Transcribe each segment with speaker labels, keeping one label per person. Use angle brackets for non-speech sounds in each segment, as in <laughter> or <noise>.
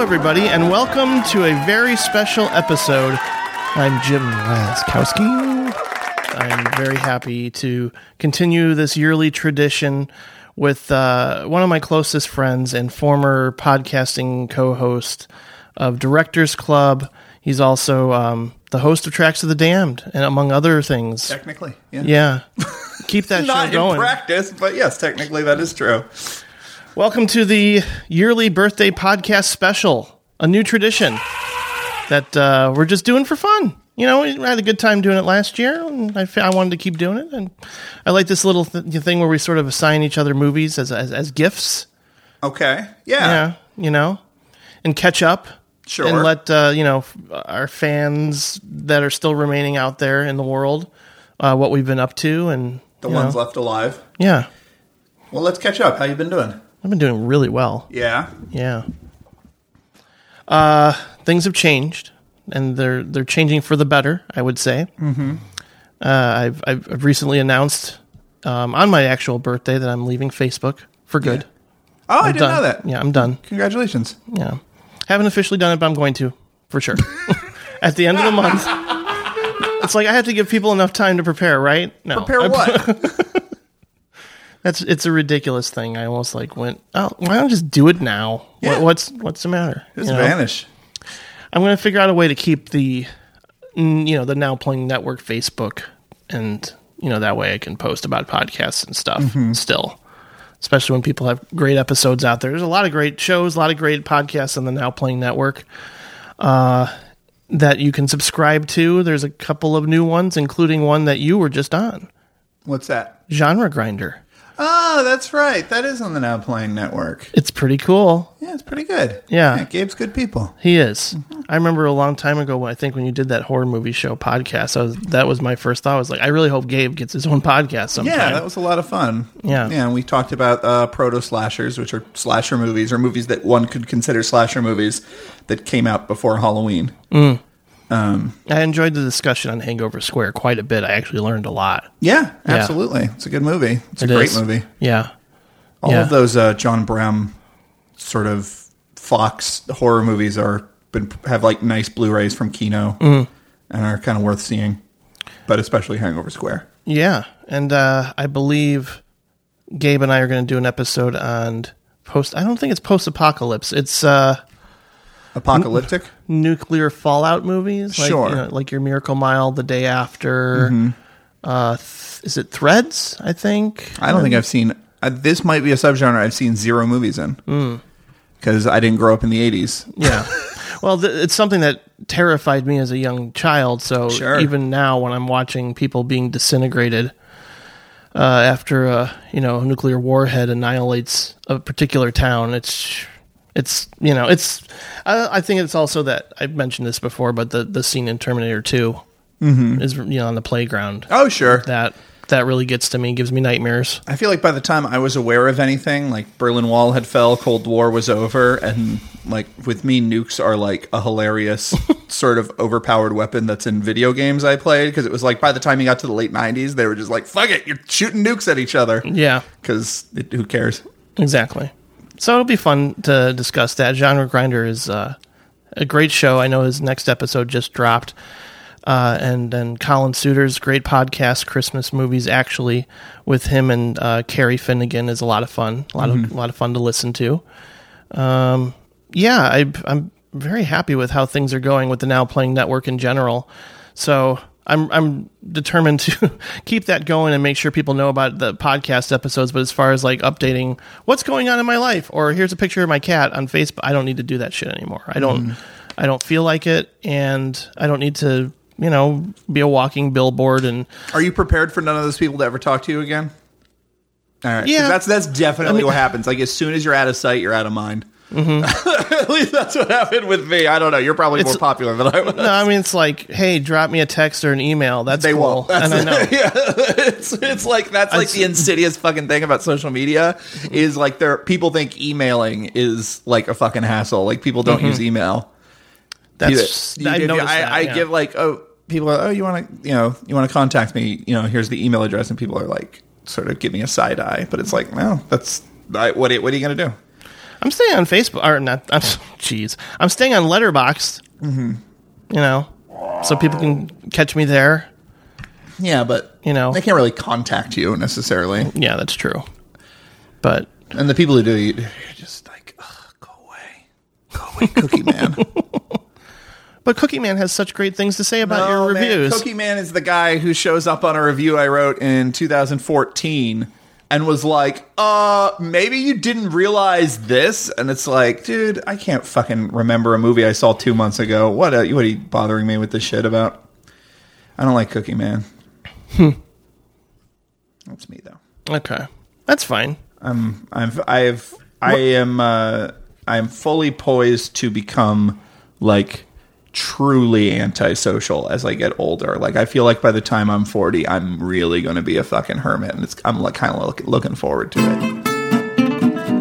Speaker 1: everybody, and welcome to a very special episode. I'm Jim Laskowski. I'm very happy to continue this yearly tradition with uh, one of my closest friends and former podcasting co host of Directors Club. He's also um, the host of Tracks of the Damned, and among other things.
Speaker 2: Technically,
Speaker 1: Yeah. Keep that
Speaker 2: <laughs> Not
Speaker 1: show going.
Speaker 2: in practice, but yes, technically that is true.
Speaker 1: Welcome to the yearly birthday podcast special, a new tradition that uh, we're just doing for fun. You know, we had a good time doing it last year, and I, fe- I wanted to keep doing it. And I like this little th- thing where we sort of assign each other movies as as, as gifts.
Speaker 2: Okay, yeah,
Speaker 1: Yeah, you know, and catch up.
Speaker 2: Sure.
Speaker 1: And let uh, you know f- our fans that are still remaining out there in the world uh, what we've been up to, and
Speaker 2: the
Speaker 1: you
Speaker 2: ones
Speaker 1: know.
Speaker 2: left alive.
Speaker 1: Yeah,
Speaker 2: Well, let's catch up. How you been doing?
Speaker 1: I've been doing really well.
Speaker 2: Yeah,
Speaker 1: Yeah. Uh, things have changed, and they're they're changing for the better. I would say. Mm-hmm. Uh, I've I've I've recently announced um, on my actual birthday that I'm leaving Facebook for good.
Speaker 2: Oh, I didn't
Speaker 1: done.
Speaker 2: know that.
Speaker 1: Yeah, I'm done.
Speaker 2: Congratulations.
Speaker 1: Yeah, haven't officially done it, but I'm going to for sure. <laughs> At the end of the month. It's like I have to give people enough time to prepare, right? No,
Speaker 2: Prepare
Speaker 1: I- <laughs>
Speaker 2: what?
Speaker 1: that's it's a ridiculous thing. I almost like went, oh, why don't I just do it now?
Speaker 2: Yeah.
Speaker 1: What, what's what's the matter?
Speaker 2: Just
Speaker 1: You know?
Speaker 2: vanish.
Speaker 1: I'm going to figure out a way to keep the, mm, you know, the now playing network Facebook, and you know that way I can post about podcasts and stuff still. Especially when people have great episodes out there. There's a lot of great shows, a lot of great podcasts on the Now Playing Network uh, that you can subscribe to. There's a couple of new ones, including one that you were just on,
Speaker 2: What's that?
Speaker 1: Genre Grinder.
Speaker 2: Oh, that's right. That is on the Now Playing Network.
Speaker 1: It's pretty cool.
Speaker 2: Yeah, it's pretty good.
Speaker 1: Yeah.
Speaker 2: Gabe's good people.
Speaker 1: He is. I remember a long time ago when I think when you did that horror movie show podcast, I was, that was my first thought. I was like, I really hope Gabe gets his own podcast sometime.
Speaker 2: Yeah, that was a lot of fun.
Speaker 1: Yeah.
Speaker 2: yeah. And we talked about uh, proto slashers, which are slasher movies or movies that one could consider slasher movies that came out before Halloween.
Speaker 1: I enjoyed the discussion on Hangover Square quite a bit. I actually learned a lot.
Speaker 2: Yeah, absolutely. It's a good movie. It's a
Speaker 1: It
Speaker 2: great
Speaker 1: is.
Speaker 2: movie.
Speaker 1: Yeah.
Speaker 2: All
Speaker 1: Yeah.
Speaker 2: of those uh, John Bram sort of Fox horror movies are been have like nice Blu-rays from Kino
Speaker 1: Mm-hmm.
Speaker 2: and are kind of worth seeing, but especially Hangover Square.
Speaker 1: Yeah. And uh, I believe Gabe and I are going to do an episode on post, I don't think it's post apocalypse. It's uh,
Speaker 2: Apocalyptic.
Speaker 1: Mm-hmm. nuclear fallout movies. Like,
Speaker 2: Sure. Mm-hmm.
Speaker 1: You know, like your Miracle Mile, The Day After. Uh, th- is it Threads? I think.
Speaker 2: I don't think I've seen. Uh, this might be a subgenre I've seen zero movies in
Speaker 1: Mm.
Speaker 2: because I didn't grow up in the '80s. <laughs>
Speaker 1: Yeah. Well, th- it's something that terrified me as a young child. So
Speaker 2: Sure.
Speaker 1: even now, when I'm watching people being disintegrated uh, after a you know a nuclear warhead annihilates a particular town, it's it's you know it's I, I think it's also that I've mentioned this before, but the the scene in Terminator 2 is you know on the playground
Speaker 2: Mm-hmm. Oh, sure.
Speaker 1: that that really gets to me, gives me nightmares.
Speaker 2: I feel like by the time I was aware of anything, like Berlin Wall had fell, Cold War was over, and like with me, nukes are like a hilarious sort of overpowered weapon that's in video games I played because it was like by the time you got to the late '90s, they were just like, "Fuck it, you're shooting nukes at each other,"
Speaker 1: Yeah.
Speaker 2: because who cares?
Speaker 1: Exactly. So it'll be fun to discuss that. Genre Grinder is uh, a great show. I know his next episode just dropped. Uh, and then Colin Suter's great podcast, Christmas Movies, actually, with him and uh, Carrie Finnegan is a lot of fun. A lot of a lot of fun to listen to. Um, yeah, I, I'm very happy with how things are going with the Now Playing Network in general. So I'm I'm determined to <laughs> keep that going and make sure people know about the podcast episodes. But as far as like updating what's going on in my life, or here's a picture of my cat on Facebook, I don't need to do that shit anymore. I don't
Speaker 2: Mm.
Speaker 1: I don't feel like it, and I don't need to you know be a walking billboard and
Speaker 2: Are you prepared for none of those people to ever talk to you again? All right, 'cause
Speaker 1: Yeah.
Speaker 2: that's that's definitely what happens. Like as soon as you're out of sight, you're out of mind. <laughs> At least that's what happened with me. I don't know. You're probably more popular than I was.
Speaker 1: no, I mean it's like hey, drop me a text or an email. That's
Speaker 2: They
Speaker 1: cool.
Speaker 2: won't. <laughs> That's
Speaker 1: and I know.
Speaker 2: yeah, it's, it's like that's like the insidious fucking thing about social media is like there people think emailing is like a fucking hassle. Like people don't use email.
Speaker 1: That's
Speaker 2: You-
Speaker 1: I've
Speaker 2: if you-
Speaker 1: noticed
Speaker 2: Mm-hmm. I,
Speaker 1: that,
Speaker 2: I
Speaker 1: yeah.
Speaker 2: give like oh people are, oh you want to you know you want to contact me you know here's the email address and people are like sort of giving a side eye but it's like no that's I, what are- what are you gonna do?
Speaker 1: I'm staying on Facebook. Or not? I'm, <laughs> jeez, I'm staying on Letterboxd.
Speaker 2: Mm-hmm.
Speaker 1: You know, so people can catch me there.
Speaker 2: Yeah, but
Speaker 1: You know.
Speaker 2: they can't really contact you necessarily.
Speaker 1: Yeah, that's true. But
Speaker 2: And the people who do, you- you're just like, Ugh, go away, go away, Cookie Man. <laughs>
Speaker 1: but Cookie Man has such great things to say about
Speaker 2: Oh,
Speaker 1: your
Speaker 2: man,
Speaker 1: reviews.
Speaker 2: Cookie Man is the guy who shows up on a review I wrote in 2014 and was like, "Uh, maybe you didn't realize this." And it's like, dude, I can't fucking remember a movie I saw two months ago. What? Are, what are you bothering me with this shit about? I don't like Cookie Man.
Speaker 1: Hmm.
Speaker 2: That's me though.
Speaker 1: Okay, that's fine.
Speaker 2: I'm I'm I've I am uh I'm fully poised to become like truly antisocial as I get older. Like I feel like by the time I'm 40, I'm really going to be a fucking hermit and it's I'm like kind of look, looking forward to it.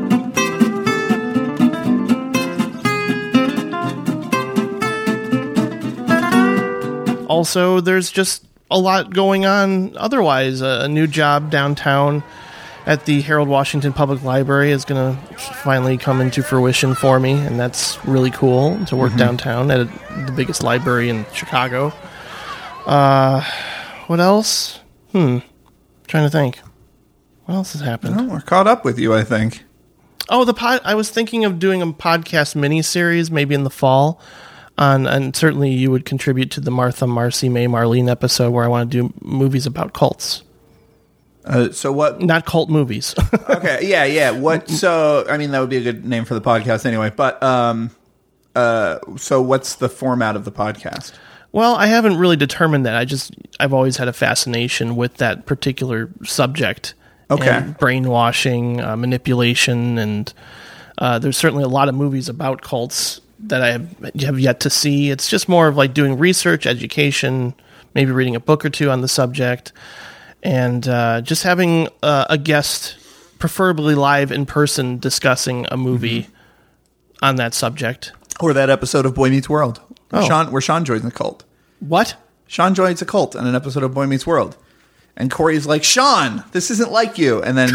Speaker 1: also there's just a lot going on otherwise a, a new job downtown at the harold washington public library is going to finally come into fruition for me and that's really cool to work downtown at the biggest library in chicago uh, what else hmm trying to think what else has happened
Speaker 2: Well, Oh, we're caught up with you, I think.
Speaker 1: Oh, the pod. I was thinking of doing a podcast mini series maybe in the fall. On, and certainly you would contribute to the Martha, Marcy, May, Marlene episode where I want to do movies about cults,
Speaker 2: Uh, so what
Speaker 1: not cult movies.
Speaker 2: <laughs>
Speaker 1: <laughs>
Speaker 2: okay yeah yeah what so i mean that would be a good name for the podcast anyway but um uh so what's the format of the podcast
Speaker 1: well, I haven't really determined that. I just I've always had a fascination with that particular subject.
Speaker 2: Okay.
Speaker 1: And brainwashing, uh, manipulation, and uh, there's certainly a lot of movies about cults that I have yet to see. It's just more of like doing research, education, maybe reading a book or two on the subject, and uh, just having uh, a guest, preferably live in person, discussing a movie on that subject.
Speaker 2: or that episode of boy meets world
Speaker 1: Oh.
Speaker 2: sean where sean joins the cult
Speaker 1: What?
Speaker 2: Sean joins a cult on an episode of Boy Meets World. And Corey's like, Sean, this isn't like you. And then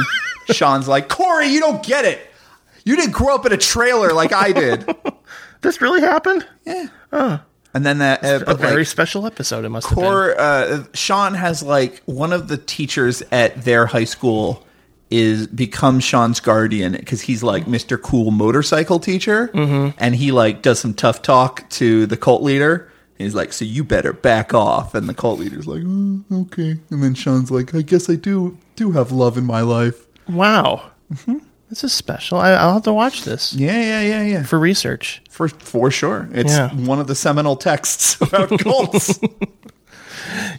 Speaker 2: Sean's like, Corey, you don't get it. You didn't grow up in a trailer like I did.
Speaker 1: This really happened?
Speaker 2: and then that, uh,
Speaker 1: a
Speaker 2: but
Speaker 1: very
Speaker 2: like,
Speaker 1: special episode. It must have been.
Speaker 2: Cor, uh, Sean has like one of the teachers at their high school is becomes Sean's guardian because he's like Mr. Cool motorcycle teacher, and he like does some tough talk to the cult leader. He's like, "So you better back off," and the cult leader's like, "Oh, "Okay." And then Sean's like, "I guess I do do have love in my life."
Speaker 1: Wow,
Speaker 2: Mm-hmm.
Speaker 1: this is special. I, I'll have to watch this
Speaker 2: Yeah, yeah, yeah, yeah.
Speaker 1: for research.
Speaker 2: For for sure, it's
Speaker 1: Yeah.
Speaker 2: one of the seminal texts <laughs> about cults.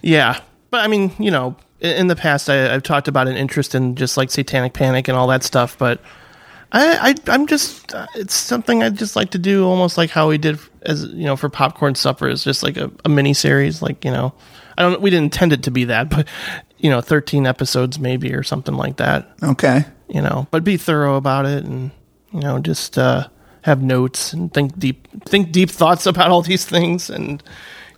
Speaker 1: Yeah, but I mean, you know, i- in the past, I, I've talked about an interest in just like Satanic Panic and all that stuff, but I, I I'm just uh, it's something I just like to do, almost like how we did as you know for popcorn supper is just like a, a mini series, like you know, I don't we didn't intend it to be that, but you know, 13 episodes maybe or something like that.
Speaker 2: okay,
Speaker 1: you know, but be thorough about it and you know, just uh, have notes and think deep think deep thoughts <laughs> about all these things and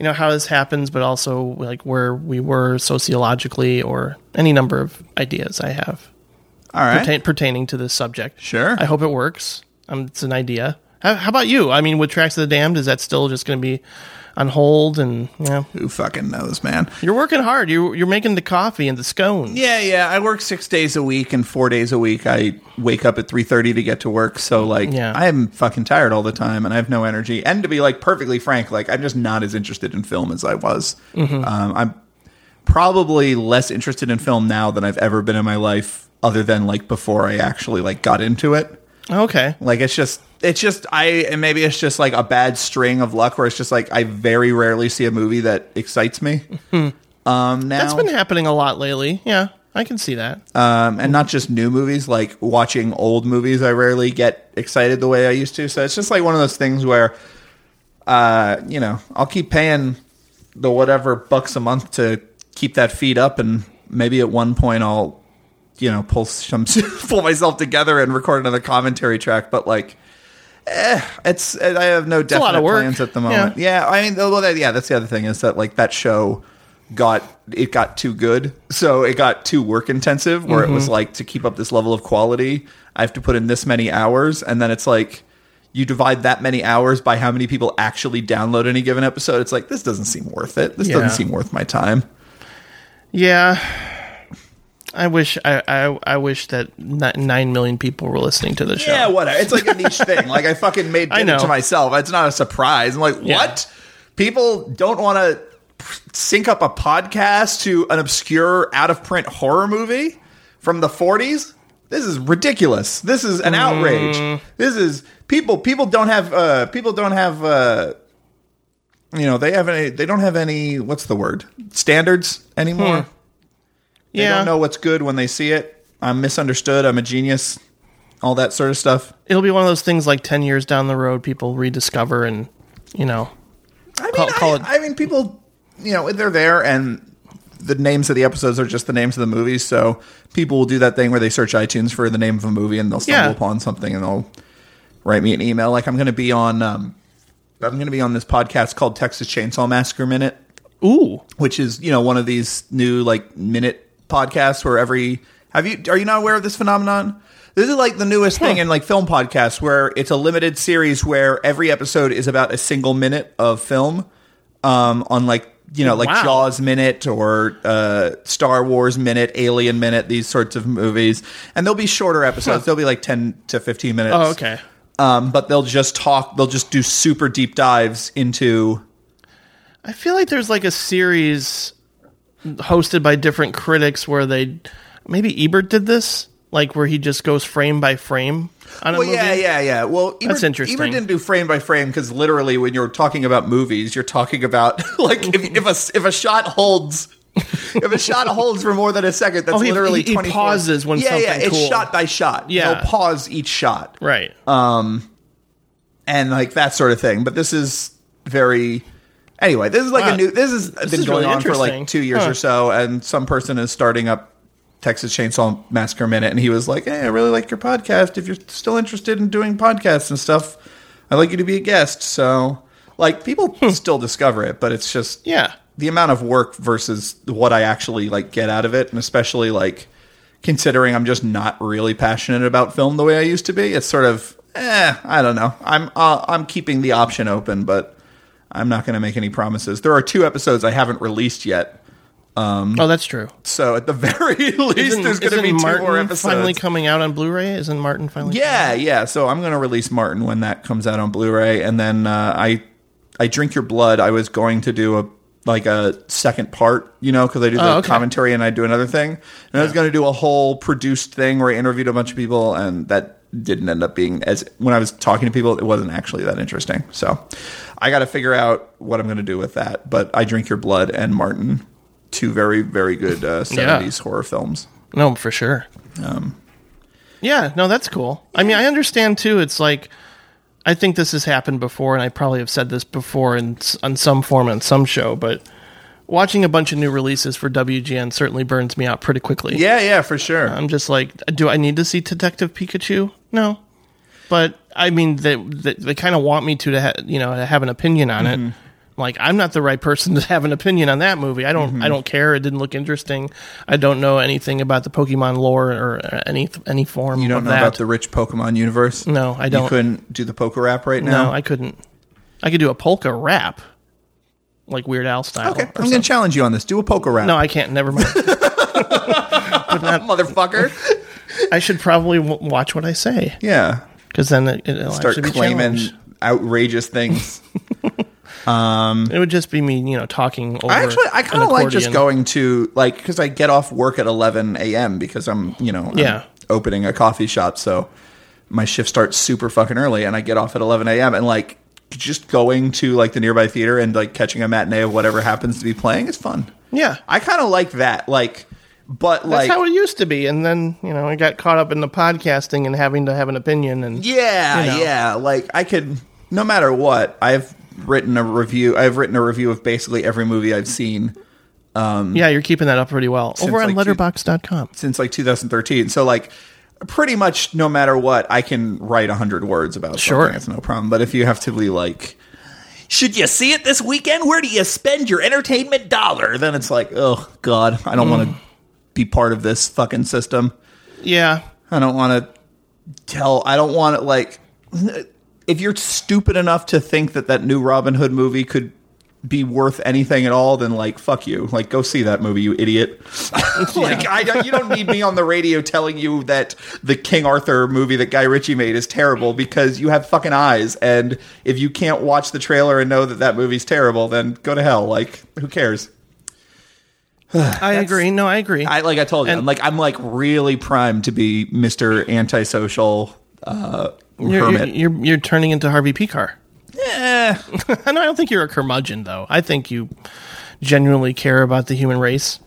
Speaker 1: you know how this happens, but also like where we were sociologically or any number of ideas I have
Speaker 2: all right.
Speaker 1: pertain- pertaining to this subject.
Speaker 2: Sure.
Speaker 1: I hope it works. Um, it's an idea. How, how about you? I mean, with Tracks of the Damned, is that still just going to be on hold? And you know,
Speaker 2: Who fucking knows, man?
Speaker 1: you're working hard. You you're making the coffee and the scones.
Speaker 2: Yeah, yeah. I work six days a week and four days a week. I wake up at three thirty to get to work. So like,
Speaker 1: Yeah.
Speaker 2: I am fucking tired all the time, and I have no energy. And to be like perfectly frank, like I'm just not as interested in film as I was.
Speaker 1: Mm-hmm.
Speaker 2: Um, I'm probably less interested in film now than I've ever been in my life, other than like before I actually like got into it.
Speaker 1: Okay.
Speaker 2: Like it's just it's just I and maybe it's just like a bad string of luck where it's just like I very rarely see a movie that excites me. Um, now
Speaker 1: Hmm. That's been happening a lot lately. Yeah, I can see that.
Speaker 2: um, and not just new movies. Like watching old movies, I rarely get excited the way I used to. So it's just like one of those things where, uh, you know, I'll keep paying the whatever bucks a month to keep that feed up, and maybe at one point I'll, you know, pull some <laughs> pull myself together and record another commentary track. But like. Eh, it's I have
Speaker 1: a
Speaker 2: no
Speaker 1: lot
Speaker 2: definite
Speaker 1: of work.
Speaker 2: plans at the moment. Yeah, I mean, well, that, yeah, that's the other thing is that like that show got it got too good, so it got too work intensive. Where it was like to keep up this level of quality, I have to put in this many hours, and then it's like you divide that many hours by how many people actually download any given episode. It's like this doesn't seem worth it. This
Speaker 1: Yeah.
Speaker 2: doesn't seem worth my time.
Speaker 1: Yeah. I wish I, I I wish that ni- nine million people were listening to the show.
Speaker 2: Yeah, whatever. It's like
Speaker 1: <laughs>
Speaker 2: a niche thing. Like I fucking made
Speaker 1: I
Speaker 2: dinner
Speaker 1: know.
Speaker 2: to myself. It's not a surprise. I'm like, what?
Speaker 1: Yeah.
Speaker 2: People don't want to sync up a podcast to an obscure out of print horror movie from the 40s. This is ridiculous. This is an
Speaker 1: Mm.
Speaker 2: outrage. This is people. People don't have. Uh, people don't have. Uh, you know, they have any. They don't have any. What's the word? Standards anymore. They
Speaker 1: Hmm. Yeah.
Speaker 2: don't know what's good when they see it. I'm misunderstood. I'm a genius. All that sort of stuff.
Speaker 1: It'll be one of those things like ten years down the road, people rediscover and you know.
Speaker 2: I mean,
Speaker 1: Call- call
Speaker 2: I,
Speaker 1: it-
Speaker 2: I mean, people, you know, they're there, and the names of the episodes are just the names of the movies. So people will do that thing where they search iTunes for the name of a movie, and they'll stumble
Speaker 1: Yeah.
Speaker 2: upon something, and they'll write me an email like, "I'm going to be on, um, I'm going to be on this podcast called Texas Chainsaw Massacre Minute."
Speaker 1: Ooh,
Speaker 2: which is you know one of these new like minute podcasts where every have you are you not aware of this phenomenon this is like the newest thing in like film podcasts where it's a limited series where every episode is about a single minute of film um on like you know like
Speaker 1: Wow.
Speaker 2: jaws minute or uh star wars minute alien minute these sorts of movies and they'll be shorter episodes they'll be like 10 to 15 minutes
Speaker 1: Oh, okay.
Speaker 2: um but they'll just talk they'll just do super deep dives into
Speaker 1: I feel like there's like a series hosted by different critics where they maybe Ebert did this, like where he just goes frame by frame on a
Speaker 2: Well,
Speaker 1: movie.
Speaker 2: yeah, yeah, yeah. Well, Ebert,
Speaker 1: That's interesting.
Speaker 2: Ebert didn't do frame by frame because literally, when you're talking about movies, you're talking about <laughs> like if, if a if a shot holds. if a shot holds for more than a second, that's
Speaker 1: Oh, he-
Speaker 2: literally
Speaker 1: he- he
Speaker 2: 24.
Speaker 1: pauses when
Speaker 2: yeah, yeah.
Speaker 1: something
Speaker 2: It's
Speaker 1: cool-
Speaker 2: shot by shot.
Speaker 1: Yeah.
Speaker 2: he'll pause each shot
Speaker 1: Right.
Speaker 2: Uh, and like that sort of thing. But this is very. Anyway, this is like
Speaker 1: Wow.
Speaker 2: a new. This has been
Speaker 1: is
Speaker 2: going
Speaker 1: really
Speaker 2: on for like
Speaker 1: interesting.
Speaker 2: two years
Speaker 1: Huh.
Speaker 2: or so, and some person is starting up Texas Chainsaw Massacre Minute, and he was like, "Hey, I really like your podcast. If you're still interested in doing podcasts and stuff, I'd like you to be a guest." So,
Speaker 1: <laughs>
Speaker 2: like, people still discover it, but it's just
Speaker 1: yeah.
Speaker 2: the amount of work versus what I actually like get out of it, and especially like considering I'm just not really passionate about film the way I used to be. It's sort of eh, I don't know. I'm uh, I'm keeping the option open, but I'm not going to make any promises. There are two episodes I haven't released yet,
Speaker 1: Oh, that's true.
Speaker 2: so <laughs> at the very least,
Speaker 1: Isn't,
Speaker 2: there's going to
Speaker 1: isn't
Speaker 2: be two
Speaker 1: Martin
Speaker 2: more episodes.
Speaker 1: finally coming out on Blu-ray? Isn't Martin finally?
Speaker 2: Yeah, yeah. So I'm gonna release Martin when that comes out on Blu-ray, and then uh, I, I drink your blood. I was going to do a like a second part, you know, because I do the
Speaker 1: Oh, okay.
Speaker 2: commentary and I do another thing, and I was going to do a whole produced thing where I interviewed a bunch of people, and that didn't end up being as when I was talking to people, it wasn't actually that interesting. So I got to figure out what I'm going to do with that. But I drink your blood and Martin, two very very good uh, 70s horror films.
Speaker 1: No, for sure. yeah, no, that's cool. I mean, I understand too. It's like I think this has happened before, and I probably have said this before in s- on some form on some show, but watching a bunch of new releases for WGN certainly burns me out pretty quickly.
Speaker 2: Yeah, yeah, for sure.
Speaker 1: I'm just like, do I need to see Detective Pikachu? No, but I mean, they they, they kind of want me to, to ha- you know to have an opinion on it.
Speaker 2: Mm-hmm.
Speaker 1: Like, I'm not the right person to have an opinion on that movie. I don't
Speaker 2: Mm-hmm.
Speaker 1: I don't care. It didn't look interesting. I don't know anything about the Pokemon lore or uh, any any form.
Speaker 2: You don't
Speaker 1: of
Speaker 2: know
Speaker 1: that.
Speaker 2: about the rich Pokemon universe?
Speaker 1: No, I
Speaker 2: You
Speaker 1: don't.
Speaker 2: couldn't do the poker rap right now?
Speaker 1: no, I couldn't. I could do a polka rap, like Weird Al style.
Speaker 2: okay,
Speaker 1: or
Speaker 2: I'm going to
Speaker 1: something.
Speaker 2: challenge you on this. Do a poker rap.
Speaker 1: no, I can't. Never mind.
Speaker 2: <laughs> motherfucker.
Speaker 1: I should probably w- watch what I say
Speaker 2: <laughs> yeah.
Speaker 1: because then it, it'll
Speaker 2: Start
Speaker 1: actually be
Speaker 2: claiming
Speaker 1: challenged.
Speaker 2: outrageous things.
Speaker 1: It would just be me, you know, talking <laughs> over.
Speaker 2: I actually, I
Speaker 1: an
Speaker 2: kind of like just
Speaker 1: accordion.
Speaker 2: going to, like, because I get off work at 11 a.m. because I'm, you know, I'm
Speaker 1: Yeah.
Speaker 2: opening a coffee shop. So my shift starts super fucking early and I get off at 11 a.m. and, like, just going to, like, the nearby theater and, like, catching a matinee of whatever happens to be playing is fun.
Speaker 1: Yeah,
Speaker 2: I kind of like that. Like, but,
Speaker 1: that's
Speaker 2: like,
Speaker 1: how it used to be. And then you know, I got caught up in the podcasting and having to have an opinion. And
Speaker 2: Yeah,
Speaker 1: You know?
Speaker 2: yeah. Like I could, no matter what, I've written a review. I've written a review of basically every movie I've seen
Speaker 1: yeah, you're keeping that up pretty well over on
Speaker 2: like, two-
Speaker 1: Letterboxd.com.
Speaker 2: since like 2013. So like, pretty much no matter what, I can write hundred words about.
Speaker 1: Sure.
Speaker 2: something. it's no problem. But if you have to be like. Should you see it this weekend? Where do you spend your entertainment dollar? Then it's like, oh god, I
Speaker 1: Mm.
Speaker 2: don't want to be part of this fucking system.
Speaker 1: Yeah.
Speaker 2: I don't want to tell. I don't want to like. If you're stupid enough to think that that new Robin Hood movie could be worth anything at all, then like fuck you. Like go see that movie, you idiot. <laughs> like I don't, you don't need me on the radio telling you that the King Arthur movie that Guy Ritchie made is terrible because you have fucking eyes, and if you can't watch the trailer and know that that movie's terrible, then go to hell. Like who cares?
Speaker 1: I agree. No, I agree.
Speaker 2: I like I told you, I'm like I'm like really primed to be Mister Antisocial uh,
Speaker 1: you're, you're,
Speaker 2: Hermit.
Speaker 1: you're, you're turning into Harvey Pekar. <laughs>
Speaker 2: Eh,
Speaker 1: I know I don't think you're a curmudgeon, though. I think you genuinely care about the human race.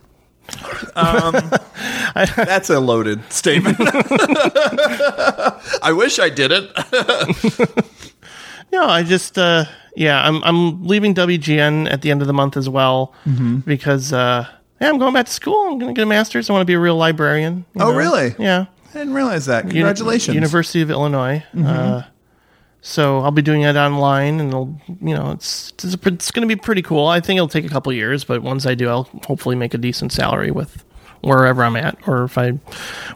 Speaker 2: that's a loaded <laughs> statement. I wish I didn't.
Speaker 1: No, I just uh, yeah, I'm I'm leaving WGN at the end of the month as well
Speaker 2: Mm-hmm.
Speaker 1: because uh, yeah, I'm going back to school. I'm going to get a master's. I want to be a real librarian. you
Speaker 2: Oh, really?
Speaker 1: Yeah.
Speaker 2: I didn't realize that.
Speaker 1: Uni-
Speaker 2: Congratulations. Mm-hmm.
Speaker 1: University of Illinois. Uh, so I'll be doing it online, and it'll you know it's it's, a- it's going to be pretty cool. I think it'll take a couple years, but once I do, I'll hopefully make a decent salary with wherever I'm at, or if I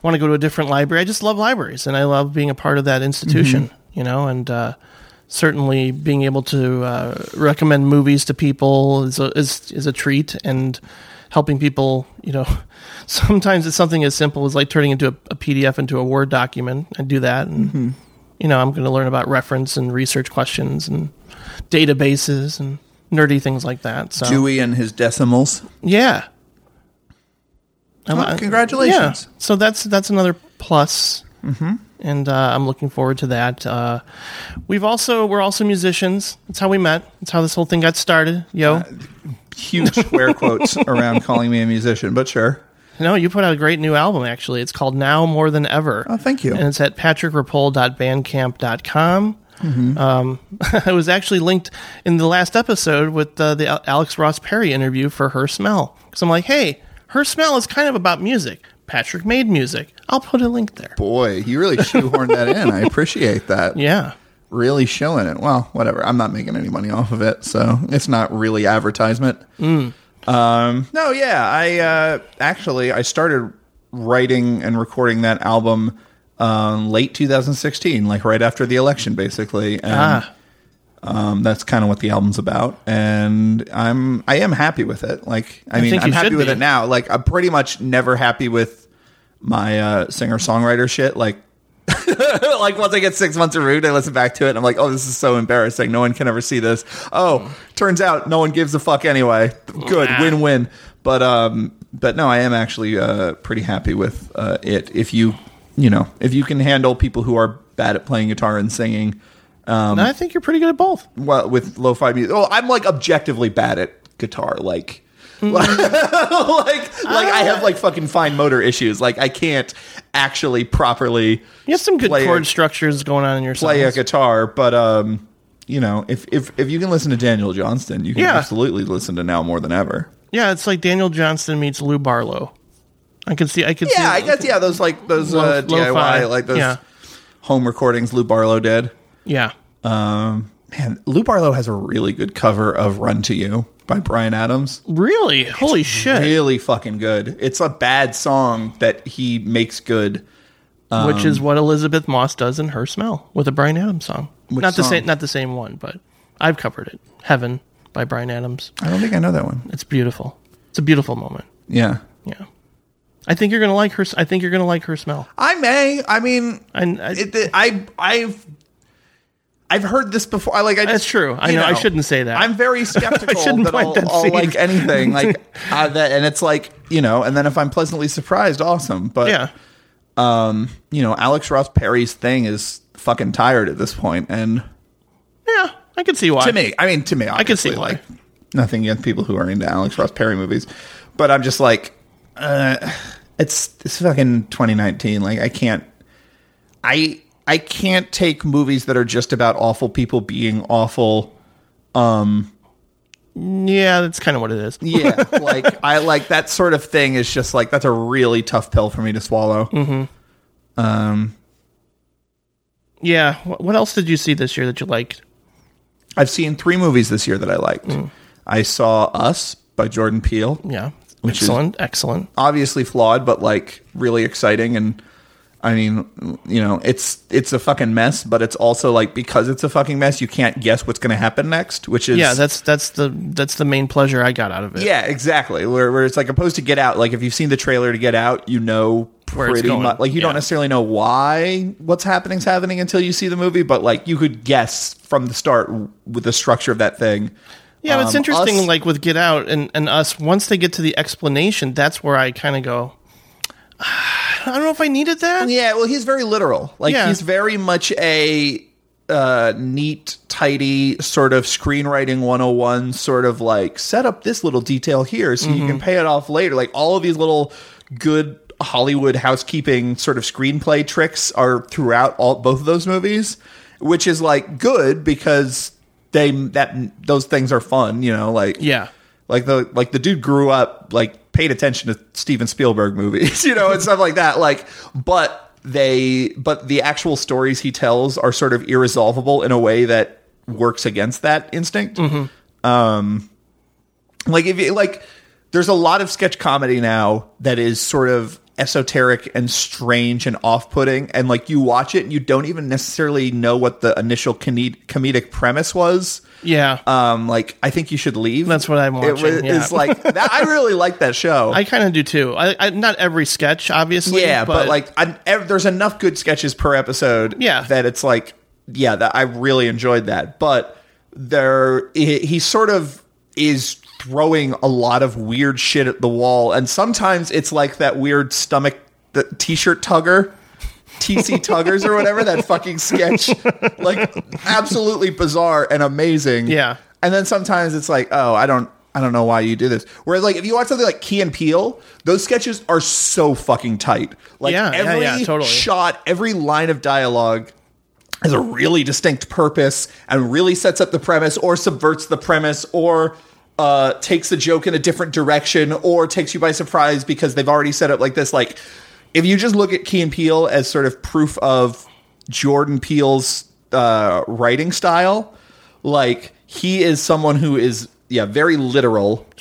Speaker 1: want to go to a different library. I just love libraries, and I love being a part of that institution. You know, and uh, certainly being able to uh, recommend movies to people is a, is is a treat, and helping people. You know, <laughs> sometimes it's something as simple as like turning into a, a PDF into a Word document. I do that, and you know, I'm going to learn about reference and research questions and databases and nerdy things like that. So
Speaker 2: Dewey and his decimals.
Speaker 1: yeah, I'm-
Speaker 2: Well,
Speaker 1: I-
Speaker 2: congratulations.
Speaker 1: Yeah. So that's that's another plus.
Speaker 2: Mm-hmm.
Speaker 1: And uh, I'm looking forward to that. Uh, we've also we're also musicians. That's how we met. That's how this whole thing got started. Yo,
Speaker 2: Uh, Huge
Speaker 1: <laughs>
Speaker 2: square quotes around calling me a musician, but sure.
Speaker 1: no, you put out a great new album. Actually, it's called Now More Than Ever.
Speaker 2: Oh, thank you.
Speaker 1: and it's at patrickrapole.bandcamp.com.
Speaker 2: Mm-hmm.
Speaker 1: Um, <laughs> it was actually linked in the last episode with uh, the Al- Alex Ross Perry interview for Her Smell. Because I'm like, hey, Her Smell is kind of about music. Patrick made music. I'll put a link there.
Speaker 2: Boy, you really shoehorned that in. I appreciate that.
Speaker 1: Yeah.
Speaker 2: Really showing it. Well, whatever. I'm not making any money off of it, so it's not really advertisement. Um, no, yeah. I uh, actually I started writing and recording that album um, late 2016, like right after the election, basically. And
Speaker 1: Ah,
Speaker 2: Um, that's kind of what the album's about, and I'm I am happy with it. Like I, mean,
Speaker 1: think
Speaker 2: I'm
Speaker 1: you
Speaker 2: happy
Speaker 1: should
Speaker 2: with
Speaker 1: be.
Speaker 2: it now. Like I'm pretty much never happy with my uh, singer songwriter shit. Like <laughs> like once I get six months of root, I listen back to it, and I'm like, oh, this is so embarrassing. No one can ever see this. Oh, turns out no one gives a fuck anyway. <laughs> Good win win. But um, but no, I am actually uh, pretty happy with uh, it. If you you know if you can handle people who are bad at playing guitar and singing Um,
Speaker 1: and I think you're pretty good at both.
Speaker 2: well, with lo-fi music. Oh, I'm like objectively bad at guitar. <laughs> Like, like, like I have like fucking fine motor issues. Like, I can't actually properly
Speaker 1: You have some good
Speaker 2: Play a-
Speaker 1: chord structures going on in your
Speaker 2: play a
Speaker 1: songs.
Speaker 2: guitar. But um, you know, if if if you can listen to Daniel Johnston, you can
Speaker 1: Yeah.
Speaker 2: absolutely listen to now more than ever.
Speaker 1: yeah, it's like Daniel Johnston meets Lou Barlow. I can see. I can see.
Speaker 2: Yeah, I guess yeah, those like those
Speaker 1: Lo-
Speaker 2: uh, DIY
Speaker 1: lo-fi,
Speaker 2: like those
Speaker 1: yeah.
Speaker 2: home recordings Lou Barlow did.
Speaker 1: Yeah.
Speaker 2: Um, man, Lou Barlow has a really good cover of "Run to You" by Brian Adams.
Speaker 1: Really? Holy shit!
Speaker 2: really fucking good. It's a bad song that he makes good.
Speaker 1: which
Speaker 2: Um,
Speaker 1: is what Elizabeth Moss does in her smell with a Brian Adams song.
Speaker 2: Which
Speaker 1: Not the
Speaker 2: song?
Speaker 1: same, not the same one, but I've covered it. Heaven by Brian Adams.
Speaker 2: I don't think I know that one.
Speaker 1: It's beautiful. It's a beautiful moment.
Speaker 2: Yeah.
Speaker 1: Yeah, I think you're gonna like her. I think you're gonna like her smell.
Speaker 2: I may. I mean,
Speaker 1: And I,
Speaker 2: it, it- I I've I've heard this before. I like I
Speaker 1: That's
Speaker 2: just-
Speaker 1: true. I
Speaker 2: you
Speaker 1: know, I shouldn't say that.
Speaker 2: I'm
Speaker 1: <laughs>
Speaker 2: very skeptical
Speaker 1: shouldn't
Speaker 2: that
Speaker 1: plant
Speaker 2: I'll,
Speaker 1: that
Speaker 2: I'll
Speaker 1: seed.
Speaker 2: like anything like <laughs> uh, that and it's like, you know, and then if I'm pleasantly surprised, awesome. But
Speaker 1: yeah,
Speaker 2: you know, Alex Ross Perry's thing is fucking tired at this point and
Speaker 1: yeah, I can see why.
Speaker 2: to me. I mean, to me, I
Speaker 1: can see why.
Speaker 2: like nothing against people who are into Alex Ross Perry movies, but I'm just like, uh, it's it's fucking 2019. Like, I can't, I I can't take movies that are just about awful people being awful.
Speaker 1: yeah, that's kind of what it is.
Speaker 2: Yeah, <laughs> like I like that sort of thing is just like that's a really tough pill for me to swallow.
Speaker 1: Mm-hmm. Yeah. Wh- What else did you see this year that you liked?
Speaker 2: I've seen three movies this year that I liked.
Speaker 1: Mm.
Speaker 2: I saw Us by Jordan Peele,
Speaker 1: Yeah.
Speaker 2: Which is-
Speaker 1: excellent. excellent.
Speaker 2: obviously flawed, but like really exciting and. I mean, you know, it's it's a fucking mess, but it's also like because it's a fucking mess, you can't guess what's going to happen next, which is
Speaker 1: Yeah, that's that's the that's the main pleasure I got out of it.
Speaker 2: Yeah, exactly. Where, where it's like opposed to Get Out. Like if you've seen the trailer to Get Out, you know
Speaker 1: Where it's
Speaker 2: pretty
Speaker 1: going.
Speaker 2: much. Like you
Speaker 1: Yeah.
Speaker 2: don't necessarily know why what's happening's happening until you see the movie, but like you could guess from the start w- with the structure of that thing.
Speaker 1: Yeah, it's
Speaker 2: Um,
Speaker 1: interesting.
Speaker 2: Us-
Speaker 1: like with Get Out and, and Us, once they get to the explanation, that's where I kind of go. "Ah, I don't know if I needed that.
Speaker 2: Yeah, well, he's very literal. Like
Speaker 1: Yeah.
Speaker 2: he's very much a uh, neat, tidy sort of screenwriting 101 sort of like set up this little detail here so
Speaker 1: Mm-hmm.
Speaker 2: you can pay it off later. Like all of these little good Hollywood housekeeping sort of screenplay tricks are throughout all both of those movies, which is like good because they that those things are fun, you know, like
Speaker 1: Yeah.
Speaker 2: like the like the dude grew up like paid attention to Steven Spielberg movies, <laughs> you know, and stuff like that. Like, but they but the actual stories he tells are sort of irresolvable in a way that works against that instinct. Um, like if you like, there's a lot of sketch comedy now that is sort of esoteric and strange and off-putting and like you watch it and you don't even necessarily know what the initial comedi- comedic premise was
Speaker 1: Yeah.
Speaker 2: um, like I think you should leave.
Speaker 1: That's what I'm
Speaker 2: It
Speaker 1: watching, yeah.
Speaker 2: It's like that, I really like that show.
Speaker 1: <laughs> I kind of do too. I, I not every sketch, obviously.
Speaker 2: yeah, but, like I'm, ev- there's enough good sketches per episode.
Speaker 1: Yeah.
Speaker 2: that it's like yeah, that I really enjoyed that. But there, he, he sort of is throwing a lot of weird shit at the wall, and sometimes it's like that weird stomach the t-shirt tugger. TC Tuggers or whatever that fucking sketch, like absolutely bizarre and amazing.
Speaker 1: Yeah.
Speaker 2: And then sometimes it's like, oh, I don't I don't know why you do this. Whereas like if you watch something like Key and Peele, those sketches are so fucking tight. Like
Speaker 1: Yeah, yeah,
Speaker 2: every
Speaker 1: yeah, totally.
Speaker 2: shot, every line of dialogue has a really distinct purpose and really sets up the premise or subverts the premise or uh, takes the joke in a different direction or takes you by surprise because they've already set up like this. Like, if you just look at Key and Peele as sort of proof of Jordan Peele's uh, writing style, like, he is someone who is, yeah, very literal um,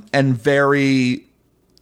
Speaker 1: Sure.
Speaker 2: and very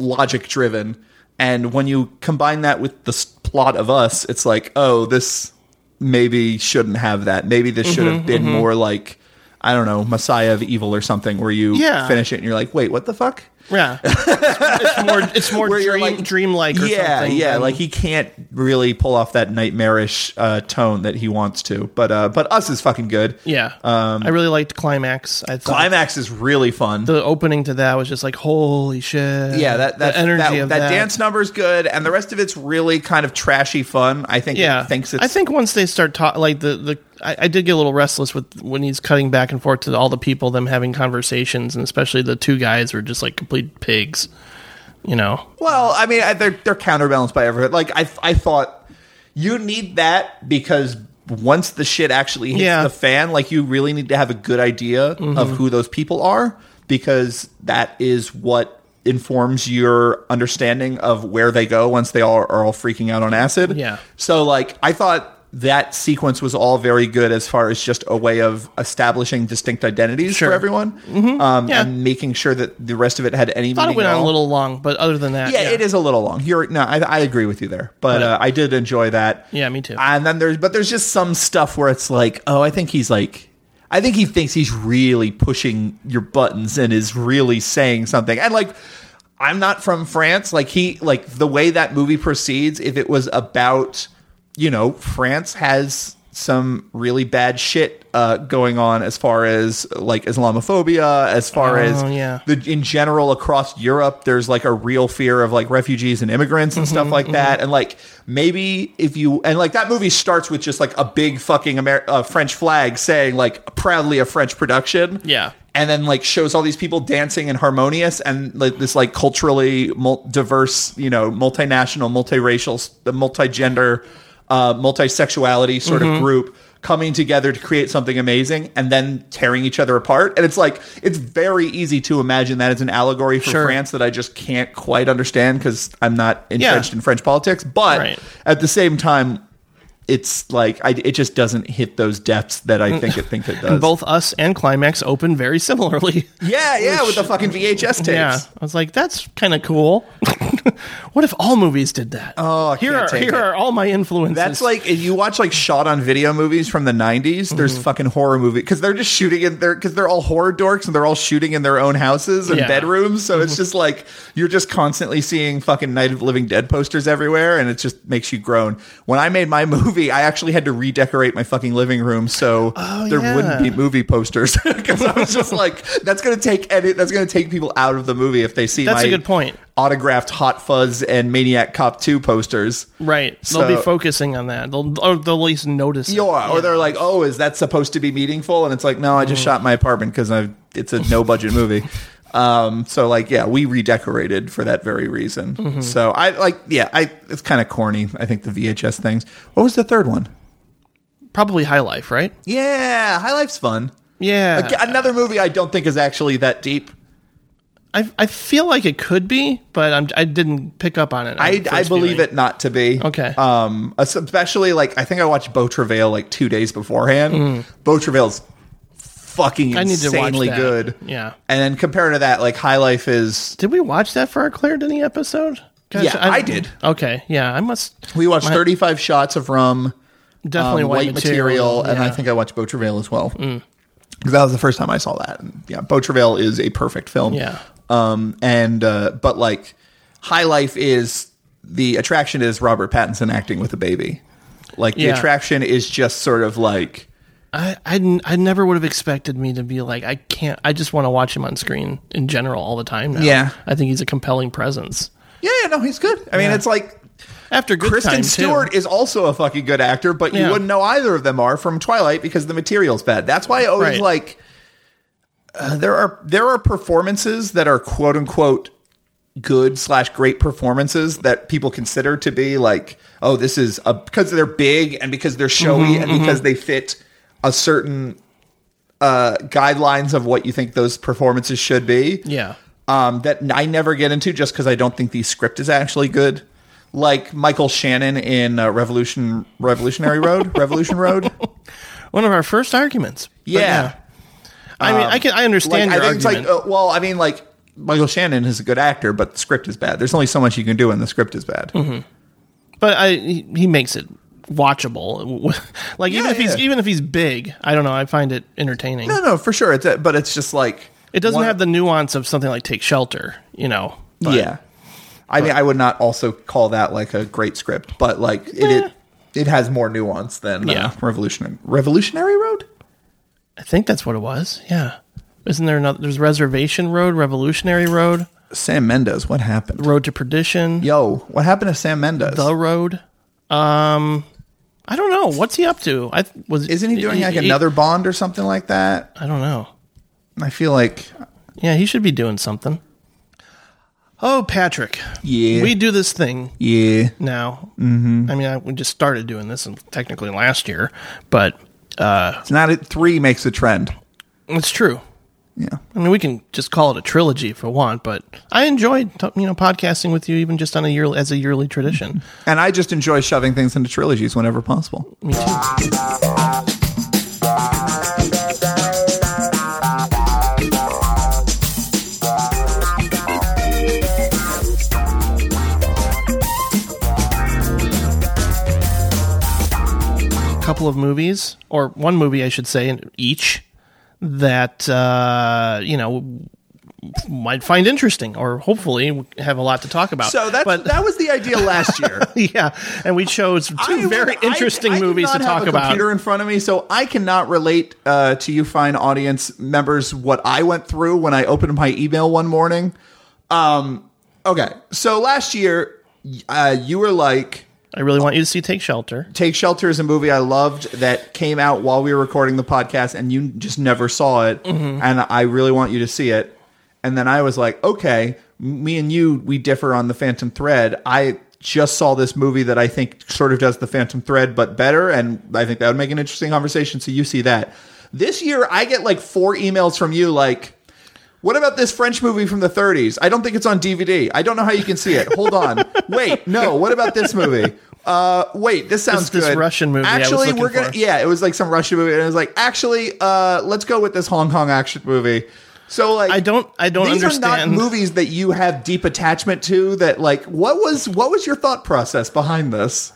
Speaker 2: logic driven. And when you combine that with the s- plot of Us, it's like, oh, this maybe shouldn't have that. Maybe this should
Speaker 1: Mm-hmm,
Speaker 2: have been more like, I don't know, Messiah of Evil or something, where you
Speaker 1: Yeah.
Speaker 2: finish it and you're like, wait, what the fuck?
Speaker 1: yeah,
Speaker 2: <laughs>
Speaker 1: it's, it's more it's more
Speaker 2: Where you're
Speaker 1: dream,
Speaker 2: like-
Speaker 1: dreamlike. Or
Speaker 2: yeah,
Speaker 1: something
Speaker 2: yeah.
Speaker 1: than-
Speaker 2: Like he can't really pull off that nightmarish uh, tone that he wants to. But uh, but Us is fucking good.
Speaker 1: yeah. I really liked climax. I thought
Speaker 2: um, Climax is really fun.
Speaker 1: the opening to that was just like holy shit.
Speaker 2: yeah, that, that
Speaker 1: the energy
Speaker 2: that,
Speaker 1: of
Speaker 2: that
Speaker 1: that,
Speaker 2: dance number is good, and the rest of it's really kind of trashy fun. I think
Speaker 1: Yeah,
Speaker 2: it thinks it's
Speaker 1: I think once they start talking, like the the I, I did get a little restless with when he's cutting back and forth to all the people, them having conversations, and especially the two guys were just like complete pigs. You know,
Speaker 2: Well, I mean, I, they're they're counterbalanced by everything. Like I, I thought you need that because once the shit actually hits
Speaker 1: Yeah. Mm-hmm.
Speaker 2: the fan, like you really need to have a good idea of who those people are because that is what informs your understanding of where they go once they all are all freaking out on acid.
Speaker 1: Yeah.
Speaker 2: So like I thought that sequence was all very good as far as just a way of establishing distinct identities
Speaker 1: Sure. Mm-hmm.
Speaker 2: for everyone um,
Speaker 1: Yeah.
Speaker 2: and making sure that the rest of it had any
Speaker 1: I thought it
Speaker 2: meaning
Speaker 1: went
Speaker 2: at
Speaker 1: on a
Speaker 2: all
Speaker 1: little long, but other than that,
Speaker 2: yeah, it is a little long. You're no, I, I agree with you there, but uh, I did enjoy that.
Speaker 1: Yeah, me too.
Speaker 2: And then there's but there's just some stuff where it's like, oh, I think he's like, I think he thinks he's really pushing your buttons and is really saying something. And like, I'm not from France. Like he like the way that movie proceeds. If it was about, you know, France has some really bad shit uh, going on as far as like Islamophobia, as far
Speaker 1: Oh,
Speaker 2: as
Speaker 1: yeah.
Speaker 2: the, in general across Europe, there's like a real fear of like refugees and immigrants and
Speaker 1: Mm-hmm,
Speaker 2: stuff like that. And like maybe if you and like that movie starts with just like a big fucking Amer- uh, French flag saying like proudly a French production.
Speaker 1: Yeah.
Speaker 2: And then like shows all these people dancing and harmonious and like this like culturally mul- diverse, you know, multinational, multiracial, the multigender, uh, multisexuality sort
Speaker 1: Mm-hmm.
Speaker 2: of group coming together to create something amazing and then tearing each other apart. And it's like it's very easy to imagine that as an allegory for
Speaker 1: Sure.
Speaker 2: France that I just can't quite understand because I'm not entrenched in French politics. But
Speaker 1: Right.
Speaker 2: at the same time, it's like I, it just doesn't hit those depths that
Speaker 1: Mm.
Speaker 2: I think it
Speaker 1: <laughs>
Speaker 2: think it does.
Speaker 1: Both us and Climax open very similarly. <laughs>
Speaker 2: yeah, yeah, with the fucking VHS tapes.
Speaker 1: Yeah, I was like, that's kind of cool. <laughs> what if all movies did that?
Speaker 2: Oh, I
Speaker 1: here
Speaker 2: can't
Speaker 1: are
Speaker 2: take
Speaker 1: here
Speaker 2: it.
Speaker 1: are all my influences.
Speaker 2: That's like if you watch like shot on video movies from the '90s. There's
Speaker 1: Mm-hmm.
Speaker 2: fucking horror movie because they're just shooting in there because they're all horror dorks and they're all shooting in their own houses and
Speaker 1: Yeah.
Speaker 2: bedrooms. So it's just like you're just constantly seeing fucking Night of the Living Dead posters everywhere, and it just makes you groan. When I made my <laughs> movie, I actually had to redecorate my fucking living room so there
Speaker 1: Oh, yeah.
Speaker 2: wouldn't be movie posters <laughs> because I was just like, that's gonna take edit. That's gonna take people out of the movie if they see.
Speaker 1: That's a
Speaker 2: my
Speaker 1: good point.
Speaker 2: Autographed Hot Fuzz and Maniac Cop Two posters.
Speaker 1: right. They'll
Speaker 2: So-
Speaker 1: be focusing on that. They'll or they'll at least notice. it.
Speaker 2: Yeah, or, or they're like, "Oh, is that supposed to be meaningful?" And it's like, "No, I
Speaker 1: Mm-hmm.
Speaker 2: just shot my apartment because I it's a no
Speaker 1: <laughs>
Speaker 2: budget movie." Um, so like, yeah, we redecorated for that very reason.
Speaker 1: Mm-hmm.
Speaker 2: So I like, yeah, I it's kind of corny. I think the VHS things. What was the third one?
Speaker 1: Probably High Life, right?
Speaker 2: Yeah, High Life's fun.
Speaker 1: Yeah.
Speaker 2: Aga- Another movie I don't think is actually that deep.
Speaker 1: I I feel like it could be, but I'm, I didn't pick up on it.
Speaker 2: I, I believe it not to be.
Speaker 1: Okay.
Speaker 2: Um, especially like I think I watched Beau Travail like two days beforehand. Beau Travail's fucking
Speaker 1: Mm. I need to watch
Speaker 2: insanely
Speaker 1: that.
Speaker 2: good.
Speaker 1: Yeah.
Speaker 2: And then compared to that, like High Life is
Speaker 1: Did we watch that for our Claire Denny episode? Gosh,
Speaker 2: Yeah, I did.
Speaker 1: Okay, yeah, I must
Speaker 2: we watched 35 shots of rum,
Speaker 1: definitely
Speaker 2: um,
Speaker 1: white, material,
Speaker 2: and I
Speaker 1: yeah. Mm.
Speaker 2: think I watched Beau Travail as well. Because that was the first time I saw that. And yeah, Beau Travail is a perfect film.
Speaker 1: Yeah.
Speaker 2: Um, and uh, but like High Life is the attraction is Robert Pattinson acting with a baby. Like the
Speaker 1: Yeah.
Speaker 2: attraction is just sort of like
Speaker 1: I, I, n- I never would have expected me to be like I can't. I just want to watch him on screen in general all the time. Now.
Speaker 2: Yeah.
Speaker 1: I think he's a compelling presence.
Speaker 2: yeah, yeah, no, he's good. I mean, it's like
Speaker 1: After good
Speaker 2: Kristen
Speaker 1: time, too.
Speaker 2: Stewart is also a fucking good actor, but you
Speaker 1: Yeah.
Speaker 2: wouldn't know either of them are from Twilight because the material's bad. That's why I always
Speaker 1: Right.
Speaker 2: like uh, there are there are performances that are quote unquote good slash great performances that people consider to be like oh this is a, because they're big and because they're showy
Speaker 1: Mm-hmm,
Speaker 2: and because they fit a certain uh, guidelines of what you think those performances should be
Speaker 1: Yeah,
Speaker 2: um, that I never get into just because I don't think the script is actually good. Like Michael Shannon in uh, Revolution
Speaker 1: <laughs>
Speaker 2: Revolutionary Road, Revolution Road.
Speaker 1: one of our first arguments. But
Speaker 2: Yeah, um,
Speaker 1: I mean, I can I
Speaker 2: like,
Speaker 1: understand
Speaker 2: I
Speaker 1: your
Speaker 2: think it's
Speaker 1: argument.
Speaker 2: like uh, well, I mean like Michael Shannon is a good actor, but the script is bad. There's only so much you can do when the script is bad.
Speaker 1: Mm-hmm. but I he he makes it watchable. <laughs> like even
Speaker 2: Yeah,
Speaker 1: if he's
Speaker 2: yeah.
Speaker 1: even if he's big, I don't know. I find it entertaining.
Speaker 2: No, no, for sure. It's a, but it's just like
Speaker 1: it doesn't
Speaker 2: one-
Speaker 1: have the nuance of something like Take Shelter. You know. But
Speaker 2: yeah. I mean, I would not also call that like a great script, but like it it, it has more nuance than
Speaker 1: Yeah.
Speaker 2: uh, Revolution Revolutionary Road.
Speaker 1: I think that's what it was. Yeah. Isn't there another? There's Reservation Road, Revolutionary Road,
Speaker 2: Sam Mendes, what happened?
Speaker 1: Road to Perdition.
Speaker 2: Yo, what happened to Sam Mendes?
Speaker 1: the road. Um, I don't know what's he up to. I th- was
Speaker 2: Isn't he doing like
Speaker 1: he-
Speaker 2: another Bond or something like that?
Speaker 1: I don't know.
Speaker 2: I feel like
Speaker 1: Yeah, he should be doing something. Oh, Patrick.
Speaker 2: Yeah.
Speaker 1: we do this thing
Speaker 2: yeah,
Speaker 1: now. Mm-hmm. I mean, I, we just started doing this in- technically last year, but
Speaker 2: it's not at three makes a trend.
Speaker 1: it's true.
Speaker 2: Yeah,
Speaker 1: I mean, we can just call it a trilogy if we want, but I enjoyed t- you know podcasting with you, even just on a year as a yearly tradition.
Speaker 2: and I just enjoy shoving things into trilogies whenever possible.
Speaker 1: Me too. Couple of movies, or one movie, I should say, in each that uh, you know might find interesting, or hopefully have a lot to talk about.
Speaker 2: So that's
Speaker 1: but <laughs>
Speaker 2: that was the idea last year.
Speaker 1: yeah, and we chose <laughs> two
Speaker 2: I
Speaker 1: very
Speaker 2: would- I-
Speaker 1: interesting
Speaker 2: I do
Speaker 1: movies
Speaker 2: not
Speaker 1: to
Speaker 2: have
Speaker 1: talk
Speaker 2: a
Speaker 1: about.
Speaker 2: Computer in front of me, so I cannot relate uh, to you, fine audience members, what I went through when I opened my email one morning. Um, okay, so last year y- uh, you were like.
Speaker 1: I really want you to see Take Shelter.
Speaker 2: Take Shelter is a movie I loved that came out while we were recording the podcast, and you just never saw it. And I really want you to see it. And then I was like, okay, me and you, we differ on the Phantom Thread. I just saw this movie that I think sort of does the Phantom Thread, but better. And I think that would make an interesting conversation. So you see that. This year, I get like four emails from you, like, what about this French movie from
Speaker 1: <laughs>
Speaker 2: the 30s? I don't think it's on DVD. I don't know how you can see it. Hold on. Wait, no. What about this movie? Uh, wait, this sounds
Speaker 1: This- this
Speaker 2: good.
Speaker 1: Russian movie I was
Speaker 2: Actually,
Speaker 1: looking
Speaker 2: we're gonna.
Speaker 1: for.
Speaker 2: Yeah, it was like some Russian movie, and it was like, actually, uh, let's go with this Hong Kong action movie. So like,
Speaker 1: I don't- I don't
Speaker 2: These are
Speaker 1: understand.
Speaker 2: not movies that you have deep attachment to. That like, what was what was your thought process behind this?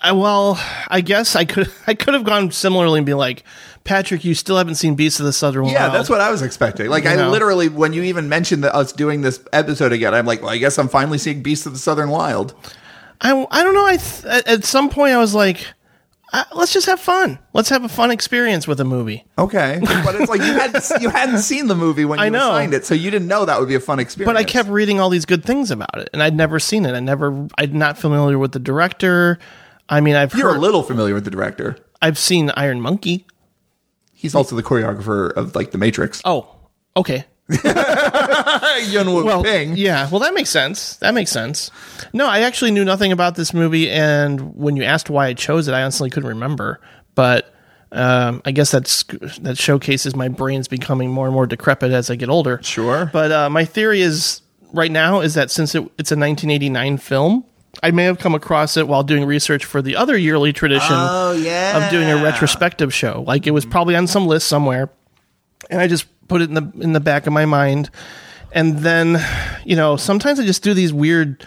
Speaker 1: I, well, I guess I could <laughs> I could have gone similarly and be like, Patrick, you still haven't seen Beasts of the Southern Wild.
Speaker 2: Yeah, that's what I was expecting. Like, I
Speaker 1: know.
Speaker 2: literally, when you even mentioned that us doing this episode again, I'm like, well, I guess I'm finally seeing Beasts of the Southern Wild.
Speaker 1: I, I don't know. I th- at- at some point I was like, I, let's just have fun. Let's have a fun experience with a movie.
Speaker 2: Okay, <laughs> but it's like you hadn't you hadn't seen the movie when you
Speaker 1: I know.
Speaker 2: assigned it, so you didn't know that would be a fun experience.
Speaker 1: But I kept reading all these good things about it, and I'd never seen it. I never. I'm not familiar with the director. I mean, I've
Speaker 2: You're
Speaker 1: heard,
Speaker 2: a little familiar with the director.
Speaker 1: I've seen Iron Monkey.
Speaker 2: He's also the choreographer of like The Matrix.
Speaker 1: Oh, okay.
Speaker 2: Yun
Speaker 1: Well,
Speaker 2: Wu Ping.
Speaker 1: yeah. Well, that makes sense. That makes sense. No, I actually knew nothing about this movie, and when you asked why I chose it, I honestly couldn't remember. But um, I guess that's that showcases my brain's becoming more and more decrepit as I get older.
Speaker 2: Sure.
Speaker 1: But uh, my theory is right now is that since it, it's a 1989 film, I may have come across it while doing research for the other yearly tradition
Speaker 2: yeah.
Speaker 1: of doing a retrospective show. Like it was probably on some list somewhere, and I just put it in the in the back of my mind. And then, you know, sometimes I just do these weird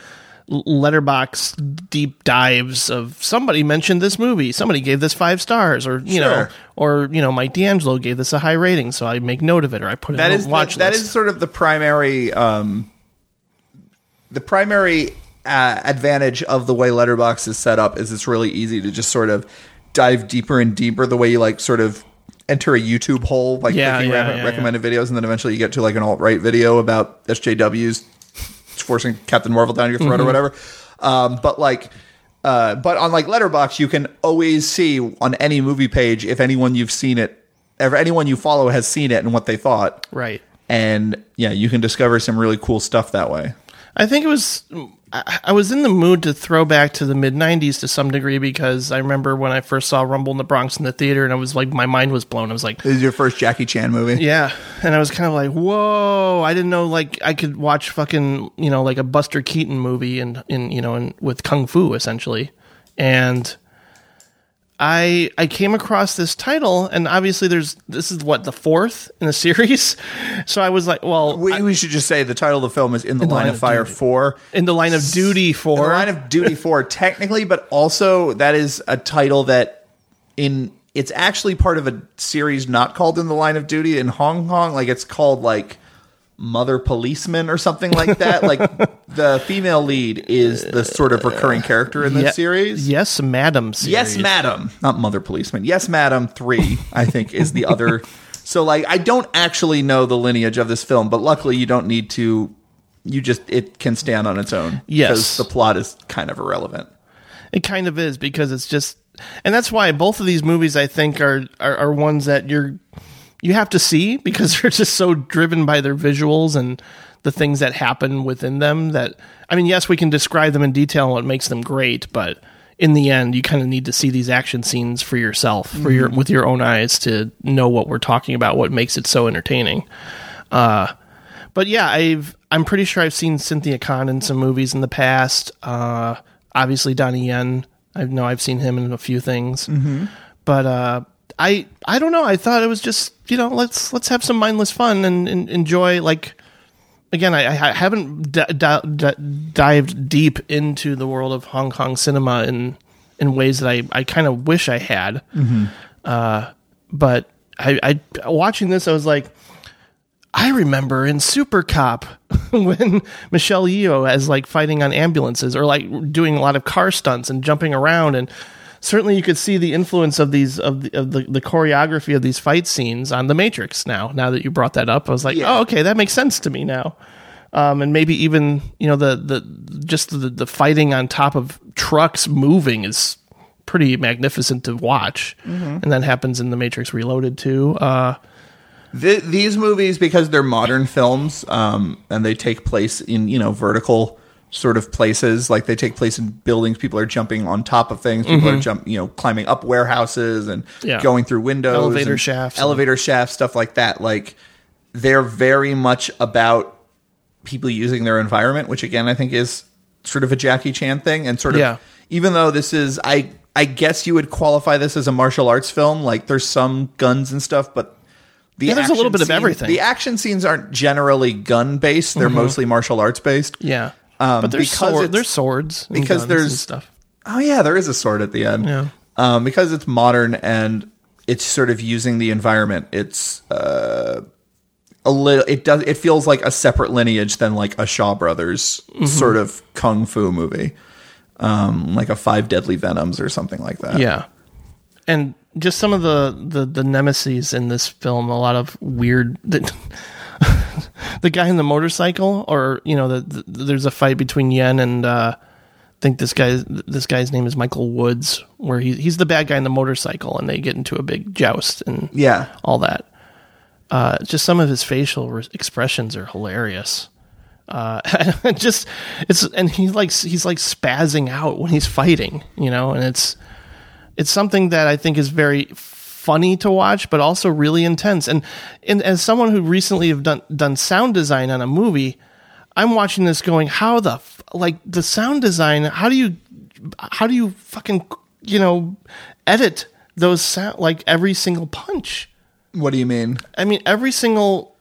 Speaker 1: l- letterbox deep dives of somebody mentioned this movie, somebody gave this five stars, or you know,
Speaker 2: Sure.
Speaker 1: or you know, Mike D'Angelo gave this a high rating, so I make note of it, or I put it
Speaker 2: That
Speaker 1: in
Speaker 2: is
Speaker 1: the
Speaker 2: the-
Speaker 1: watch
Speaker 2: that
Speaker 1: list.
Speaker 2: is sort of the primary um, the primary uh, advantage of the way Letterbox is set up is it's really easy to just sort of dive deeper and deeper the way you like sort of enter a YouTube hole like
Speaker 1: Yeah,
Speaker 2: clicking
Speaker 1: yeah,
Speaker 2: re-
Speaker 1: yeah,
Speaker 2: recommended videos and then eventually you get to like an alt right video about SJWs forcing Captain Marvel down your throat
Speaker 1: Mm-hmm.
Speaker 2: or whatever. Um, but like. Uh, but on like Letterbox, you can always see on any movie page if anyone you've seen it, if anyone you follow has seen it and what they thought
Speaker 1: right.
Speaker 2: and yeah, you can discover some really cool stuff that way.
Speaker 1: I think it was. I, I was in the mood to throw back to the mid '90s to some degree because I remember when I first saw Rumble in the Bronx in the theater, and I was like, my mind was blown. I was like,
Speaker 2: This is your first Jackie Chan movie.
Speaker 1: yeah, and I was kind of like, whoa! I didn't know like I could watch fucking you know like a Buster Keaton movie and in you know and with kung fu essentially, and. I I came across this title and obviously there's this is what the fourth in the <laughs> series, so I was like, well,
Speaker 2: We, we should just say the title of the film is In the,
Speaker 1: the
Speaker 2: Line,
Speaker 1: Line
Speaker 2: of
Speaker 1: of
Speaker 2: Fire
Speaker 1: Duty.
Speaker 2: 4.
Speaker 1: in the line of duty
Speaker 2: In the
Speaker 1: for
Speaker 2: Line of Duty 4, technically, but also that is a title that in it's actually part of a series not called In the Line of Duty in Hong Kong. Like it's called like Mother Policeman or something like that. like the female lead is the sort of recurring character in this
Speaker 1: Ye-
Speaker 2: series.
Speaker 1: yes, Madam series.
Speaker 2: Yes, madam. Not mother policeman. Yes, madam. Three, I think, is
Speaker 1: <laughs>
Speaker 2: the other. So, like, I don't actually know the lineage of this film, but luckily, you don't need to. You just it can stand on its own.
Speaker 1: Yes.
Speaker 2: the plot is kind of irrelevant.
Speaker 1: It kind of is because it's just, and that's why both of these movies I think are are, are ones that you're you have to see because <laughs> they're just so driven by their visuals and the things that happen within them. That I mean, yes, we can describe them in detail and what makes them great, but in the end, you kind of need to see these action scenes for yourself, for your
Speaker 2: Mm-hmm.
Speaker 1: with your own eyes to know what we're talking about, what makes it so entertaining. Uh, But yeah, I've I'm pretty sure I've seen Cynthia Kahn in some movies in the past. Uh, obviously Donnie Yen. I know I've seen him in a few things. But uh, I I don't know. I thought it was just you know let's let's have some mindless fun and, and enjoy like. Again, I, I ha- haven't d- d- d- dived deep into the world of Hong Kong cinema in in ways that I, I kind of wish I had. Uh, but I, I watching this, I was like, I remember in Super Cop <laughs> when Michelle Yeoh as like fighting on ambulances or like doing a lot of car stunts and jumping around and certainly you could see the influence of these of the, of the, the choreography of these fight scenes on The Matrix now now that you brought that up I was like
Speaker 2: Yeah.
Speaker 1: oh okay that makes sense to me now um, and maybe even you know the the just the, the fighting on top of trucks moving is pretty magnificent to watch and that happens in The Matrix Reloaded too uh,
Speaker 2: Th- these movies, because they're modern films, um, and they take place in you know vertical sort of places, like they take place in buildings. People are jumping on top of things. People are jump, you know, climbing up warehouses and
Speaker 1: Mm-hmm. Yeah.
Speaker 2: going through windows,
Speaker 1: Elevator
Speaker 2: and
Speaker 1: shafts.
Speaker 2: elevator shafts, stuff like that. Like they're very much about people using their environment, which again I think is sort of a Jackie Chan thing, and sort of
Speaker 1: Yeah.
Speaker 2: even though this is I I guess you would qualify this as a martial arts film. Like there's some guns and stuff, but the
Speaker 1: Yeah, there's a little
Speaker 2: action
Speaker 1: bit of
Speaker 2: scene-
Speaker 1: everything. Mm-hmm.
Speaker 2: The action scenes aren't generally gun based; they're mostly martial arts based.
Speaker 1: Yeah.
Speaker 2: Um,
Speaker 1: but there's,
Speaker 2: because
Speaker 1: sword,
Speaker 2: it's-
Speaker 1: there's swords. and
Speaker 2: because
Speaker 1: guns
Speaker 2: there's-
Speaker 1: and stuff.
Speaker 2: Oh yeah, there is a sword at the end.
Speaker 1: Yeah.
Speaker 2: Um, because it's modern and it's sort of using the environment. It's uh, a little. It does. It feels like a separate lineage than like a Shaw Brothers
Speaker 1: Mm-hmm.
Speaker 2: sort of kung fu movie, um, like a Five Deadly Venoms or something like that.
Speaker 1: Yeah. And just some of the the the nemesis in this film, a lot of weird. The, <laughs> the guy in the motorcycle, or you know, the, the, there's a fight between Yen and uh, I think this guy. This guy's name is Michael Woods, where he, he's the bad guy in the motorcycle, and they get into a big joust and
Speaker 2: Yeah.
Speaker 1: all that. Uh, just some of his facial re- expressions are hilarious. Uh, <laughs> just it's and he's like he's like spazzing out when he's fighting, you know, and it's it's something that I think is very funny to watch, but also really intense. And and as someone who recently have done done sound design on a movie, I'm watching this going, how the f- like the sound design? How do you how do you fucking you know edit those sound like every single punch?
Speaker 2: What do you mean?
Speaker 1: I mean, every single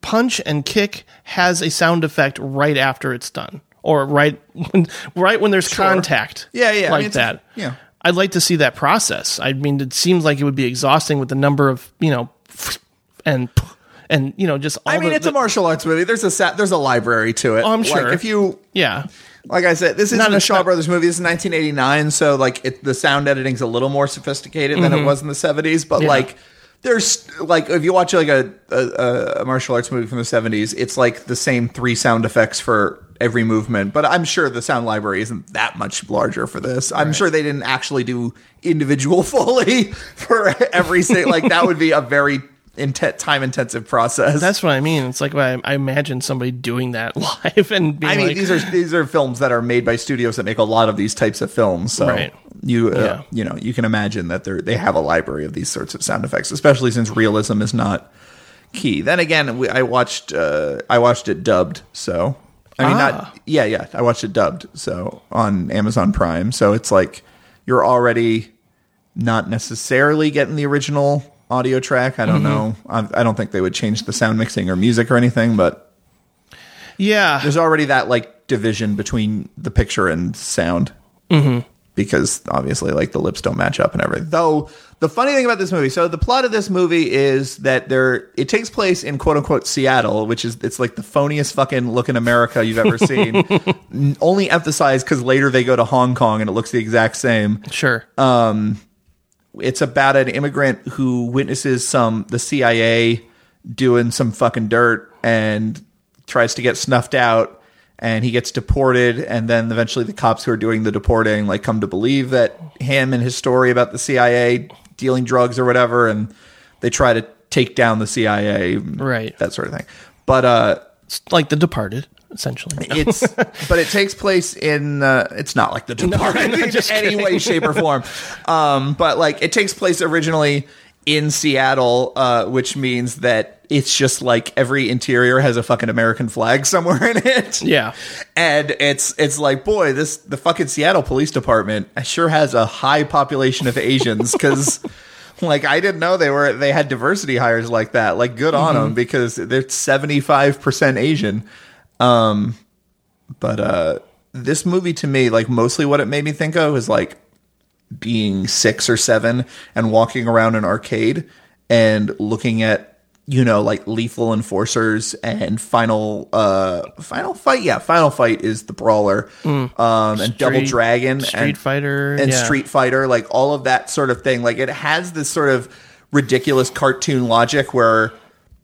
Speaker 1: punch and kick has a sound effect right after it's done, or right when, right when there's contact.
Speaker 2: Yeah, yeah, I
Speaker 1: like
Speaker 2: mean, it's-
Speaker 1: that.
Speaker 2: yeah.
Speaker 1: I'd like to see that process. I mean, it seems like it would be exhausting with the number of you know, and and you know, just all
Speaker 2: I mean,
Speaker 1: the-
Speaker 2: it's a martial arts movie. There's a sat, there's a library to it.
Speaker 1: Oh, I'm sure.
Speaker 2: Like, if you
Speaker 1: yeah,
Speaker 2: Like I said, this isn't
Speaker 1: Not
Speaker 2: a
Speaker 1: a-
Speaker 2: Shaw
Speaker 1: not-
Speaker 2: Brothers movie. This is 1989, so like it, the sound editing's a little more sophisticated than
Speaker 1: Mm-hmm.
Speaker 2: it was in the 70s. But like, there's like if you watch like a, a a martial arts movie from the 70s, it's like the same three sound effects for every movement. But I'm sure the sound library isn't that much larger for this. I'm sure they didn't actually do individual <laughs> foley for every state. like that would be a very inten- time intensive process.
Speaker 1: that's what I mean. It's like I, I imagine somebody doing that <laughs> live and being
Speaker 2: I mean,
Speaker 1: like,
Speaker 2: these are these are films that are made by studios that make a lot of these types of films. So
Speaker 1: Right.
Speaker 2: you uh,
Speaker 1: Yeah.
Speaker 2: you know you can imagine that they they have a library of these sorts of sound effects, especially since realism is not key. Then again, we, I watched uh, I watched it dubbed, so I mean
Speaker 1: Ah.
Speaker 2: not yeah yeah I watched it dubbed, so on Amazon Prime. So it's like you're already not necessarily getting the original audio track. I
Speaker 1: Mm-hmm.
Speaker 2: don't know. I, I don't think they would change the sound mixing or music or anything, but
Speaker 1: yeah,
Speaker 2: there's already that like division between the picture and sound mm-hmm. because obviously like the lips don't match up and everything though the funny thing about this movie so the plot of this movie is that there it takes place in quote unquote seattle which is it's like the phoniest fucking looking america you've ever seen N- only emphasized because later they go to hong kong and it looks the exact same
Speaker 1: sure,
Speaker 2: Uh, it's about an immigrant who witnesses some the CIA doing some fucking dirt and tries to get snuffed out and he gets deported and then eventually the cops who are doing the deporting like come to believe that him and his story about the CIA dealing drugs or whatever and they try to take down the CIA
Speaker 1: Right.
Speaker 2: that sort of thing but uh
Speaker 1: It's like The Departed, <laughs> essentially.
Speaker 2: it's <laughs> but it takes place in uh, it's not like the Departed in any way, shape, or form. Um, but like it takes place originally in Seattle, uh, which means that it's just like every interior has a fucking American flag somewhere in it.
Speaker 1: Yeah.
Speaker 2: And it's it's like, boy, this the fucking Seattle Police Department sure has a high population of Asians because <laughs> like I didn't know they were they had diversity hires like that. Like good on them because they're seventy five percent Asian. Um, but uh, this movie to me, like mostly what it made me think of is like being six or seven and walking around an arcade and looking at you know like lethal enforcers and final uh final fight yeah final fight is the brawler um and
Speaker 1: Mm.
Speaker 2: double
Speaker 1: Street-
Speaker 2: dragon
Speaker 1: Street
Speaker 2: and,
Speaker 1: Fighter,
Speaker 2: and
Speaker 1: yeah.
Speaker 2: street fighter like all of that sort of thing like it has this sort of ridiculous cartoon logic where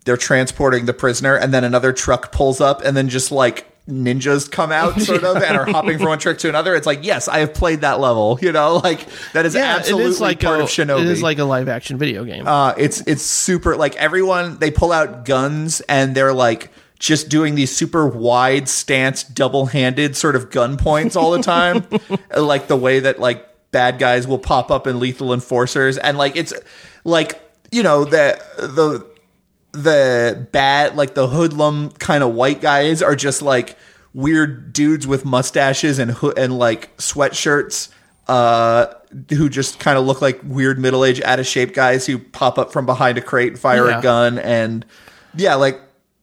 Speaker 2: they're transporting the prisoner and then another truck pulls up and then just like ninjas
Speaker 1: <laughs>
Speaker 2: come out sort of and are hopping from one trick to another it's like yes i have played that level you know <laughs> like that is
Speaker 1: Yeah,
Speaker 2: absolutely
Speaker 1: it is like
Speaker 2: part
Speaker 1: a,
Speaker 2: of shinobi
Speaker 1: It is like a live action video game.
Speaker 2: uh, it's it's super like everyone they pull out guns and they're like just doing these super wide stance, double handed sort of gun points all the time, Uh, like the way that like bad guys will pop up in lethal enforcers and like it's like you know the the the bad like the hoodlum kind of white guys are just like weird dudes with mustaches and ho- and like sweatshirts uh, who just kind of look like weird middle aged out of shape guys who pop up from behind a crate and fire
Speaker 1: Yeah.
Speaker 2: a gun and yeah like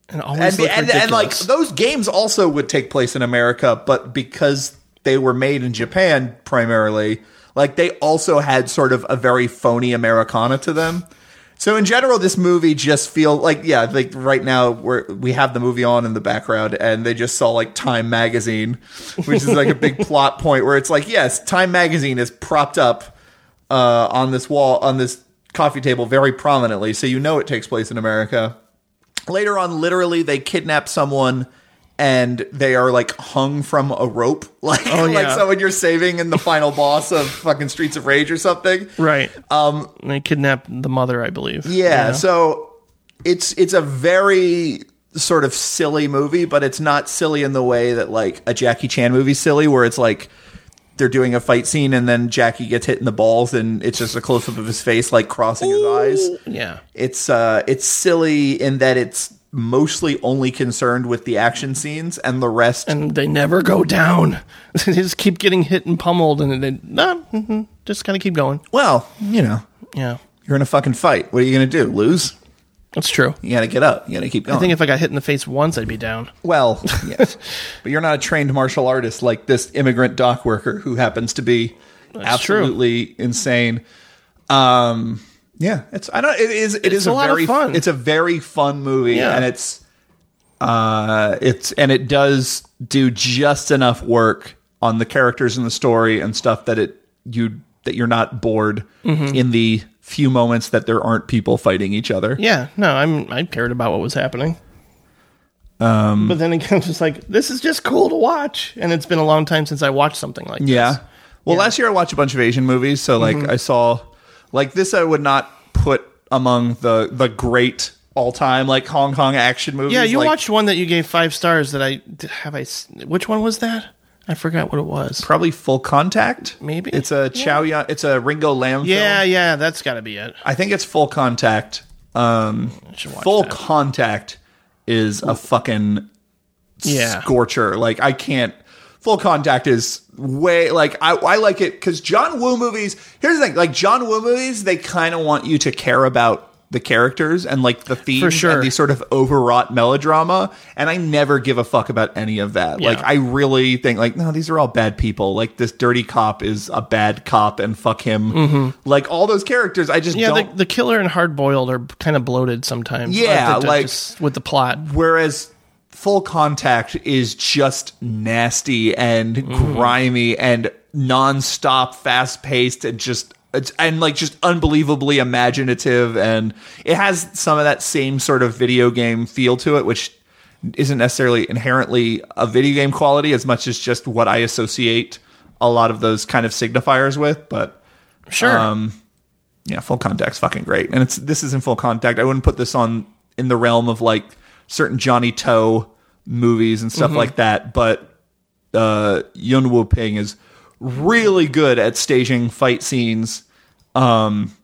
Speaker 1: and always
Speaker 2: and,
Speaker 1: look
Speaker 2: and, and like
Speaker 1: ridiculous.
Speaker 2: those games also would take place in America, but because they were made in Japan primarily, like they also had sort of a very phony Americana to them. So in general, this movie just feel like yeah, like right now we're we have the movie on in the background, and they just saw like Time magazine, which is like
Speaker 1: <laughs>
Speaker 2: a big plot point where it's like yes, Time magazine is propped up uh, on this wall on this coffee table very prominently, so you know it takes place in America later on literally they kidnap someone and they are like hung from a rope <laughs> like like
Speaker 1: Oh, yeah.
Speaker 2: someone you're saving in the final boss of fucking streets of rage or something
Speaker 1: right. Um, they kidnapped the mother, I believe.
Speaker 2: yeah, so it's it's a very sort of silly movie, but it's not silly in the way that like a Jackie Chan movie's silly, where it's like they're doing a fight scene and then Jackie gets hit in the balls and it's just a close up of his face like crossing his eyes.
Speaker 1: yeah.
Speaker 2: It's uh it's silly in that it's mostly only concerned with the action scenes and the rest
Speaker 1: and they never go down. <laughs> they just keep getting hit and pummeled, and they nah, hmm just kind of keep going.
Speaker 2: well, you know,
Speaker 1: Yeah,
Speaker 2: you're in a fucking fight. What are you gonna do? Lose?
Speaker 1: that's true.
Speaker 2: You gotta get up. You gotta keep going.
Speaker 1: I think if I got hit in the face once, I'd be down. <laughs>
Speaker 2: Well, yes. but you're not a trained martial artist like this immigrant dock worker who happens to be
Speaker 1: true.
Speaker 2: absolutely insane. Um, yeah, it's I don't it is it is
Speaker 1: a
Speaker 2: a,
Speaker 1: lot of
Speaker 2: very
Speaker 1: fun.
Speaker 2: It's a very fun movie,
Speaker 1: Yeah.
Speaker 2: and it's uh, it's and it does do just enough work on the characters and the story and stuff that it you that you're not bored
Speaker 1: Mm-hmm.
Speaker 2: in the few moments that there aren't people fighting each other.
Speaker 1: Yeah, no, I'm I cared about what was happening. Um, but then again, <laughs> it's just like this is just cool to watch, and it's been a long time since I watched something like
Speaker 2: Yeah. Well, last year I watched a bunch of Asian movies, so like
Speaker 1: Mm-hmm.
Speaker 2: I saw like this I would not put among the the great all time like Hong Kong action movies.
Speaker 1: Yeah, you
Speaker 2: like,
Speaker 1: watched one that you gave five stars. That I have I. s- Which one was that? I forgot what it was.
Speaker 2: probably Full Contact.
Speaker 1: Maybe.
Speaker 2: it's a Chow Yun. It's a Ringo Lam.
Speaker 1: yeah,
Speaker 2: film.
Speaker 1: yeah, that's got to be it.
Speaker 2: I think it's Full Contact. Um,
Speaker 1: should watch
Speaker 2: Full
Speaker 1: that.
Speaker 2: Contact is a fucking
Speaker 1: Yeah.
Speaker 2: scorcher. Like I can't. Full Contact is way like I, I like it because John Woo movies. Here's the thing: like John Woo movies, they kind of want you to care about the characters and like the themes
Speaker 1: sure.
Speaker 2: and the sort of overwrought melodrama. And I never give a fuck about any of that. Like I really think like no, these are all bad people. Like this dirty cop is a bad cop, and fuck him. Like all those characters, I just
Speaker 1: Mm-hmm. Yeah,
Speaker 2: don't.
Speaker 1: the, the killer and hard boiled are kind of bloated sometimes.
Speaker 2: Yeah,
Speaker 1: they're
Speaker 2: like-
Speaker 1: just with the plot.
Speaker 2: whereas full contact is just nasty and grimy and nonstop fast paced and just it's, and like just unbelievably imaginative and it has some of that same sort of video game feel to it which isn't necessarily inherently a video game quality as much as just what i associate a lot of those kind of signifiers with but
Speaker 1: Sure.
Speaker 2: um, yeah, full contact's fucking great. And it's this is in full contact. I wouldn't put this on in the realm of like certain Johnny Toe movies and stuff like that, but uh Yun Woo Ping is really good at staging fight scenes. Um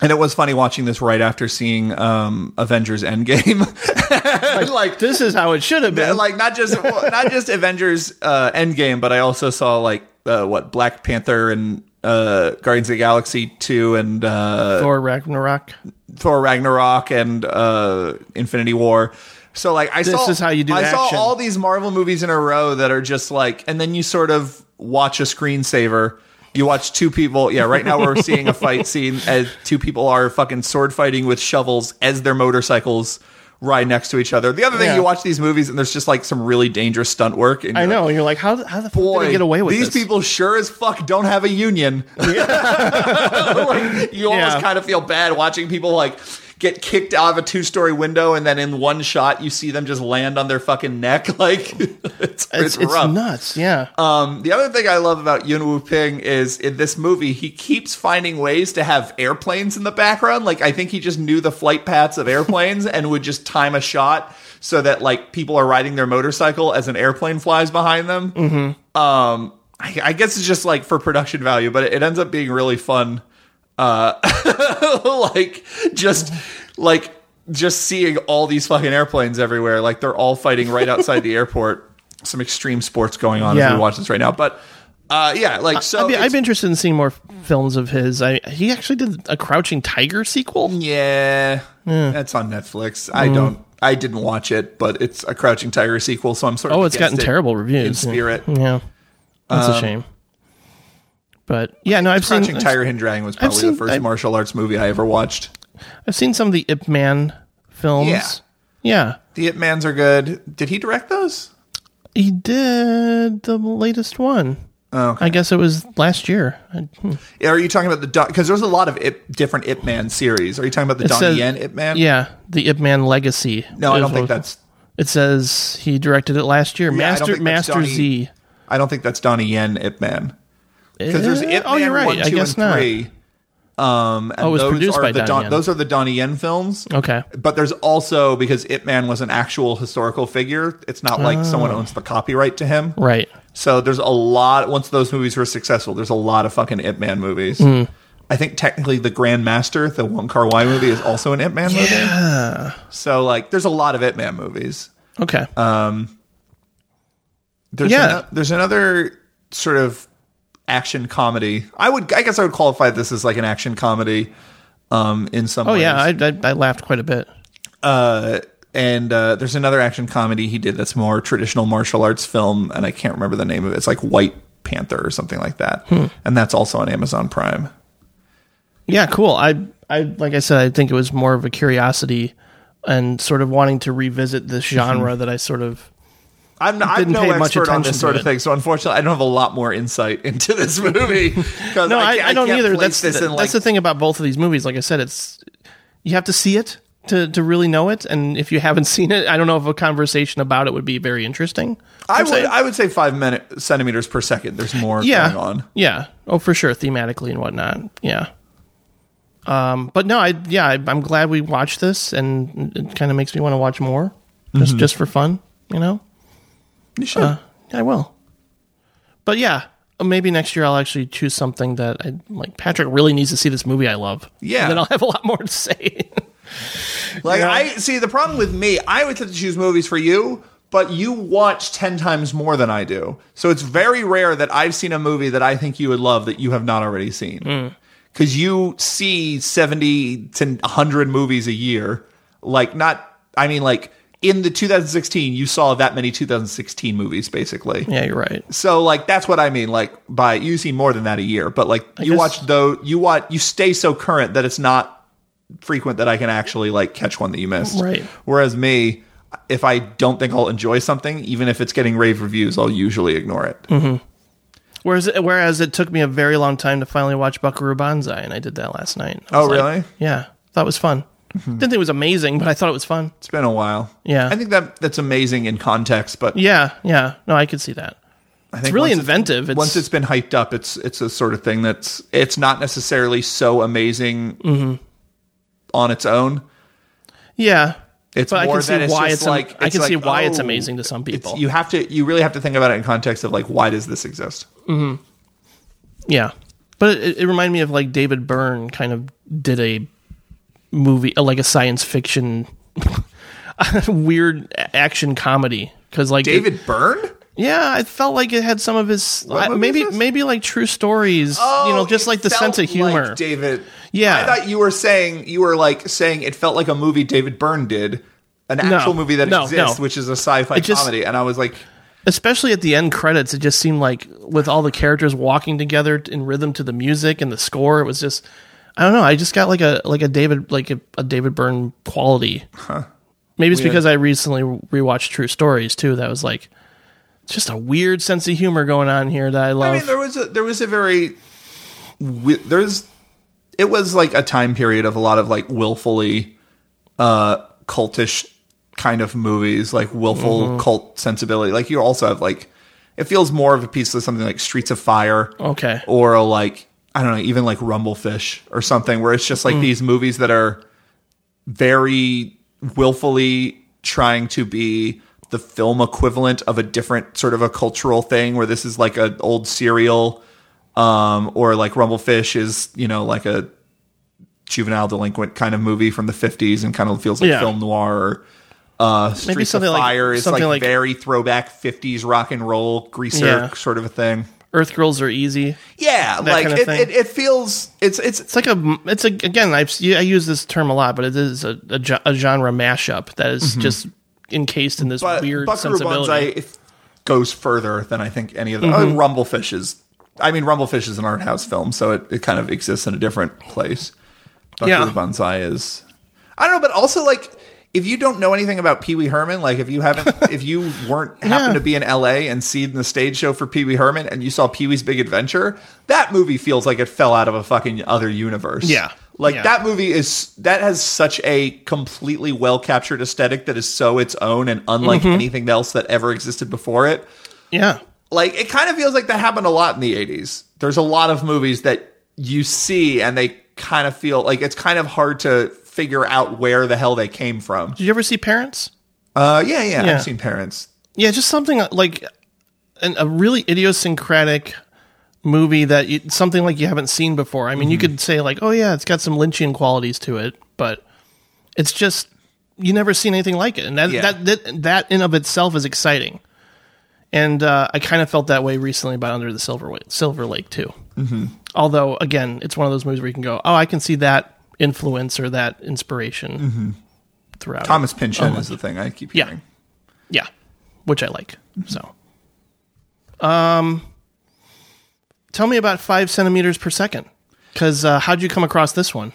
Speaker 2: and it was funny watching this right after seeing um Avengers Endgame. <laughs> And, like
Speaker 1: this is how it should have been.
Speaker 2: like not just well, not just Avengers uh, Endgame, but I also saw like uh, what Black Panther and uh, Guardians of the Galaxy two and uh,
Speaker 1: Thor Ragnarok.
Speaker 2: Thor Ragnarok and uh, Infinity War. So like I saw
Speaker 1: is how you do
Speaker 2: I saw
Speaker 1: action.
Speaker 2: all these Marvel movies in a row that are just like, and then you sort of watch a screensaver. You watch two people. Yeah, right now we're seeing a fight scene as two people are fucking sword fighting with shovels as their motorcycles ride next to each other. The other thing
Speaker 1: Yeah.
Speaker 2: you watch these movies and there's just like some really dangerous stunt work. And
Speaker 1: I
Speaker 2: you're like,
Speaker 1: know. and You're like, how, how the fuck did
Speaker 2: boy,
Speaker 1: they get away with
Speaker 2: these
Speaker 1: this?
Speaker 2: people sure as fuck don't have
Speaker 1: <laughs>
Speaker 2: a union. <laughs> Like, you almost
Speaker 1: Yeah.
Speaker 2: kind of feel bad watching people like get kicked out of a two-story window, and then in one shot you see them just land on their fucking neck. <laughs> Like it's,
Speaker 1: it's,
Speaker 2: it's,
Speaker 1: it's
Speaker 2: rough.
Speaker 1: nuts. Yeah.
Speaker 2: Um, the other thing I love about Yun Woo Ping is in this movie, he keeps finding ways to have airplanes in the background. Like, I think he just knew the flight paths of airplanes and would just time a shot so that, like, people are riding their motorcycle as an airplane flies behind them. Um, I, I guess it's just like for production value, but it, it ends up being really fun. Uh, <laughs> like, just like just seeing all these fucking airplanes everywhere. Like, they're all fighting right outside the airport. some extreme sports going on as
Speaker 1: Yeah.
Speaker 2: we watch this right now. But uh, yeah, like so,
Speaker 1: I'd, be, I'd
Speaker 2: it's-
Speaker 1: be interested in seeing more films of his. I, he actually did a Crouching Tiger sequel.
Speaker 2: yeah, that's on Netflix.
Speaker 1: Mm.
Speaker 2: I don't, I didn't watch it, but it's a Crouching Tiger sequel, so I'm sort of
Speaker 1: Oh, it's
Speaker 2: against
Speaker 1: gotten
Speaker 2: it
Speaker 1: terrible reviews.
Speaker 2: in spirit.
Speaker 1: Yeah, that's a shame. But yeah, no, I've seen
Speaker 2: Um, Crouching Tiger, Hidden Dragon was probably
Speaker 1: seen-
Speaker 2: the first
Speaker 1: I-
Speaker 2: martial arts movie I ever watched.
Speaker 1: I've seen some of the Ip Man films.
Speaker 2: Yeah.
Speaker 1: Yeah.
Speaker 2: The Ip Mans are good. Did he direct those?
Speaker 1: He did the latest one.
Speaker 2: Oh, okay.
Speaker 1: I guess it was last year. I- hmm.
Speaker 2: Are you talking about the because there's a lot of Ip, different Ip Man series? Are you talking about the Donnie
Speaker 1: says-
Speaker 2: Yen Ip Man?
Speaker 1: Yeah, the Ip Man Legacy.
Speaker 2: No, I
Speaker 1: is
Speaker 2: don't think
Speaker 1: what-
Speaker 2: that's.
Speaker 1: It says he directed it last year.
Speaker 2: I don't
Speaker 1: Master
Speaker 2: think that's
Speaker 1: Master
Speaker 2: Donnie-
Speaker 1: Z.
Speaker 2: I don't think that's Donnie Yen Ip Man. Because there's
Speaker 1: Eh,
Speaker 2: Ip
Speaker 1: oh,
Speaker 2: Man
Speaker 1: you're right.
Speaker 2: one, two,
Speaker 1: I guess
Speaker 2: and
Speaker 1: not. Oh,
Speaker 2: three. Um, and
Speaker 1: it was
Speaker 2: those
Speaker 1: produced
Speaker 2: are
Speaker 1: by
Speaker 2: the
Speaker 1: Donnie Yen.
Speaker 2: Those are the Donnie Yen films.
Speaker 1: Okay.
Speaker 2: But there's also because Ip Man was an actual historical figure. It's not like
Speaker 1: Ah.
Speaker 2: someone owns the copyright to him.
Speaker 1: Right.
Speaker 2: So there's a lot. Once those movies were successful, there's a lot of fucking Ip Man movies.
Speaker 1: Hmm.
Speaker 2: I think technically the Grand Master, the one Kar Wai movie, is also an Ip Man movie. So like, there's a lot of Ip Man movies.
Speaker 1: Okay.
Speaker 2: Uh, There's
Speaker 1: Yeah.
Speaker 2: ano- there's another sort of action comedy. I would I guess I would qualify this as like an action comedy um in some
Speaker 1: oh
Speaker 2: ways.
Speaker 1: yeah, I, I I laughed quite a bit.
Speaker 2: uh and uh there's another action comedy he did that's more traditional martial arts film and I can't remember the name of it. It's like White Panther or something like that.
Speaker 1: Hmm.
Speaker 2: And that's also on Amazon Prime.
Speaker 1: Yeah, cool. I I like I said, I think it was more of a curiosity and sort of wanting to revisit
Speaker 2: Mm-hmm.
Speaker 1: this genre that I sort of
Speaker 2: I'm, not, I'm
Speaker 1: Didn't
Speaker 2: no
Speaker 1: pay much
Speaker 2: expert on
Speaker 1: attention
Speaker 2: this sort
Speaker 1: to
Speaker 2: of
Speaker 1: it.
Speaker 2: thing, so unfortunately, I don't have a lot more insight <laughs>
Speaker 1: <laughs>
Speaker 2: into this movie. no,
Speaker 1: No, I, I, don't either. That's
Speaker 2: this in
Speaker 1: that's
Speaker 2: like
Speaker 1: the thing about both of these movies. Like I said, it's you have to see it to to really know it, and if you haven't <laughs> seen it, I don't know if a conversation about it would be very interesting.
Speaker 2: I
Speaker 1: I'm
Speaker 2: would
Speaker 1: saying-
Speaker 2: I would say five minute, centimeters per second. There's more
Speaker 1: yeah,
Speaker 2: going on.
Speaker 1: yeah. Oh, for sure, thematically and whatnot. Yeah. Um, but no, I yeah, I, I'm glad we watched this, and it kind of makes me want to watch more, just
Speaker 2: Mm-hmm.
Speaker 1: just for fun, you know.
Speaker 2: You should.
Speaker 1: I will. But yeah, maybe next year I'll actually choose something that I like. Patrick really needs to see this movie I love.
Speaker 2: Yeah.
Speaker 1: And then I'll have a lot more to
Speaker 2: <laughs>
Speaker 1: say.
Speaker 2: like I see the problem with me, I would have to choose movies for you, but you watch ten times more than I do. So it's very rare that I've seen a movie that I think you would love that you have not already seen. Because you see seventy to hundred movies a year. Like not I mean like in the 2016, you saw that many 2016 movies, basically.
Speaker 1: yeah, you're right.
Speaker 2: So like that's what I mean. Like by you see more than that a year, but like you
Speaker 1: guess-
Speaker 2: watch though you watch you stay so current that it's not frequent that I can actually like catch one that you missed.
Speaker 1: Right.
Speaker 2: Whereas me, if I don't think I'll enjoy something, even if it's getting rave reviews, I'll usually ignore it.
Speaker 1: Mm. Whereas whereas it took me a very long time to finally watch Buckaroo Banzai, and I did that last night. I
Speaker 2: Oh,
Speaker 1: was like-
Speaker 2: really? Mm-hmm.
Speaker 1: yeah, that was fun. Didn't think it was amazing, but I thought it was fun.
Speaker 2: It's been a while.
Speaker 1: Yeah.
Speaker 2: I think that that's amazing in context, but
Speaker 1: Yeah, yeah. No, I could see that.
Speaker 2: I think
Speaker 1: It's really
Speaker 2: once
Speaker 1: inventive. It's,
Speaker 2: once it's been hyped up, it's it's a sort of thing that's it's not necessarily so amazing
Speaker 1: Mm-hmm.
Speaker 2: on its own.
Speaker 1: yeah.
Speaker 2: It's
Speaker 1: but I
Speaker 2: more
Speaker 1: can see
Speaker 2: that it's
Speaker 1: why
Speaker 2: just
Speaker 1: it's am-
Speaker 2: like
Speaker 1: I can
Speaker 2: it's
Speaker 1: see
Speaker 2: like,
Speaker 1: why it's
Speaker 2: oh,
Speaker 1: amazing to some
Speaker 2: it's-
Speaker 1: people.
Speaker 2: you have to you really have to think about it in context of like why does this exist
Speaker 1: Yeah, but it, it reminded me of like David Byrne kind of did a movie, uh, like a science fiction <laughs> weird a- action comedy. Because like, it-
Speaker 2: david byrne
Speaker 1: yeah, I felt like it had some of his I-
Speaker 2: movie
Speaker 1: maybe
Speaker 2: is this? Oh,
Speaker 1: maybe like true stories. you know, just
Speaker 2: it
Speaker 1: like the
Speaker 2: felt
Speaker 1: sense of humor.
Speaker 2: like david
Speaker 1: Yeah.
Speaker 2: i thought you were saying you were like saying it felt like a movie david byrne did an actual movie that
Speaker 1: no,
Speaker 2: exists
Speaker 1: no.
Speaker 2: which is a sci-fi
Speaker 1: just-
Speaker 2: comedy and i was like
Speaker 1: Especially at the end credits, it just seemed like with all the characters walking together in rhythm to the music and the score, it was just. I don't know. I just got like a like a David like a, a David Byrne quality. Maybe it's because I recently rewatched True Stories too. That was like just a weird sense of humor going on here that I love.
Speaker 2: i mean there was a there was a very wi- there's it was like a time period of a lot of like willfully uh cultish kind of movies like willful cult sensibility like you also have like it feels more of a piece of something like streets of fire
Speaker 1: okay.
Speaker 2: or a, like i don't know even like rumblefish or something where it's just
Speaker 1: Mm.
Speaker 2: like these movies that are very willfully trying to be the film equivalent of a different sort of a cultural thing where this is like an old serial um, or like Rumblefish is, you know, like a juvenile delinquent kind of movie from the 50s and kind of feels like
Speaker 1: Yeah.
Speaker 2: film noir or Uh, Streets
Speaker 1: Maybe something
Speaker 2: of
Speaker 1: like-
Speaker 2: Fire is
Speaker 1: something like-
Speaker 2: like, very throwback '50s rock and roll greaser
Speaker 1: Yeah.
Speaker 2: sort of a thing.
Speaker 1: Earth Girls Are Easy.
Speaker 2: Yeah, like
Speaker 1: kind of
Speaker 2: it,
Speaker 1: thing.
Speaker 2: It, it feels it's it's
Speaker 1: It's like a, it's a, again, I've, I use this term a lot, but it is a, a, ge- a genre mashup that is just encased in this
Speaker 2: Mm-hmm. but
Speaker 1: weird
Speaker 2: Buckaroo
Speaker 1: sensibility. Mm-hmm.
Speaker 2: Banzai it goes further than I think any of the oh, Rumblefish is. I mean, Rumblefish is an art house film, so it, it kind of exists in a different place. Buckaroo
Speaker 1: Yeah.
Speaker 2: Banzai is. I don't know, but also like if you don't know anything about Pee Wee Herman, like if
Speaker 1: <laughs>
Speaker 2: you haven't, if you weren't happened to be in L.A. and seen the stage show for Pee Wee Herman and you saw Pee Wee's Big Adventure, that movie feels like it fell out of a fucking other universe.
Speaker 1: Yeah.
Speaker 2: like
Speaker 1: Yeah.
Speaker 2: that movie is that has such a completely well captured aesthetic that is so its own and unlike
Speaker 1: Mm-hmm.
Speaker 2: anything else that ever existed before it.
Speaker 1: yeah.
Speaker 2: Like it kind of feels like that happened a lot in the 80s. There's a lot of movies that you see and they kind of feel like it's kind of hard to figure out where the hell they came from.
Speaker 1: Did you ever see Parents?
Speaker 2: Uh yeah, yeah,
Speaker 1: Yeah.
Speaker 2: I've seen Parents.
Speaker 1: Yeah, just something uh, like an, a really idiosyncratic movie that you, something like you haven't seen before. I mean, you could say like, "Oh yeah, it's got some Lynchian qualities to it," but it's just you never seen anything like it, and that
Speaker 2: Yeah.
Speaker 1: that, that that in of itself is exciting. And uh, I kind of felt that way recently about Under the Silver Wa- Silver Lake too. Mm-hmm. Although, again, it's one of those movies where you can go, "Oh, I can see that influence or that inspiration throughout." it.
Speaker 2: Thomas Pynchon is the thing I keep
Speaker 1: Oh. Yeah.
Speaker 2: hearing.
Speaker 1: Yeah, which I like. So, um, tell me about five centimeters per second. Because uh, how'd you come across this one?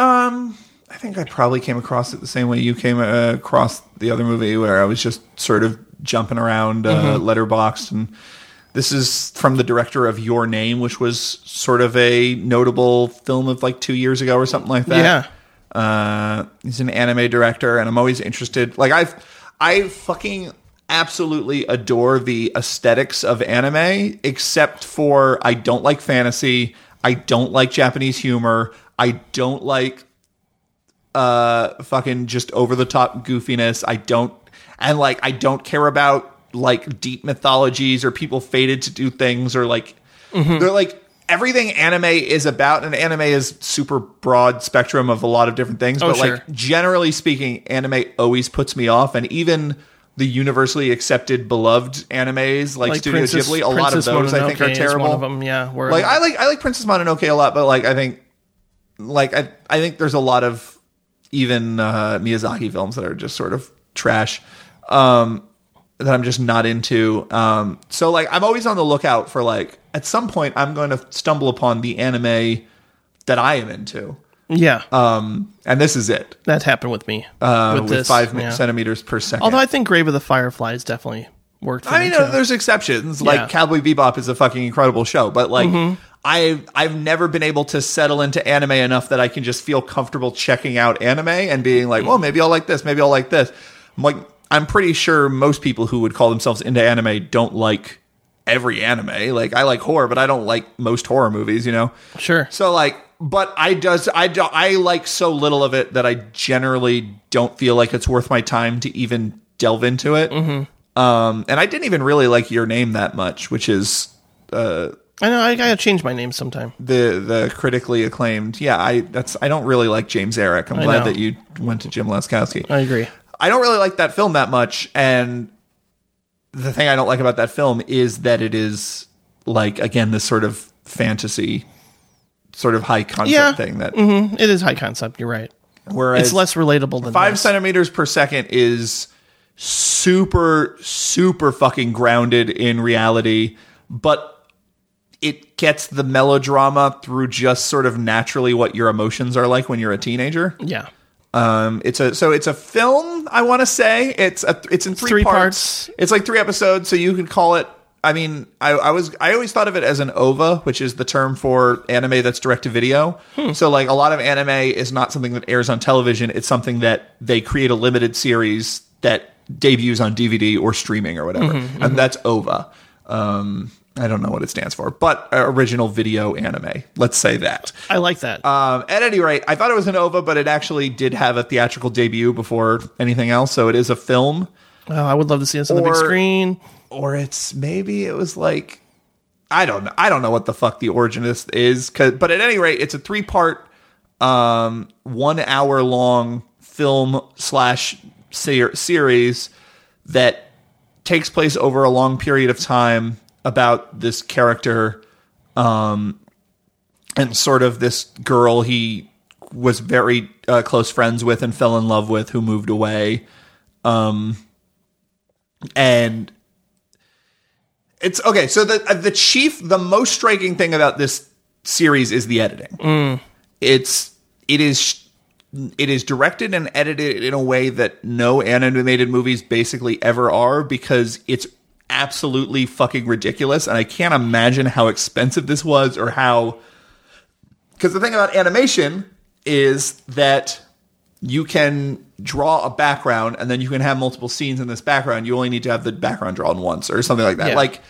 Speaker 2: I think I probably came across it the same way you came uh, across the other movie, where I was just sort of jumping around uh,
Speaker 1: Mm-hmm.
Speaker 2: letterboxed. And this is from the director of Your Name, which was sort of a notable film of like two years ago or something like that.
Speaker 1: Yeah.
Speaker 2: Uh, he's an anime director, and I'm always interested. Like I've, I fucking absolutely adore the aesthetics of anime, except for I don't like fantasy. I don't like Japanese humor. I don't like uh fucking just over the top goofiness. I don't and like I don't care about like deep mythologies or people fated to do things or like
Speaker 1: Mm-hmm.
Speaker 2: they're like everything anime is about and anime is super broad spectrum of a lot of different things
Speaker 1: Oh,
Speaker 2: but
Speaker 1: sure.
Speaker 2: like generally speaking anime always puts me off and even the universally accepted beloved animes like, Studio
Speaker 1: Princess-
Speaker 2: Ghibli a lot of
Speaker 1: Princess
Speaker 2: those I think
Speaker 1: Mononoke
Speaker 2: are
Speaker 1: is
Speaker 2: terrible
Speaker 1: One of them, yeah. Where
Speaker 2: like I like I like Princess Mononoke a lot, but like I think like I I think there's a lot of even uh, Miyazaki films that are just sort of trash um, that I'm just not into. Um, so like I'm always on the lookout for like at some point I'm going to stumble upon the anime that I am into,
Speaker 1: yeah,
Speaker 2: and this is it
Speaker 1: that happened with me
Speaker 2: uh, with, five mi-
Speaker 1: yeah.
Speaker 2: centimeters per second.
Speaker 1: Although I think Grave of the Fireflies definitely worked. For
Speaker 2: I
Speaker 1: me
Speaker 2: mean,
Speaker 1: too.
Speaker 2: uh, there's exceptions. Like
Speaker 1: Yeah. Mm-hmm.
Speaker 2: Cowboy Bebop is a fucking incredible show, but like I I've never been able to settle into anime enough that I can just feel comfortable checking out anime and being like, well, maybe I'll like this, maybe I'll like this. I'm like, I'm pretty sure most people who would call themselves into anime don't like every anime. Like I like horror, but I don't like most horror movies. You know.
Speaker 1: sure.
Speaker 2: So like, but I does I do, I like so little of it that I generally don't feel like it's worth my time to even delve into it.
Speaker 1: Mm-hmm.
Speaker 2: Um, and I didn't even really like your name that much, which is
Speaker 1: I know I gotta change my name sometime.
Speaker 2: the the critically acclaimed. Yeah, I that's I don't really like James Eric. I'm glad
Speaker 1: know.
Speaker 2: that you went to Jim Laskowski.
Speaker 1: I agree.
Speaker 2: I don't really like that film that much, and the thing I don't like about that film is that it is like again this sort of fantasy, sort of high concept
Speaker 1: Yeah.
Speaker 2: thing that
Speaker 1: hmm It is high concept. You're right.
Speaker 2: whereas
Speaker 1: It's less relatable than
Speaker 2: five
Speaker 1: this.
Speaker 2: centimeters per second is super super fucking grounded in reality but it gets the melodrama through just sort of naturally what your emotions are like when you're a teenager
Speaker 1: Yeah,
Speaker 2: um it's a so it's a film i want to say it's a it's in three,
Speaker 1: three
Speaker 2: parts.
Speaker 1: parts.
Speaker 2: it's like three episodes so you can call it i mean I, I was i always thought of it as an ova which is the term for anime that's direct to video so like a lot of anime is not something that airs on television it's something that they create a limited series that debuts on dvd or streaming or whatever and that's ova um i don't know what it stands for but uh, original video anime let's say that
Speaker 1: I like that.
Speaker 2: um, at any rate, I thought it was an OVA, but it actually did have a theatrical debut before anything else, so it is a film.
Speaker 1: oh, I would love to see this on the big
Speaker 2: or-
Speaker 1: screen.
Speaker 2: Or it's maybe it was like I don't know. I don't know what the fuck the origin is, is 'cause- but at any rate, it's a three part, um, one hour long film slash ser- series that takes place over a long period of time about this character um, and sort of this girl he was very uh, close friends with and fell in love with who moved away um, and it's okay so the uh, the chief the most striking thing about this series is the editing it's it is it is directed and edited in a way that no animated movies basically ever are because it's absolutely fucking ridiculous and i can't imagine how expensive this was or how because the thing about animation is that you can draw a background and then you can have multiple scenes in this background you only need to have the background drawn once or something like that
Speaker 1: Yeah.
Speaker 2: like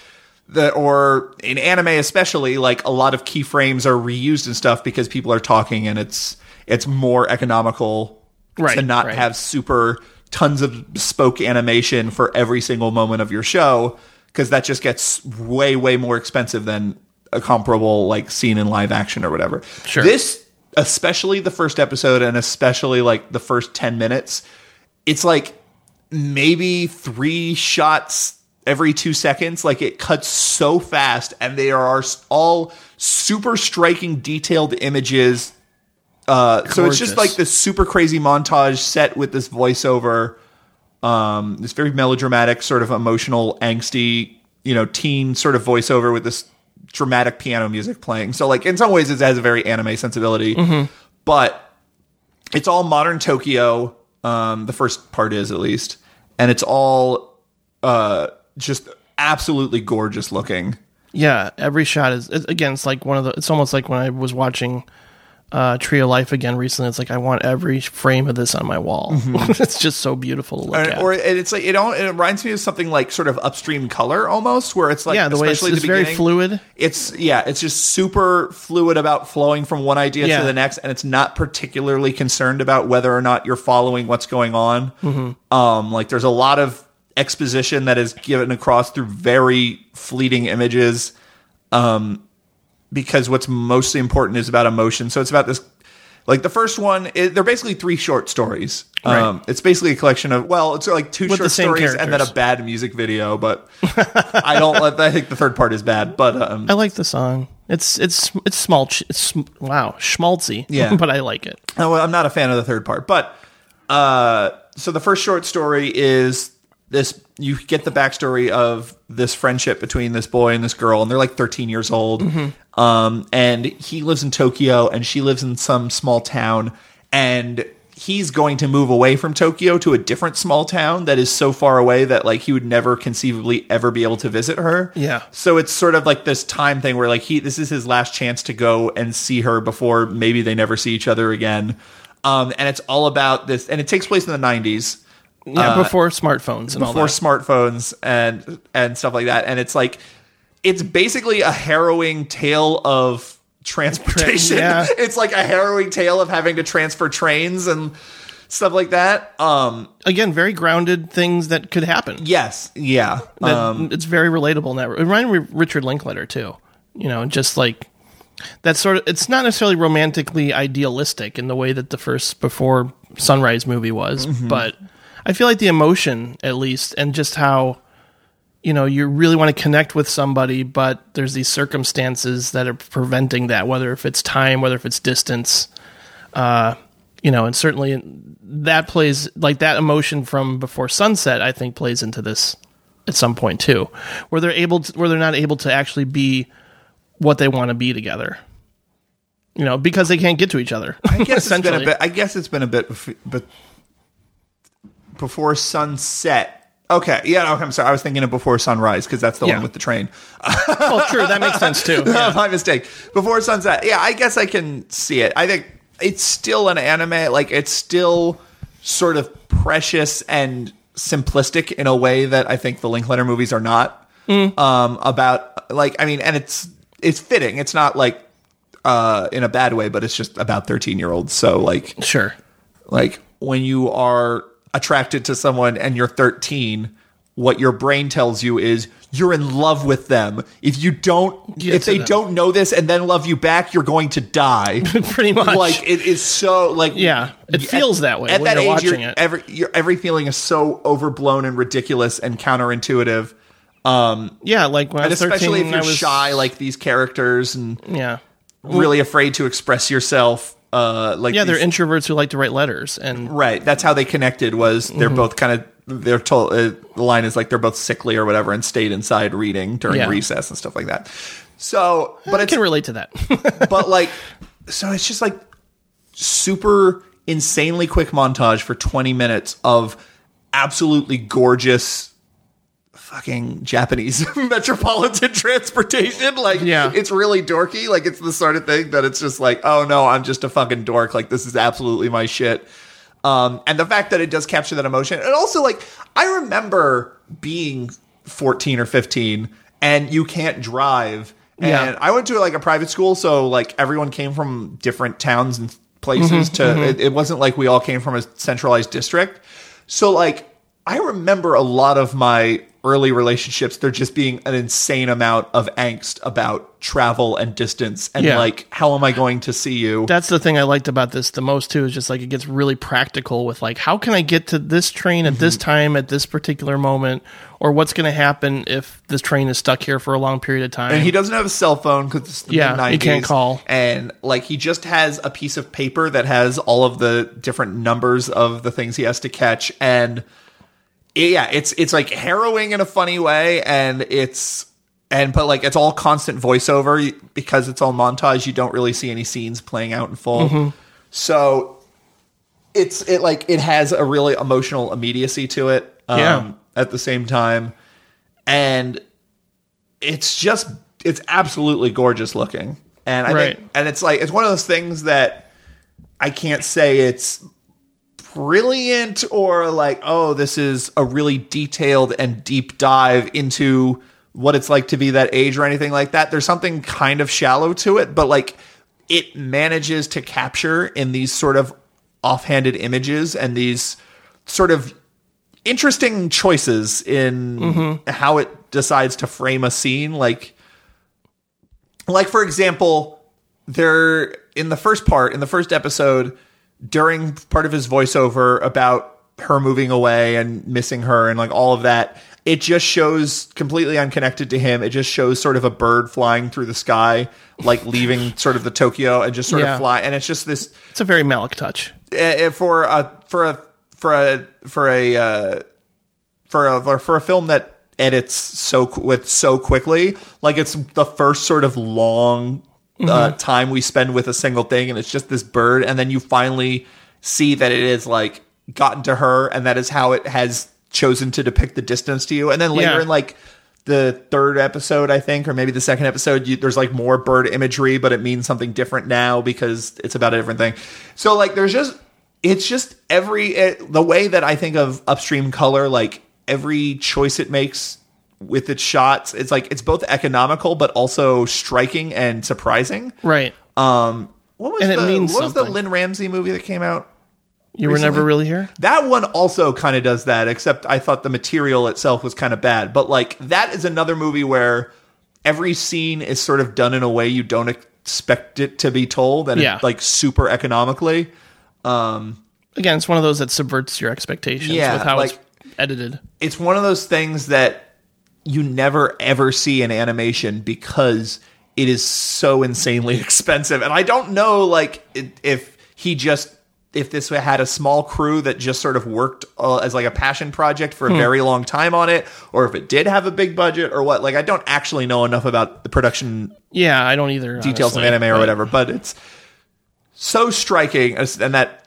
Speaker 2: the or in anime especially like a lot of keyframes are reused and stuff because people are talking and it's it's more economical to
Speaker 1: Right,
Speaker 2: not
Speaker 1: right.
Speaker 2: have super tons of bespoke animation for every single moment of your show because that just gets way way more expensive than a comparable like scene in live action or whatever
Speaker 1: Sure.
Speaker 2: this especially the first episode and especially like the first 10 minutes it's like maybe three shots every two seconds. Like it cuts so fast, and they are all super striking, detailed images. Uh, so it's
Speaker 1: Gorgeous.
Speaker 2: just like this super crazy montage set with this voiceover, um, this very melodramatic, sort of emotional, angsty, you know, teen sort of voiceover with this dramatic piano music playing. So like in some ways, it has a very anime sensibility, but it's all modern Tokyo. Um, the first part is at least, and it's all uh, just absolutely gorgeous looking.
Speaker 1: Yeah, every shot is it, again. It's like one of the. It's almost like when I was watching uh, Tree of Life again recently. It's like I want every frame of this on my wall. <laughs> it's just so beautiful to look
Speaker 2: And,
Speaker 1: at.
Speaker 2: Mm-hmm. Or and it's like it, all, it reminds me of something like sort of upstream color almost, where it's like
Speaker 1: yeah, the way it's,
Speaker 2: especially at
Speaker 1: it's
Speaker 2: the
Speaker 1: very
Speaker 2: beginning,
Speaker 1: fluid.
Speaker 2: It's yeah, it's just super fluid about flowing from one idea
Speaker 1: Yeah.
Speaker 2: to the next, and it's not particularly concerned about whether or not you're following what's going on.
Speaker 1: Mm-hmm.
Speaker 2: Um, like there's a lot of exposition that is given across through very fleeting images, um, because what's mostly important is about emotion. So it's about this. Like the first one, it, they're basically three short stories. Um, It's basically a collection of well, it's like two
Speaker 1: With the
Speaker 2: short
Speaker 1: same
Speaker 2: stories and then a
Speaker 1: characters.
Speaker 2: bad music video. But <laughs> I don't. let- I think the third part is bad. But um,
Speaker 1: I like the song. It's it's it's small. It's sm- wow, schmaltzy.
Speaker 2: Yeah.
Speaker 1: <laughs> but I like it.
Speaker 2: Oh, well, I'm not a fan of the third part, but uh, so the first short story is this. You get the backstory of this friendship between this boy and this girl, and they're like 13 years old. Um, and he lives in Tokyo, and she lives in some small town, and he's going to move away from Tokyo to a different small town that is so far away that like he would never conceivably ever be able to visit her.
Speaker 1: Yeah.
Speaker 2: So it's sort of like this time thing where like he this is his last chance to go and see her before maybe they never see each other again. Um, and it's all about this, and it takes place in the '90s
Speaker 1: Yeah, before smartphones and all
Speaker 2: Uh, before
Speaker 1: that.
Speaker 2: smartphones and and stuff like that. And it's like it's basically a harrowing tale of transportation.
Speaker 1: yeah.
Speaker 2: <laughs> it's like a harrowing tale of having to transfer trains and stuff like that. Um,
Speaker 1: Again, very grounded things that could happen.
Speaker 2: yes, yeah.
Speaker 1: that-
Speaker 2: Um,
Speaker 1: it's very relatable in that. It reminded me of Richard Linklater too. You know, just like that sort of. It's not necessarily romantically idealistic in the way that the first Before Sunrise movie was, but I feel like the emotion, at least, and just how you know you really want to connect with somebody, but there's these circumstances that are preventing that. Whether if it's time, whether if it's distance, you know, and certainly that plays like that emotion from before sunset. I think plays into this at some point too, where they're able to, where they're not able to actually be what they want to be together. You know, because they can't get to each other.
Speaker 2: I guess it's been a
Speaker 1: essentially.
Speaker 2: bit. I guess it's been a bit, bef- but before sunset. Okay, yeah. No, I'm sorry. I was thinking of before sunrise because that's the
Speaker 1: Yeah.
Speaker 2: one with the train. <laughs>
Speaker 1: well, true, that makes sense too. Yeah.
Speaker 2: My mistake. Before sunset. Yeah, I guess I can see it. I think it's still an anime. Like it's still sort of precious and simplistic in a way that I think the Linklater movies are not.
Speaker 1: Mm.
Speaker 2: Um, about like I mean, and it's it's fitting. It's not like uh in a bad way, but it's just about 13 year olds. So like
Speaker 1: Sure.
Speaker 2: like when you are attracted to someone and you're 13 what your brain tells you is you're in love with them. If you don't,
Speaker 1: Yeah,
Speaker 2: if
Speaker 1: to
Speaker 2: they
Speaker 1: them.
Speaker 2: don't know this and then love you back, you're going to die.
Speaker 1: <laughs> Pretty much.
Speaker 2: Like it is so like
Speaker 1: Yeah, it feels that way
Speaker 2: at
Speaker 1: when
Speaker 2: that
Speaker 1: you're
Speaker 2: age,
Speaker 1: watching
Speaker 2: your,
Speaker 1: it.
Speaker 2: Every your, every feeling is so overblown and ridiculous and counterintuitive. Um,
Speaker 1: yeah, like when I
Speaker 2: and
Speaker 1: was
Speaker 2: especially
Speaker 1: 13,
Speaker 2: if you're
Speaker 1: I was
Speaker 2: shy like these characters and
Speaker 1: Yeah.
Speaker 2: really afraid to express yourself. Uh, like
Speaker 1: Yeah, they're
Speaker 2: these-
Speaker 1: introverts who like to write letters and
Speaker 2: right. That's how they connected. Was
Speaker 1: Mm-hmm.
Speaker 2: they're both kind of they're told uh, the line is like they're both sickly or whatever and stayed inside reading during
Speaker 1: Yeah.
Speaker 2: recess and stuff like that. So, but
Speaker 1: I
Speaker 2: it's
Speaker 1: can relate to that. <laughs>
Speaker 2: but like so it's just like super insanely quick montage for 20 minutes of absolutely gorgeous fucking japanese <laughs> metropolitan transportation like
Speaker 1: Yeah.
Speaker 2: it's really dorky like it's the sort of thing that it's just like oh no i'm just a fucking dork like this is absolutely my shit um and the fact that it does capture that emotion and also like i remember being 14 or 15 and you can't drive and
Speaker 1: Yeah.
Speaker 2: I went to like a private school, so like everyone came from different towns and
Speaker 1: Mm-hmm,
Speaker 2: places to It, it wasn't like we all came from a centralized district. So like I remember a lot of my early relationships there just being an insane amount of angst about travel and distance and
Speaker 1: Yeah.
Speaker 2: like how am I going to see you?
Speaker 1: That's the thing I liked about this the most too is just like it gets really practical with like how can I get to this train at
Speaker 2: Mm-hmm.
Speaker 1: this time at this particular moment or what's going to happen if this train is stuck here for a long period of time.
Speaker 2: and he doesn't have a cell phone because it's the
Speaker 1: Yeah,
Speaker 2: mid-90s,
Speaker 1: he can't call.
Speaker 2: And like he just has a piece of paper that has all of the different numbers of the things he has to catch, and yeah, it's it's like harrowing in a funny way, and it's and but like it's all constant voiceover because it's all montage. You don't really see any scenes playing out in full,
Speaker 1: Mm-hmm.
Speaker 2: so it's it like it has a really emotional immediacy to it. Um,
Speaker 1: Yeah.
Speaker 2: At the same time, and it's just it's absolutely gorgeous looking and i
Speaker 1: Right.
Speaker 2: think and it's like it's one of those things that i can't say it's brilliant or like oh this is a really detailed and deep dive into what it's like to be that age or anything like that there's something kind of shallow to it but like it manages to capture in these sort of offhanded images and these sort of interesting choices in how it decides to frame a scene like like for example there in the first part in the first episode during part of his voiceover about her moving away and missing her and like all of that it just shows completely unconnected to him it just shows sort of a bird flying through the sky like leaving sort of the tokyo and just sort
Speaker 1: Yeah.
Speaker 2: of fly and it's just this
Speaker 1: it's a very Malick touch.
Speaker 2: uh, for a for a for a for a uh, for a for a film that edits so qu- with so quickly, like it's the first sort of long uh, time we spend with a single thing, and it's just this bird, and then you finally see that it is like gotten to her, and that is how it has chosen to depict the distance to you, and then later
Speaker 1: Yeah.
Speaker 2: in like. The third episode, I think, or maybe the second episode, you, there's like more bird imagery, but it means something different now because it's about a different thing. So, like, there's just, it's just every, it, the way that I think of upstream color, like, every choice it makes with its shots it's like it's both economical but also striking and surprising
Speaker 1: Right.
Speaker 2: what was
Speaker 1: And it
Speaker 2: the
Speaker 1: means
Speaker 2: what was the
Speaker 1: something.
Speaker 2: lynn ramsey movie that came out
Speaker 1: You were never really here?
Speaker 2: that one also kind of does that except i thought the material itself was kind of bad but like that is another movie where every scene is sort of done in a way you don't expect it to be told and
Speaker 1: Yeah.
Speaker 2: it's like super economically
Speaker 1: Again, it's one of those that subverts your expectations
Speaker 2: Yeah,
Speaker 1: with how
Speaker 2: like-
Speaker 1: it's edited.
Speaker 2: it's one of those things that you never ever see in animation because it is so insanely <laughs> expensive and i don't know like it- if he just if this had a small crew that just sort of worked uh, as like a passion project for a very long time on it or if it did have a big budget or what like i don't actually know enough about the production
Speaker 1: Yeah, I don't either.
Speaker 2: details of
Speaker 1: honestly.
Speaker 2: anime or whatever, but it's so striking as- and that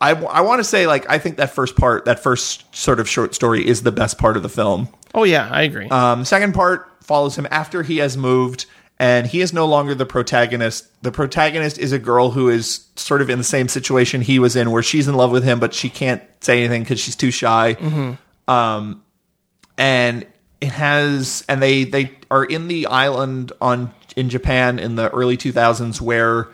Speaker 2: I, want to say like I think that first part, that first sort of short story is the best part of the film.
Speaker 1: Oh yeah, I agree.
Speaker 2: Um, second part follows him after he has moved and he is no longer the protagonist. The protagonist is a girl who is sort of in the same situation he was in where she's in love with him but she can't say anything cuz she's too shy and it has and they they are in the island on in Japan in the early 2000s where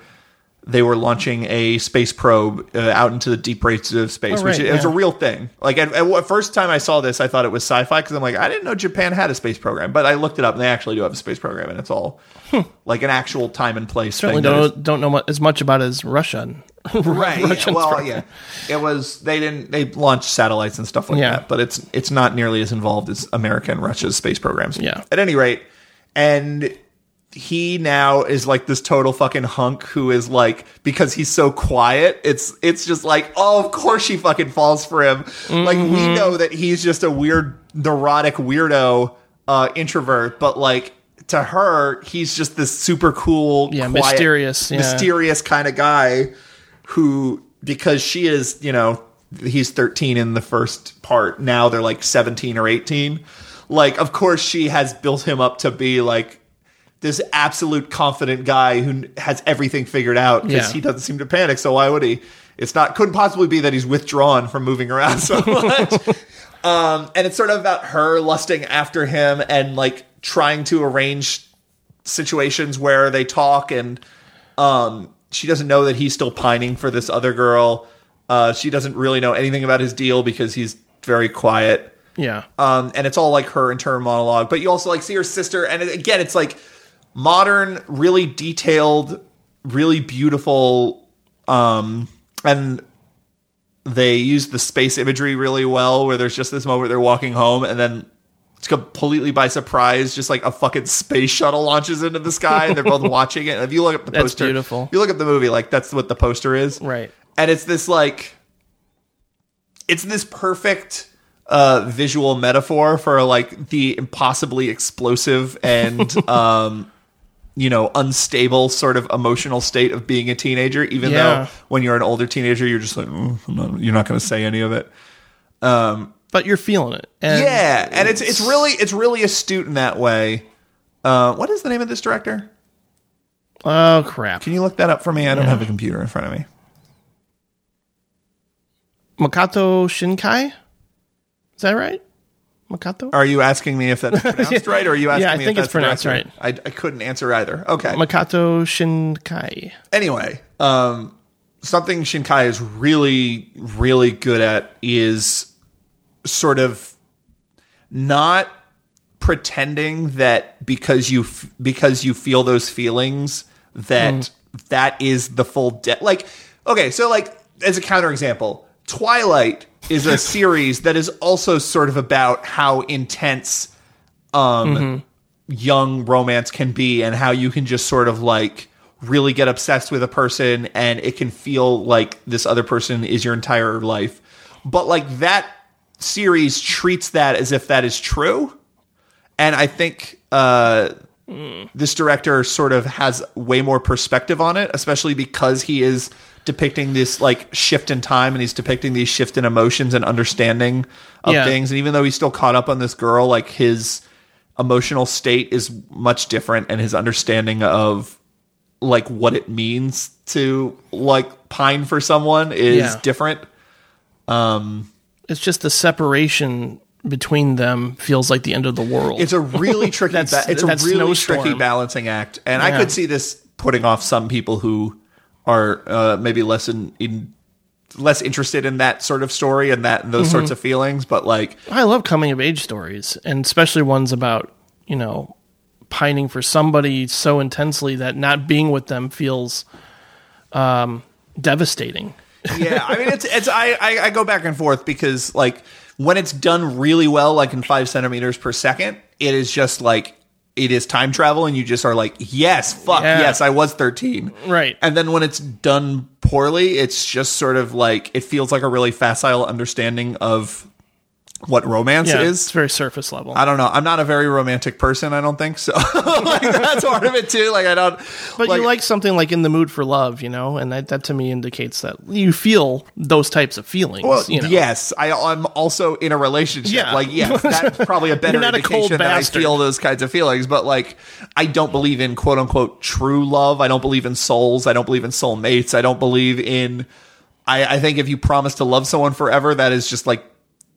Speaker 2: they were launching a space probe uh, out into the deep rates of space,
Speaker 1: Oh,
Speaker 2: which
Speaker 1: right,
Speaker 2: is it's a
Speaker 1: yeah.
Speaker 2: real thing. Like at, at, at first time I saw this, I thought it was sci-fi because I'm like, I didn't know Japan had a space program, but I looked it up and they actually do have a space program, and it's all like an actual time and place.
Speaker 1: Hmm. certainly
Speaker 2: thing that is-
Speaker 1: don't don't know mu- as much about it as Russia. <laughs>
Speaker 2: right yeah,
Speaker 1: Russians
Speaker 2: well
Speaker 1: were-
Speaker 2: yeah it was they didn't they launched satellites and stuff like
Speaker 1: Yeah.
Speaker 2: that but it's it's not nearly as involved as america and russia's space programs
Speaker 1: Yeah.
Speaker 2: at any rate and he now is like this total fucking hunk who is like because he's so quiet it's it's just like oh of course she fucking falls for him like
Speaker 1: Mm-hmm.
Speaker 2: we know that he's just a weird neurotic weirdo uh introvert but like to her he's just this super cool
Speaker 1: Yeah, mysterious, yeah.
Speaker 2: mysterious kind of guy who because she is you know he's 13 in the first part now they're like 17 or 18 like of course she has built him up to be like this absolute confident guy who has everything figured out because
Speaker 1: Yeah.
Speaker 2: he doesn't seem to panic so why would he it's not couldn't possibly be that he's withdrawn from moving around so much um, and it's sort of about her lusting after him and like trying to arrange situations where they talk and um, she doesn't know that he's still pining for this other girl. Uh, she doesn't really know anything about his deal because he's very quiet.
Speaker 1: yeah.
Speaker 2: Um, and it's all like her internal monologue, but you also like see her sister, and it- again, it's like modern, really detailed, really beautiful, um, and they use the space imagery really well. Where there's just this moment they're walking home, and then it's completely by surprise, just like a fucking space shuttle launches into the sky, and
Speaker 1: <laughs>
Speaker 2: they're both watching it. And if you look up the
Speaker 1: That's
Speaker 2: poster,
Speaker 1: beautiful.
Speaker 2: if you look up the movie, like that's what the poster is,
Speaker 1: Right.
Speaker 2: and it's this like it's this perfect uh visual metaphor for like the impossibly explosive and
Speaker 1: <laughs>
Speaker 2: um you know unstable sort of emotional state of being a teenager even
Speaker 1: Yeah.
Speaker 2: though when you're an older teenager you're just like "Oh, I'm not- you're not going to say any of it
Speaker 1: But you're feeling it. And
Speaker 2: yeah and it's it's really it's really astute in that way uh what is the name of this director
Speaker 1: Oh crap.
Speaker 2: can you look that up for me i don't have a computer in front of me
Speaker 1: Makato Shinkai? Is that right? Makato?
Speaker 2: Are you asking me
Speaker 1: <laughs>
Speaker 2: if that's pronounced right, or are you asking
Speaker 1: Yeah, I
Speaker 2: me
Speaker 1: think
Speaker 2: if
Speaker 1: it's
Speaker 2: that's
Speaker 1: pronounced
Speaker 2: right? I, I couldn't answer either. Okay.
Speaker 1: Makato Shinkai.
Speaker 2: anyway, um, something Shinkai is really, really good at is sort of not pretending that because you f- because you feel those feelings that
Speaker 1: Mm.
Speaker 2: that is the full de- like okay so like as a counterexample twilight is
Speaker 1: <laughs>
Speaker 2: a series that is also sort of about how intense um young romance can be and how you can just sort of like really get obsessed with a person and it can feel like this other person is your entire life. But like that series treats that as if that is true. And I think uh this director sort of has way more perspective on it, especially because he is depicting this like shift in time and he's depicting these shift in emotions and understanding of
Speaker 1: Yeah.
Speaker 2: things. And even though he's still caught up on this girl, like his emotional state is much different and his understanding of like what it means to like pine for someone is
Speaker 1: Yeah.
Speaker 2: different.
Speaker 1: It's just the separation between them feels like the end of the world.
Speaker 2: It's
Speaker 1: <laughs>
Speaker 2: a really tricky.
Speaker 1: That's-
Speaker 2: ba- it's a
Speaker 1: that's
Speaker 2: really
Speaker 1: snowstorm.
Speaker 2: tricky balancing act, and I
Speaker 1: Yeah.
Speaker 2: could see this putting off some people who are uh, maybe less in, in less interested in that sort of story and that and those
Speaker 1: Mm-hmm.
Speaker 2: sorts of feelings. But like,
Speaker 1: I love coming of age stories, and especially ones about, you know, pining for somebody so intensely that not being with them feels um, devastating.
Speaker 2: <laughs> yeah, I mean, it's it's I, I I go back and forth because like when it's done really well, like in five centimeters per second, it is just like. It is time travel, and you just are like, yes, fuck,
Speaker 1: Yeah.
Speaker 2: yes, I was 13.
Speaker 1: Right.
Speaker 2: And then when it's done poorly, it's just sort of like it feels like a really facile understanding of what romance
Speaker 1: Yeah, it's
Speaker 2: is.
Speaker 1: very surface level.
Speaker 2: I don't know. I'm not a very romantic person. I don't think so. <laughs> like that's part of it too. Like I don't.
Speaker 1: But you like something like in the mood for love, you know, and that, that to me indicates that you feel those types of feelings.
Speaker 2: Well,
Speaker 1: you know?
Speaker 2: yes, I, I'm also in a relationship.
Speaker 1: Yeah.
Speaker 2: Like,
Speaker 1: <laughs>
Speaker 2: yes, that's probably a better
Speaker 1: You're not a cold
Speaker 2: indication that I
Speaker 1: bastard.
Speaker 2: feel those kinds of feelings. But like, I don't believe in quote unquote true love. I don't believe in souls. I don't believe in soulmates. I don't believe in. I, I think if you promise to love someone forever, that is just like.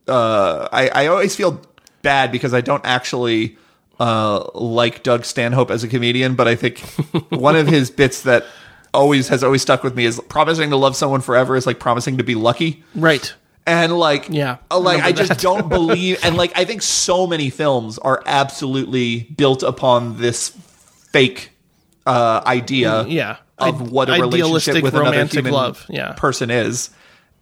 Speaker 2: Uh, I, I always feel bad because I don't actually
Speaker 1: <laughs>
Speaker 2: uh, like Doug Stanhope as a comedian, but I think one of his bits that always has always stuck with me is promising to love someone forever is like promising to be lucky.
Speaker 1: Right.
Speaker 2: And like,
Speaker 1: Yeah,
Speaker 2: uh, like
Speaker 1: remember
Speaker 2: I just
Speaker 1: that. <laughs>
Speaker 2: don't believe. And like, I think so many films are absolutely built upon this fake uh, idea,
Speaker 1: Mm, Yeah.
Speaker 2: of
Speaker 1: Ide-
Speaker 2: what a relationship
Speaker 1: idealistic
Speaker 2: with another
Speaker 1: romantic
Speaker 2: human
Speaker 1: love, yeah.
Speaker 2: person is,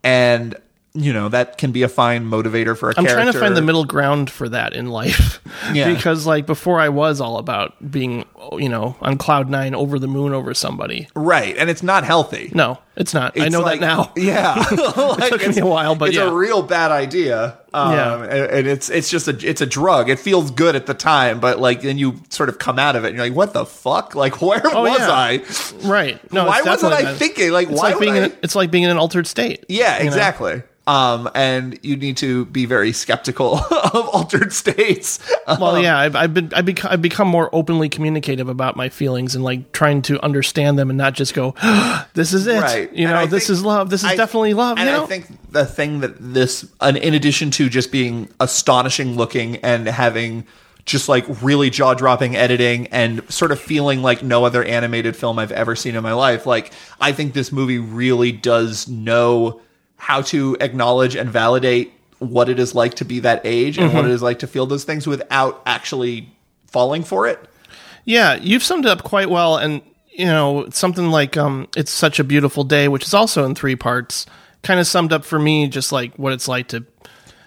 Speaker 2: and you know that can be a fine motivator for a
Speaker 1: I'm
Speaker 2: character.
Speaker 1: trying to find the middle ground for that in life.
Speaker 2: <laughs> Yeah.
Speaker 1: because like before I was all about being, you know, on cloud 9 over the moon over somebody.
Speaker 2: right, and it's not healthy.
Speaker 1: No, it's not. I
Speaker 2: It's
Speaker 1: know
Speaker 2: like-
Speaker 1: that now. <laughs>
Speaker 2: <laughs> Yeah, Like,
Speaker 1: took me
Speaker 2: it's-
Speaker 1: a while, but
Speaker 2: it's
Speaker 1: yeah.
Speaker 2: a real bad idea. Um,
Speaker 1: Yeah.
Speaker 2: and, and it's it's just a it's a drug. It feels good at the time, but like then you sort of come out of it and you're like, what the fuck? Like <laughs> where was
Speaker 1: Oh, yeah.
Speaker 2: I?
Speaker 1: <laughs> Right. No,
Speaker 2: why
Speaker 1: it's
Speaker 2: wasn't
Speaker 1: definitely
Speaker 2: I
Speaker 1: that.
Speaker 2: thinking? Like
Speaker 1: It's
Speaker 2: why
Speaker 1: like
Speaker 2: would
Speaker 1: being
Speaker 2: I-
Speaker 1: in, a- it's like being in an altered state.
Speaker 2: yeah,
Speaker 1: you know?
Speaker 2: exactly. Um, and you need to be very skeptical <laughs> of altered states.
Speaker 1: Well, yeah, I've, I've been I've become, I've become more openly communicative about my feelings and like trying to understand them and not just go, <gasps> this is it.
Speaker 2: right
Speaker 1: You
Speaker 2: And
Speaker 1: know,
Speaker 2: I
Speaker 1: this
Speaker 2: think-
Speaker 1: is love. This is
Speaker 2: I-
Speaker 1: definitely love.
Speaker 2: and
Speaker 1: you know?
Speaker 2: i think the thing that this and in addition to just being astonishing looking and having just like really jaw-dropping editing and sort of feeling like no other animated film i've ever seen in my life like i think this movie really does know how to acknowledge and validate what it is like to be that age and
Speaker 1: Mm-hmm.
Speaker 2: what it is like to feel those things without actually falling for it
Speaker 1: Yeah, you've summed it up quite well, and you know something like um, "It's Such a Beautiful Day," which is also in three parts, kind of summed up for me just like what it's like to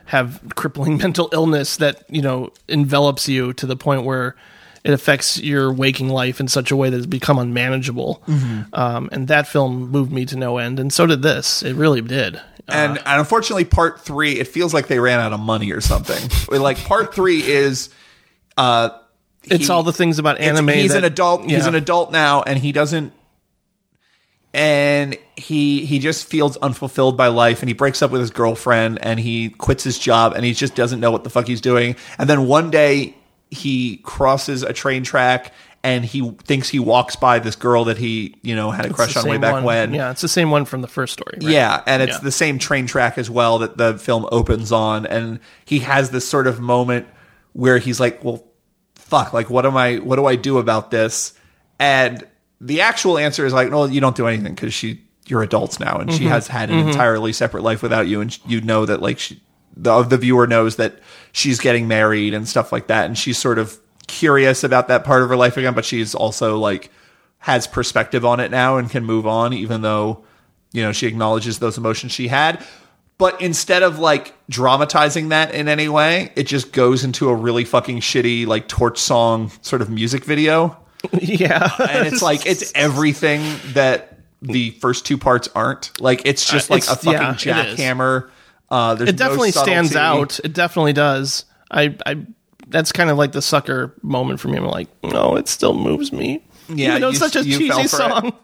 Speaker 1: have crippling <laughs> mental illness that you know envelops you to the point where it affects your waking life in such a way that has become unmanageable.
Speaker 2: Mm-hmm.
Speaker 1: Um, and that film moved me to no end, and so did this. It really did. Uh.
Speaker 2: and, and unfortunately part three it feels like they ran out of money or something <laughs> like part three is
Speaker 1: It's
Speaker 2: he-
Speaker 1: all the things about
Speaker 2: it's-
Speaker 1: anime.
Speaker 2: He's
Speaker 1: that-
Speaker 2: an adult. He's
Speaker 1: Yeah.
Speaker 2: an adult now, and he doesn't. And he he just feels unfulfilled by life, and he breaks up with his girlfriend, and he quits his job, and he just doesn't know what the fuck he's doing. And then one day he crosses a train track, and he thinks he walks by this girl that he you know had a
Speaker 1: It's the
Speaker 2: crush on way
Speaker 1: same
Speaker 2: back
Speaker 1: one.
Speaker 2: when.
Speaker 1: Yeah, it's the same one from the first story. Right?
Speaker 2: Yeah, and it's
Speaker 1: Yeah.
Speaker 2: the same train track as well that the film opens on, and he has this sort of moment where he's like, "Well, fuck! Like, what am I? What do I do about this?" And the actual answer is like, "No, you don't do anything because she, you're adults now, and she
Speaker 1: Mm-hmm.
Speaker 2: has had an entirely separate life without you, and sh- you know that like she, the the viewer knows that she's getting married and stuff like that, and she's sort of curious about that part of her life again, but she's also like." has perspective on it now and can move on even though you know she acknowledges those emotions she had but instead of like dramatizing that in any way it just goes into a really fucking shitty like torch song sort of music video
Speaker 1: <laughs> yeah.
Speaker 2: and it's like
Speaker 1: <laughs>
Speaker 2: it's everything that the first two parts aren't like it's just
Speaker 1: Uh,
Speaker 2: like
Speaker 1: it's-
Speaker 2: a fucking
Speaker 1: yeah, it is.
Speaker 2: jackhammer uh there's
Speaker 1: it definitely stands out. It definitely does. I, I, that's kind of like the sucker moment for me. I'm like, no, it still moves me.
Speaker 2: Yeah,
Speaker 1: even though it's
Speaker 2: you-
Speaker 1: such a
Speaker 2: you fell
Speaker 1: cheesy
Speaker 2: for it.
Speaker 1: song. <laughs>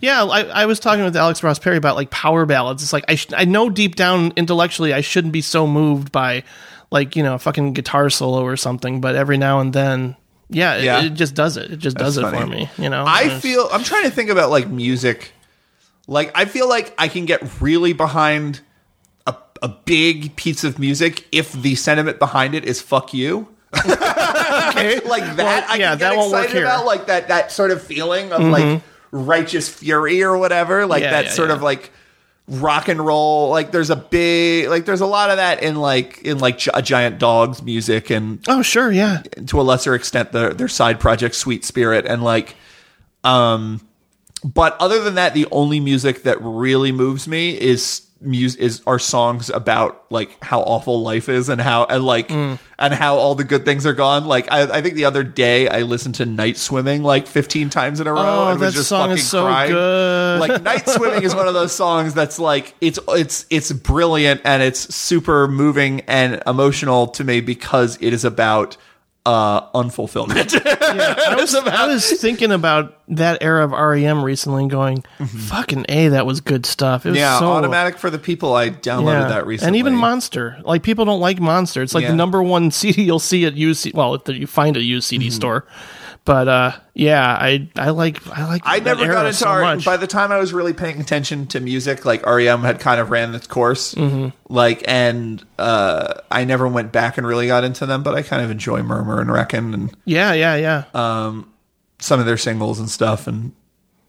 Speaker 1: Yeah, I, I was talking with Alex Ross Perry about like power ballads. It's like I, sh- I know deep down intellectually I shouldn't be so moved by like you know a fucking guitar solo or something, but every now and then, yeah, it,
Speaker 2: Yeah.
Speaker 1: it just does it. It just does it for
Speaker 2: funny.
Speaker 1: me. You know, And
Speaker 2: I
Speaker 1: it's-
Speaker 2: feel I'm trying to think about like music. Like I feel like I can get really behind a a big piece of music if the sentiment behind it is fuck you. <laughs> like that I
Speaker 1: yeah, that
Speaker 2: can get
Speaker 1: won't work
Speaker 2: excited
Speaker 1: here. Mm-hmm.
Speaker 2: about like that that sort of feeling of like righteous fury or whatever. Like
Speaker 1: Yeah,
Speaker 2: that
Speaker 1: yeah,
Speaker 2: sort
Speaker 1: yeah.
Speaker 2: of like rock and roll like there's a big like there's a lot of that in like in like gi- giant dogs music and
Speaker 1: Oh sure, yeah,
Speaker 2: to a lesser extent their their side project Sweet Spirit and like um but other than that the only music that really moves me is mus is are songs about like how awful life is and how and like
Speaker 1: Mm.
Speaker 2: and how all the good things are gone like I, I think the other day I listened to Night Swimming like 15 times in a row
Speaker 1: Oh,
Speaker 2: and was
Speaker 1: that
Speaker 2: just
Speaker 1: song
Speaker 2: fucking
Speaker 1: is so
Speaker 2: crying
Speaker 1: good.
Speaker 2: like Night Swimming is one of those songs that's like it's it's it's brilliant and it's super moving and emotional to me because it is about uh
Speaker 1: <laughs>
Speaker 2: unfulfillment. <laughs>
Speaker 1: I was, I was thinking about that era of REM recently and going, fucking A, that was good stuff. It was
Speaker 2: yeah,
Speaker 1: so,
Speaker 2: automatic for the people I downloaded
Speaker 1: yeah.
Speaker 2: that recently.
Speaker 1: And even Monster. Like, people don't like Monster. It's like
Speaker 2: Yeah.
Speaker 1: the number one <laughs> CD you'll see at UC. Well, if you find a used CD
Speaker 2: Mm-hmm.
Speaker 1: store. But uh, yeah, I, I like I like
Speaker 2: I
Speaker 1: that
Speaker 2: never
Speaker 1: era
Speaker 2: got into
Speaker 1: so
Speaker 2: R E
Speaker 1: much.
Speaker 2: By the time I was really paying attention to music, like REM had kind of ran its course.
Speaker 1: Mm-hmm.
Speaker 2: Like, and uh, I never went back and really got into them, but I kind of enjoy Murmur and Reckon and Uh,
Speaker 1: yeah, yeah, yeah.
Speaker 2: some of their singles and stuff. And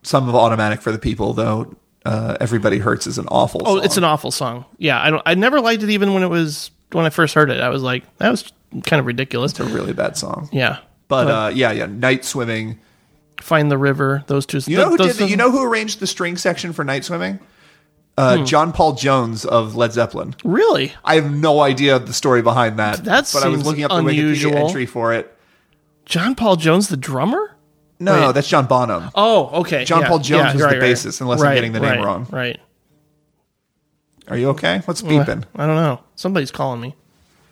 Speaker 2: some of Automatic for the People, though. Uh, Everybody Hurts is an awful.
Speaker 1: Oh, it's an awful song. Yeah, I don't. I never liked it even when it was when I first heard it. I was like, that was kind of ridiculous.
Speaker 2: a really bad song.
Speaker 1: Yeah,
Speaker 2: But uh, yeah, yeah, Night Swimming.
Speaker 1: find the river. Those two.
Speaker 2: You know who did? The, you know who arranged the string section for Night Swimming? Uh,
Speaker 1: Hmm.
Speaker 2: John Paul Jones of Led Zeppelin.
Speaker 1: really?
Speaker 2: I have no idea the story behind that.
Speaker 1: That
Speaker 2: but I was
Speaker 1: seems
Speaker 2: looking up the
Speaker 1: unusual.
Speaker 2: Wikipedia entry for it.
Speaker 1: John Paul Jones, the drummer.
Speaker 2: No, no, that's John Bonham.
Speaker 1: Oh, okay.
Speaker 2: John
Speaker 1: yeah,
Speaker 2: Paul Jones
Speaker 1: yeah,
Speaker 2: was the
Speaker 1: right, right.
Speaker 2: bassist, unless I'm
Speaker 1: Right,
Speaker 2: getting the name
Speaker 1: right,
Speaker 2: wrong.
Speaker 1: Right.
Speaker 2: Are you okay? What's beeping?
Speaker 1: I don't know. Somebody's calling me.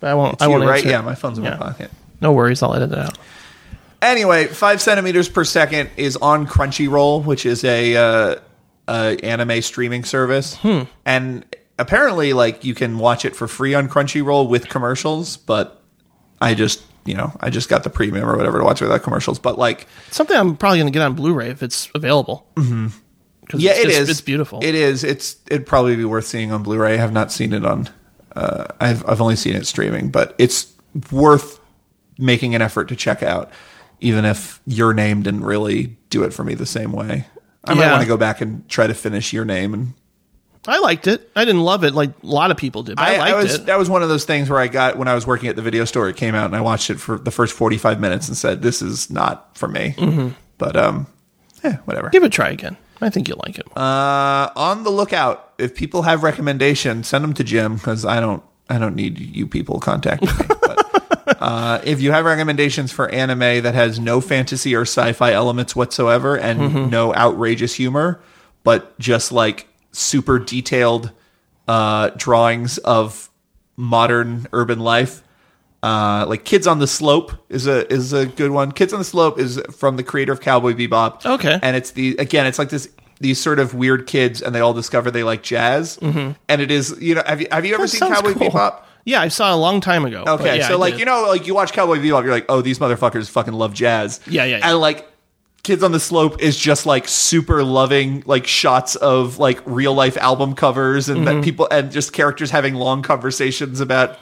Speaker 1: But I won't. I
Speaker 2: You
Speaker 1: won't
Speaker 2: right?
Speaker 1: answer.
Speaker 2: Yeah, my phone's in
Speaker 1: Yeah.
Speaker 2: my pocket.
Speaker 1: No worries. I'll edit it out.
Speaker 2: Anyway, five centimeters per second is on Crunchyroll, which is a uh, uh, anime streaming service, and apparently, like you can watch it for free on Crunchyroll with commercials. But I just, you know, I just got the premium or whatever to watch without commercials. But like,
Speaker 1: It's something I'm probably going to get on Blu-ray if it's available. Mm-hmm.
Speaker 2: yeah,
Speaker 1: it's
Speaker 2: it
Speaker 1: just-
Speaker 2: is.
Speaker 1: It's beautiful.
Speaker 2: It is. It's it'd probably be worth seeing on Blu-ray. I have not seen it on. Uh, I've I've only seen it streaming, but it's worth making an effort to check out, even if your name didn't really do it for me the same way. I might
Speaker 1: Yeah.
Speaker 2: want to go back and try to finish your name and
Speaker 1: I liked it. I didn't love it like a lot of people did. But I, liked
Speaker 2: was,
Speaker 1: it.
Speaker 2: That was one of those things where I got when I was working at the video store. It came out and I watched it for the first forty five minutes and said, "This is not for me."
Speaker 1: Mm-hmm.
Speaker 2: But um, yeah, whatever.
Speaker 1: Give it a try again. I think you'll like it.
Speaker 2: Uh, on the lookout. If people have recommendations, send them to Jim because I don't. I don't need you people contacting me. But, uh, if you have recommendations for anime that has no fantasy or sci-fi elements whatsoever and
Speaker 1: Mm-hmm.
Speaker 2: no outrageous humor, but just like super detailed uh, drawings of modern urban life, uh, like Kids on the Slope is a is a good one. Kids on the Slope is from the creator of Cowboy Bebop.
Speaker 1: Okay.
Speaker 2: and it's the again, it's like this these sort of weird kids, and they all discover they like jazz. And it is you know have you have you
Speaker 1: Mm-hmm.
Speaker 2: ever
Speaker 1: That
Speaker 2: seen
Speaker 1: sounds
Speaker 2: Cowboy
Speaker 1: cool.
Speaker 2: Bebop?
Speaker 1: Yeah, I saw it a long time ago. but
Speaker 2: Okay,
Speaker 1: yeah,
Speaker 2: so
Speaker 1: I
Speaker 2: like
Speaker 1: did.
Speaker 2: you know, like you watch Cowboy Bebop, you're like, oh, these motherfuckers fucking love jazz.
Speaker 1: Yeah, yeah, yeah.
Speaker 2: And like, Kids on the Slope is just like super loving, like shots of like real life album covers and
Speaker 1: Mm-hmm.
Speaker 2: that people and just characters having long conversations about.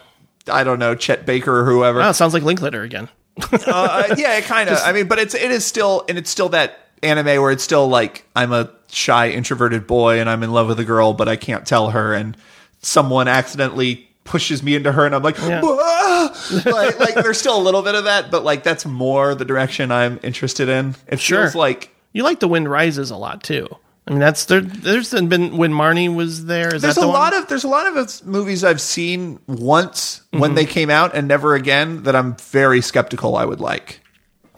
Speaker 2: I don't know Chet Baker or whoever.
Speaker 1: Wow, Oh, it sounds like Linklater again.
Speaker 2: Uh, yeah, it kind of. I mean, but it's it is still and it's still that anime where it's still like I'm a shy introverted boy and I'm in love with a girl, but I can't tell her, and someone accidentally pushes me into her, and I'm like, "Whoa!" like, like there's still a little bit of that, but like that's more the direction I'm interested in. It
Speaker 1: Sure.
Speaker 2: feels like.
Speaker 1: You like The Wind Rises a lot too. I mean, that's there. There's been when Marnie was there. Is
Speaker 2: There's
Speaker 1: that
Speaker 2: a
Speaker 1: the
Speaker 2: lot
Speaker 1: one?
Speaker 2: of there's a lot of movies I've seen once
Speaker 1: Mm-hmm.
Speaker 2: when they came out and never again that I'm very skeptical I would like.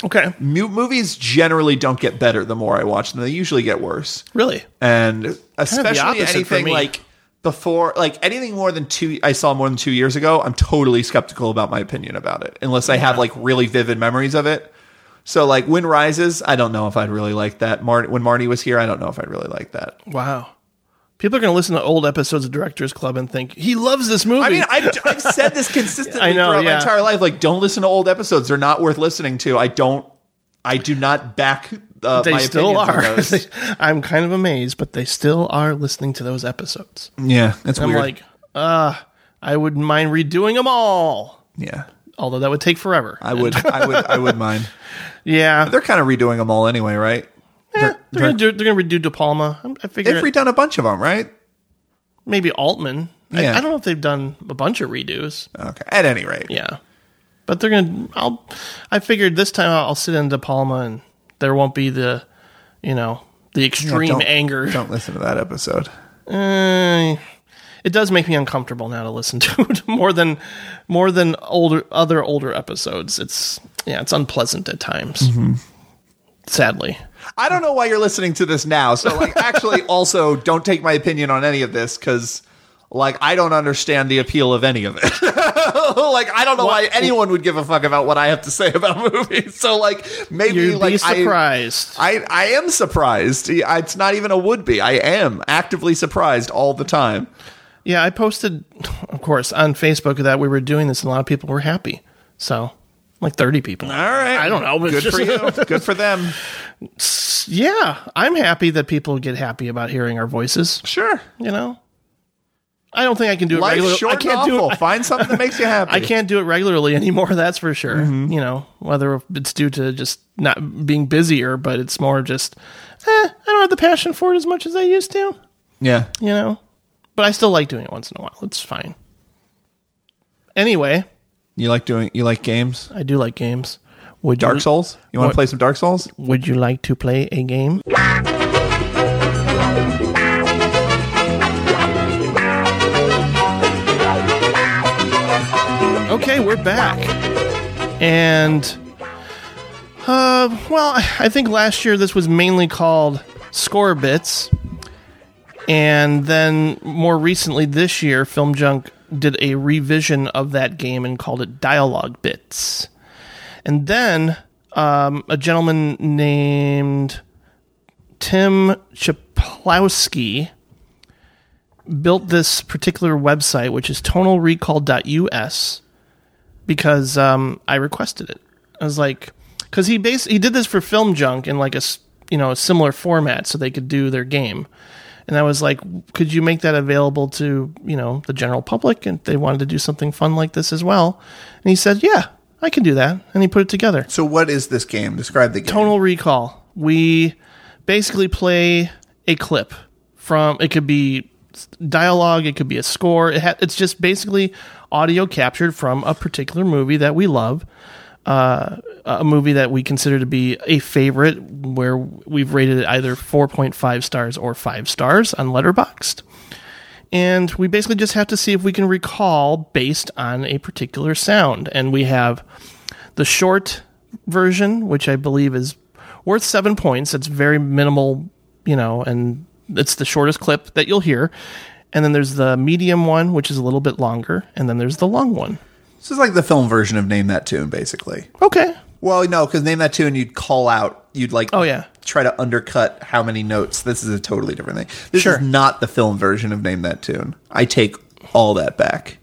Speaker 1: okay,
Speaker 2: Mu- movies generally don't get better the more I watch them; they usually get worse.
Speaker 1: really.
Speaker 2: and especially
Speaker 1: opposite for
Speaker 2: anything
Speaker 1: me.
Speaker 2: like before like anything more than two i saw more than two years ago i'm totally skeptical about my opinion about it unless i have like really vivid memories of it so like wind rises i don't know if i'd really like that Mar- when marty was here i don't know if i'd really like that
Speaker 1: Wow. People are going to listen to old episodes of Directors Club and think he loves this movie.
Speaker 2: i mean I've, I've said <laughs> this consistently
Speaker 1: I know,
Speaker 2: throughout my
Speaker 1: yeah.
Speaker 2: entire life like don't listen to old episodes they're not worth listening to i don't i do not back uh,
Speaker 1: they
Speaker 2: my
Speaker 1: still
Speaker 2: opinions on
Speaker 1: are.
Speaker 2: <laughs> those.
Speaker 1: <laughs> I'm kind of amazed, but they still are listening to those episodes.
Speaker 2: yeah that's
Speaker 1: I'm
Speaker 2: weird
Speaker 1: like, uh, I wouldn't mind redoing them all,
Speaker 2: yeah
Speaker 1: although that would take forever.
Speaker 2: i would i would i would <laughs> mind
Speaker 1: yeah, Eh,
Speaker 2: They're kind of redoing them all anyway, right?
Speaker 1: they're, going to do, they're going to redo De Palma. I'm- I figure
Speaker 2: They've redone a bunch of them, right?
Speaker 1: maybe Altman.
Speaker 2: Yeah.
Speaker 1: I, I don't know if they've done a bunch of redos.
Speaker 2: Okay. At any rate,
Speaker 1: Yeah, but they're gonna. I'll. I figured this time I'll sit in De Palma and there won't be the, you know, the extreme
Speaker 2: don't-
Speaker 1: anger.
Speaker 2: don't listen to that episode.
Speaker 1: Eh, it does make me uncomfortable now to listen to <laughs> it more than more than older other older episodes. It's yeah, it's unpleasant at times. Sadly,
Speaker 2: I don't know why you're listening to this now. So,
Speaker 1: <laughs>
Speaker 2: like, actually, also don't take my opinion on any of this because, like, I don't understand the appeal of any of it. <laughs> like, I don't know why anyone would give a fuck about what I have to say about <laughs> movies. So, like, maybe
Speaker 1: you'd
Speaker 2: like
Speaker 1: be
Speaker 2: I.
Speaker 1: surprised.
Speaker 2: I, I am surprised. I- It's not even a would be. I am actively surprised all the time.
Speaker 1: yeah, I posted, of course, on Facebook that we were doing this, and a lot of people were happy. So, like thirty people.
Speaker 2: All right.
Speaker 1: I don't know, but
Speaker 2: Good
Speaker 1: just- <laughs>
Speaker 2: for you. Good for them.
Speaker 1: Yeah, I'm happy that people get happy about hearing our voices.
Speaker 2: Sure.
Speaker 1: You know, I don't think I can do it
Speaker 3: Life's
Speaker 1: regularly.
Speaker 3: short
Speaker 1: I can't
Speaker 3: and
Speaker 1: do
Speaker 3: awful.
Speaker 1: it.
Speaker 3: Find something that makes you happy.
Speaker 1: <laughs> I can't do it regularly <laughs> anymore. That's for sure.
Speaker 3: Mm-hmm.
Speaker 1: You know, whether it's due to just not being busier, but it's more just, eh, I don't have the passion for it as much as I used to.
Speaker 2: Yeah.
Speaker 1: You know, but I still like doing it once in a while. It's fine. Anyway,
Speaker 3: You like doing? You like games?
Speaker 1: I do like games. Would
Speaker 3: Dark
Speaker 1: you,
Speaker 3: Souls? You
Speaker 1: Mm-hmm.
Speaker 3: want to
Speaker 1: What?
Speaker 3: play some Dark Souls?
Speaker 1: Would you like to play a game? Okay, we're back. And, uh, well, I- I think last year this was mainly called Score Bits. And then more recently this year, Film Junk did a revision of that game and called it Dialogue Bits. And then um, a gentleman named Tim Chaplowski built this particular website, which is tonalrecall.us, because um, I requested it. I was like, because he bas- he did this for Film Junk in like a s- you know a similar format, so they could do their game. And I was like, could you make that available to you know the general public? And they wanted to do something fun like this as well. And he said, yeah, I can do that. And he put it together.
Speaker 2: So what is this game? Describe the game.
Speaker 1: Tonal recall. We basically play a clip from. It could be dialogue. It could be a score. It ha- it's just basically audio captured from a particular movie that we love, uh, a movie that we consider to be a favorite, where we've rated it either four point five stars or five stars on Letterboxd. And we basically just have to see if we can recall based on a particular sound. And we have the short version, which I believe is worth seven points. It's very minimal, you know, and it's the shortest clip that you'll hear. And then there's the medium one, which is a little bit longer. And then there's the long one.
Speaker 2: This is like the film version of Name That Tune, basically.
Speaker 1: Okay.
Speaker 2: Well, no, because Name That Tune, you'd call out, you'd like,
Speaker 1: Oh, yeah.
Speaker 2: try to undercut how many notes. This is a totally different thing. This
Speaker 1: Sure.
Speaker 2: is not the film version of Name That Tune. I take all that back.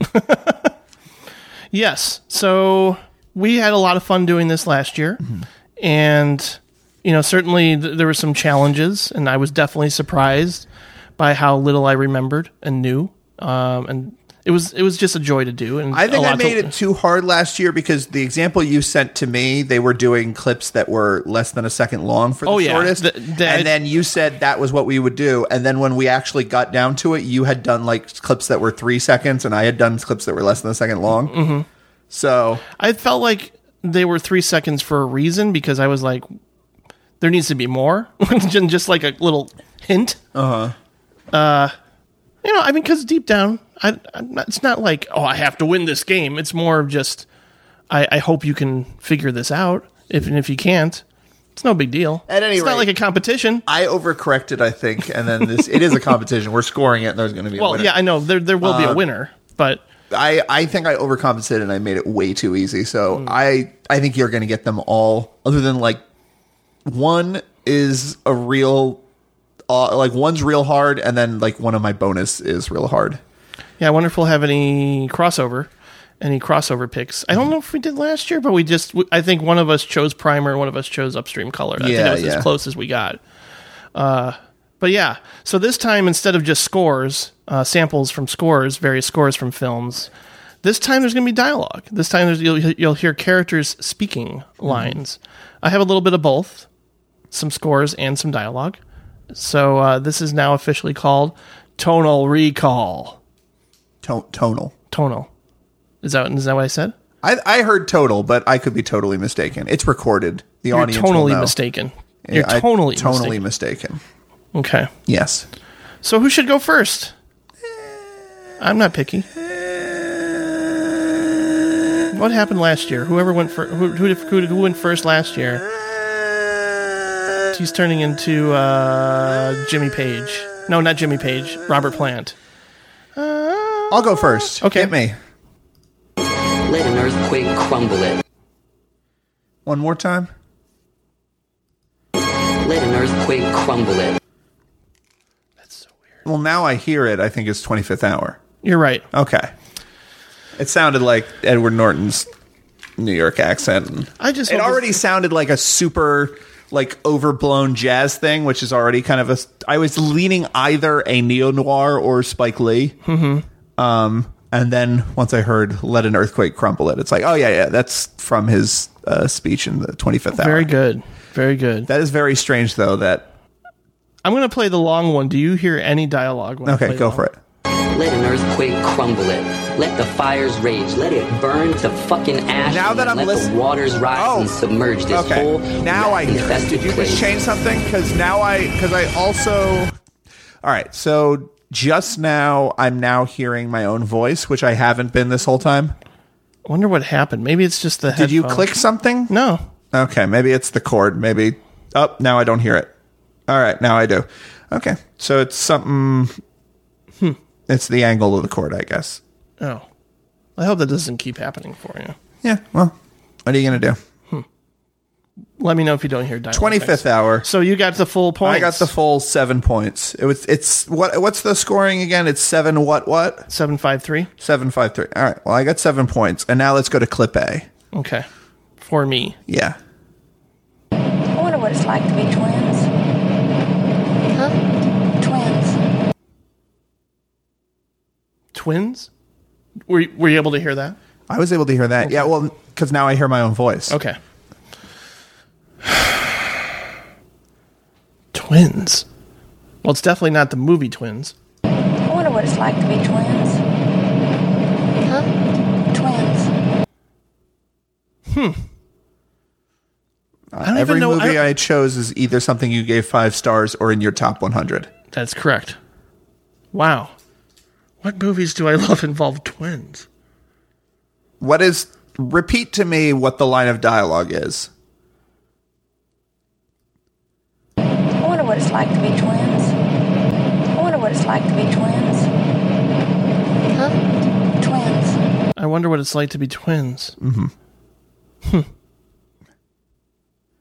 Speaker 1: Yes. So we had a lot of fun doing this last year.
Speaker 2: Mm-hmm.
Speaker 1: And, you know, certainly th- there were some challenges. And I was definitely surprised by how little I remembered and knew. Um, and it was it was just a joy to do. And
Speaker 2: I
Speaker 1: a
Speaker 2: think I
Speaker 1: lot to-
Speaker 2: made it too hard last year because the example you sent to me, they were doing clips that were less than a second long for the
Speaker 1: Oh, yeah.
Speaker 2: shortest.
Speaker 1: Th- that-
Speaker 2: and then you said that was what we would do. And then when we actually got down to it, you had done like clips that were three seconds and I had done clips that were less than a second long. Mm-hmm. So
Speaker 1: I felt like they were three seconds for a reason because I was like, there needs to be more <laughs> than just like a little hint. Uh-huh. Uh You know, I mean, because deep down, I, I'm not, it's not like oh, I have to win this game. It's more of just I, I hope you can figure this out. If and if you can't, it's no big deal.
Speaker 2: At any
Speaker 1: it's not
Speaker 2: rate-
Speaker 1: like a competition.
Speaker 2: I overcorrected, I think. And then this, it is a competition. We're scoring it Uh, and there's going to be a
Speaker 1: Well,
Speaker 2: winner.
Speaker 1: yeah, I know there there will be a winner, but
Speaker 2: I, I think I overcompensated and I made it way too easy. So
Speaker 1: Hmm.
Speaker 2: I I think you're going to get them all, other than like one is a real, uh, like one's real hard, and then like one of my bonus is real hard.
Speaker 1: Yeah, I wonder if we'll have any crossover, any crossover picks. I don't
Speaker 2: Mm-hmm.
Speaker 1: know if we did last year, but we just, I think one of us chose primer, one of us chose upstream color. I think
Speaker 2: Yeah,
Speaker 1: that was
Speaker 2: yeah.
Speaker 1: as close as we got. Uh, but yeah, so this time instead of just scores, uh, samples from scores, various scores from films, this time there's going to be dialogue. This time there's, you'll, you'll hear characters speaking
Speaker 2: Mm-hmm.
Speaker 1: lines. I have a little bit of both, some scores and some dialogue. So uh, this is now officially called Tonal Recall
Speaker 2: To- tonal.
Speaker 1: tonal. Is that is that what I said?
Speaker 2: I I heard total, but I could be totally mistaken. It's recorded. The
Speaker 1: You're
Speaker 2: audience will
Speaker 1: tonally
Speaker 2: know.
Speaker 1: mistaken.
Speaker 2: Yeah,
Speaker 1: You're
Speaker 2: I-
Speaker 1: tonally
Speaker 2: tonally
Speaker 1: mistaken.
Speaker 2: mistaken.
Speaker 1: Okay.
Speaker 2: Yes.
Speaker 1: So who should go first? I'm not picky. What happened last year? Whoever went first. Who, who, who, who went first last year? He's turning into uh, Jimmy Page. No, not Jimmy Page. Robert Plant.
Speaker 2: I'll go first.
Speaker 1: Okay.
Speaker 2: Hit me
Speaker 4: Let an earthquake crumble it.
Speaker 2: one more time.
Speaker 4: Let an earthquake crumble it.
Speaker 1: That's so weird.
Speaker 2: Well, now I hear it. I think it's 25th hour.
Speaker 1: You're right.
Speaker 2: Okay. It sounded like Edward Norton's New York accent.
Speaker 1: I just
Speaker 2: it
Speaker 1: hope this-
Speaker 2: already sounded like a super like overblown jazz thing, which is already kind of a. I was leaning either a neo noir or Spike Lee. Mm-hmm. Um, and then once I heard "Let an Earthquake Crumble It," it's like, oh yeah, yeah, that's from his uh, speech in the 25th hour.
Speaker 1: Very good. Very good.
Speaker 2: That is very strange, though. That
Speaker 1: I'm going to play the long one. Do you hear any dialogue? When I
Speaker 2: okay,
Speaker 1: play
Speaker 2: go
Speaker 1: long?
Speaker 2: for it.
Speaker 4: Let an earthquake crumble it. Let the fires rage. Let it burn to fucking ash.
Speaker 2: Now that I'm
Speaker 4: let
Speaker 2: listen-
Speaker 4: the waters rise
Speaker 2: Oh.
Speaker 4: and submerge this
Speaker 2: Okay,
Speaker 4: whole
Speaker 2: now I hear. it.
Speaker 4: infested
Speaker 2: Did you
Speaker 4: place.
Speaker 2: just change something? Because now I because I also. All right, so just now I'm now hearing my own voice, which I haven't been this whole time.
Speaker 1: I wonder what happened. Maybe it's just the.
Speaker 2: Did you
Speaker 1: headphones.
Speaker 2: click something?
Speaker 1: No.
Speaker 2: Okay, maybe it's the cord. Maybe. Oh, now I don't hear it. All right, now I do. Okay, so it's something. hmm, It's the angle of the cord, I guess.
Speaker 1: Oh. I hope that doesn't keep happening for you.
Speaker 2: Yeah. Well, what are you gonna do?
Speaker 1: Let me know if you don't hear dialogue.
Speaker 2: Twenty fifth hour.
Speaker 1: So you got the full point.
Speaker 2: I got the full seven points. It was. It's what? What's the scoring again? It's seven. What? What?
Speaker 1: seven five three.
Speaker 2: Seven five three. All right. Well, I got seven points, and now let's go to clip A.
Speaker 1: Okay. For me.
Speaker 2: Yeah.
Speaker 5: I wonder what it's like to be twins. Huh? Twins.
Speaker 1: Twins? Were you, were you able to hear that?
Speaker 2: I was able to hear that. Yeah. Well, because now I hear my own voice.
Speaker 1: Okay. <sighs> Twins. Well, it's definitely not the movie Twins.
Speaker 5: I wonder what it's like to be twins. Huh? Twins.
Speaker 1: I don't
Speaker 2: Every
Speaker 1: even know. I
Speaker 2: movie
Speaker 1: don't-
Speaker 2: I, chose is either something you gave five stars or in your top 100.
Speaker 1: That's correct. Wow. What movies do I <laughs> love involve twins?
Speaker 2: What is. Repeat to me what the line of dialogue is.
Speaker 5: I wonder what it's like to be twins. I wonder what it's like to be twins. Huh? Twins.
Speaker 1: I wonder what it's like to be twins. Mm-hmm.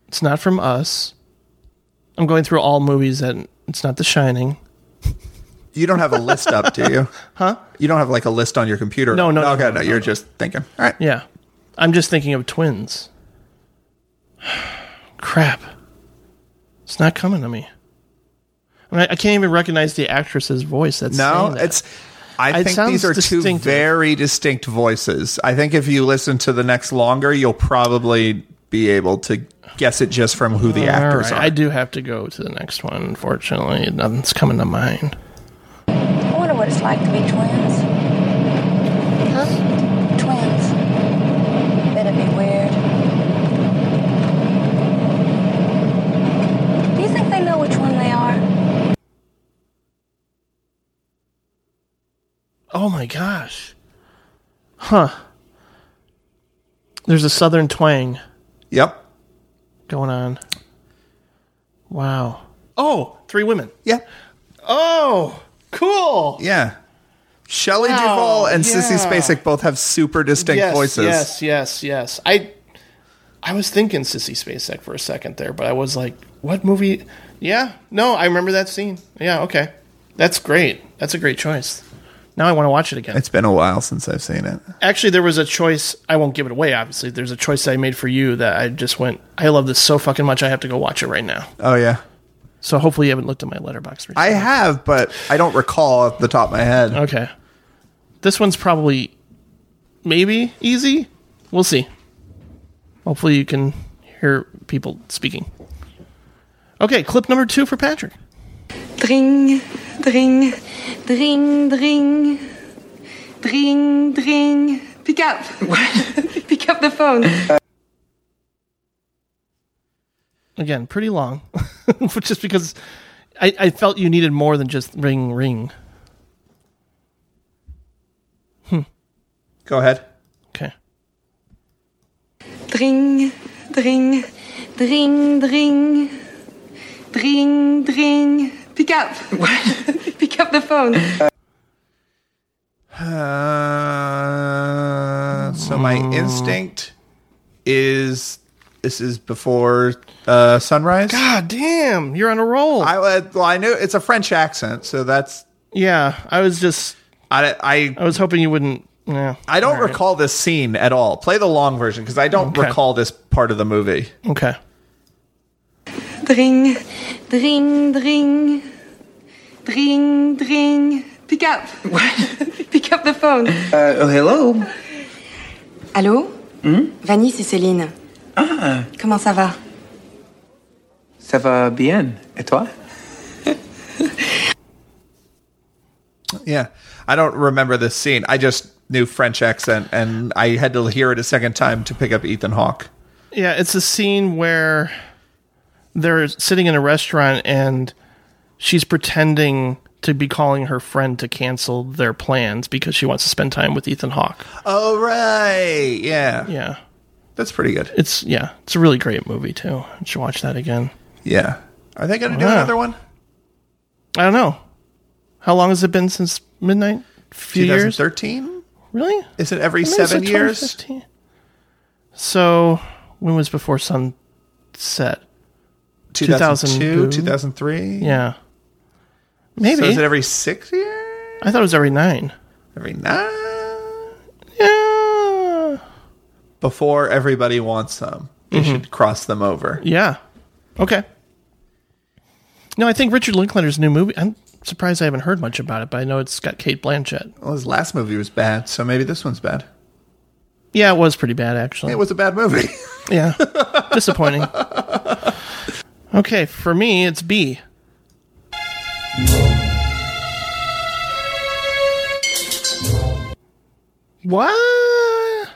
Speaker 1: It's not from Us. I'm going through all movies that it's not The Shining.
Speaker 2: You don't have a list up, do
Speaker 1: <laughs>
Speaker 2: you? Huh? You don't have like a list on your computer.
Speaker 1: No, no, no,
Speaker 2: Okay,
Speaker 1: no,
Speaker 2: no, you're just thinking. All right.
Speaker 1: Yeah, I'm just thinking of twins. <sighs> Crap, it's not coming to me. I, mean, I- I can't even recognize the actress's voice. That's saying
Speaker 2: No,
Speaker 1: that.
Speaker 2: it's. I
Speaker 1: It
Speaker 2: think
Speaker 1: sounds
Speaker 2: these are two
Speaker 1: distinctive.
Speaker 2: very distinct voices. I think if you listen to the next longer, you'll probably be able to guess it just from who the
Speaker 1: all
Speaker 2: actors
Speaker 1: right.
Speaker 2: are.
Speaker 1: I do have to go to the next one. Unfortunately, nothing's coming to mind.
Speaker 5: I wonder what it's like to be twins. Huh? Twins. That'd be weird. Do you think they know which one they are?
Speaker 1: Oh my gosh. Huh. There's a southern twang
Speaker 2: Yep.
Speaker 1: going on. Wow. Oh, three women.
Speaker 2: Yeah.
Speaker 1: Oh, cool.
Speaker 2: Yeah. Shelley
Speaker 1: Wow,
Speaker 2: Duvall and Sissy
Speaker 1: yeah.
Speaker 2: Spacek both have super distinct
Speaker 1: yes,
Speaker 2: voices.
Speaker 1: Yes, yes, yes. I I was thinking Sissy Spacek for a second there, but I was like, what movie? Yeah, no, I remember that scene. Yeah, okay. That's great. That's a great choice. Now I want to watch it again.
Speaker 2: It's been a while since I've seen it.
Speaker 1: Actually, there was a choice. I won't give it away, obviously. There's a choice I made for you that I just went, I love this so fucking much, I have to go watch it right now.
Speaker 2: Oh yeah.
Speaker 1: So hopefully you haven't looked at my letterbox recently.
Speaker 2: I have, but I don't recall off the top of my head.
Speaker 1: Okay. This one's probably maybe easy. We'll see. Hopefully you can hear people speaking. Okay, clip number two for Patrick.
Speaker 6: Dring, dring, dring, dring, dring, dring. Pick up. <laughs> What? Pick up the phone.
Speaker 1: Again, pretty long. <laughs> but just because I, I felt you needed more than just ring ring.
Speaker 2: Go ahead.
Speaker 1: Okay.
Speaker 6: Dring, dring, dring, dring, dring, dring. Pick up. <laughs> What? Pick up the phone.
Speaker 2: Uh, so my
Speaker 1: Mm.
Speaker 2: instinct is this is before uh, sunrise.
Speaker 1: God damn, you're on a roll.
Speaker 2: I uh, well, I knew it's a French accent, so that's
Speaker 1: yeah, I was just
Speaker 2: I I
Speaker 1: I was hoping you wouldn't yeah.
Speaker 2: I don't
Speaker 1: All right.
Speaker 2: recall this scene at all. Play the long version because I don't
Speaker 1: Okay.
Speaker 2: recall this part of the movie.
Speaker 1: Okay.
Speaker 6: Dring, dring, dring, dring, dring. Pick up. <laughs> What? Pick up the phone.
Speaker 7: Uh, oh, hello.
Speaker 6: Allô Vanny, c'est Céline.
Speaker 7: Ah,
Speaker 6: Comment ça va
Speaker 7: ça va bien. Et toi?
Speaker 2: Yeah. I don't remember this scene. I just knew French accent and I had to hear it a second time to pick up Ethan Hawke.
Speaker 1: Yeah, it's a scene where they're sitting in a restaurant and she's pretending to be calling her friend to cancel their plans because she wants to spend time with Ethan Hawke.
Speaker 2: Oh right. Yeah.
Speaker 1: Yeah.
Speaker 2: That's pretty good.
Speaker 1: It's yeah, it's a really great movie too. You should watch that again.
Speaker 2: Yeah. Are they going to do
Speaker 1: Wow.
Speaker 2: another one?
Speaker 1: I don't know. How long has it been since midnight? Few years?
Speaker 2: 2013?
Speaker 1: Really?
Speaker 2: Is it every
Speaker 1: I mean, it's
Speaker 2: 7
Speaker 1: like
Speaker 2: years?
Speaker 1: 2015. So when was before sunset?
Speaker 2: 2002,
Speaker 1: 2002?
Speaker 2: 2003?
Speaker 1: Yeah. Maybe.
Speaker 2: So is it every 6 years?
Speaker 1: I thought it was every nine.
Speaker 2: Every 9?
Speaker 1: Yeah.
Speaker 2: before everybody wants them. They
Speaker 1: Mm-hmm.
Speaker 2: should cross them over.
Speaker 1: Yeah. Okay. No, I think Richard Linklater's new movie. I'm surprised I haven't heard much about it, but I know it's got Kate Blanchett.
Speaker 2: Well, his last movie was bad, so maybe this one's bad.
Speaker 1: Yeah, it was pretty bad actually.
Speaker 2: It was a bad movie. <laughs>
Speaker 1: yeah. Disappointing. Okay, for me it's B. What?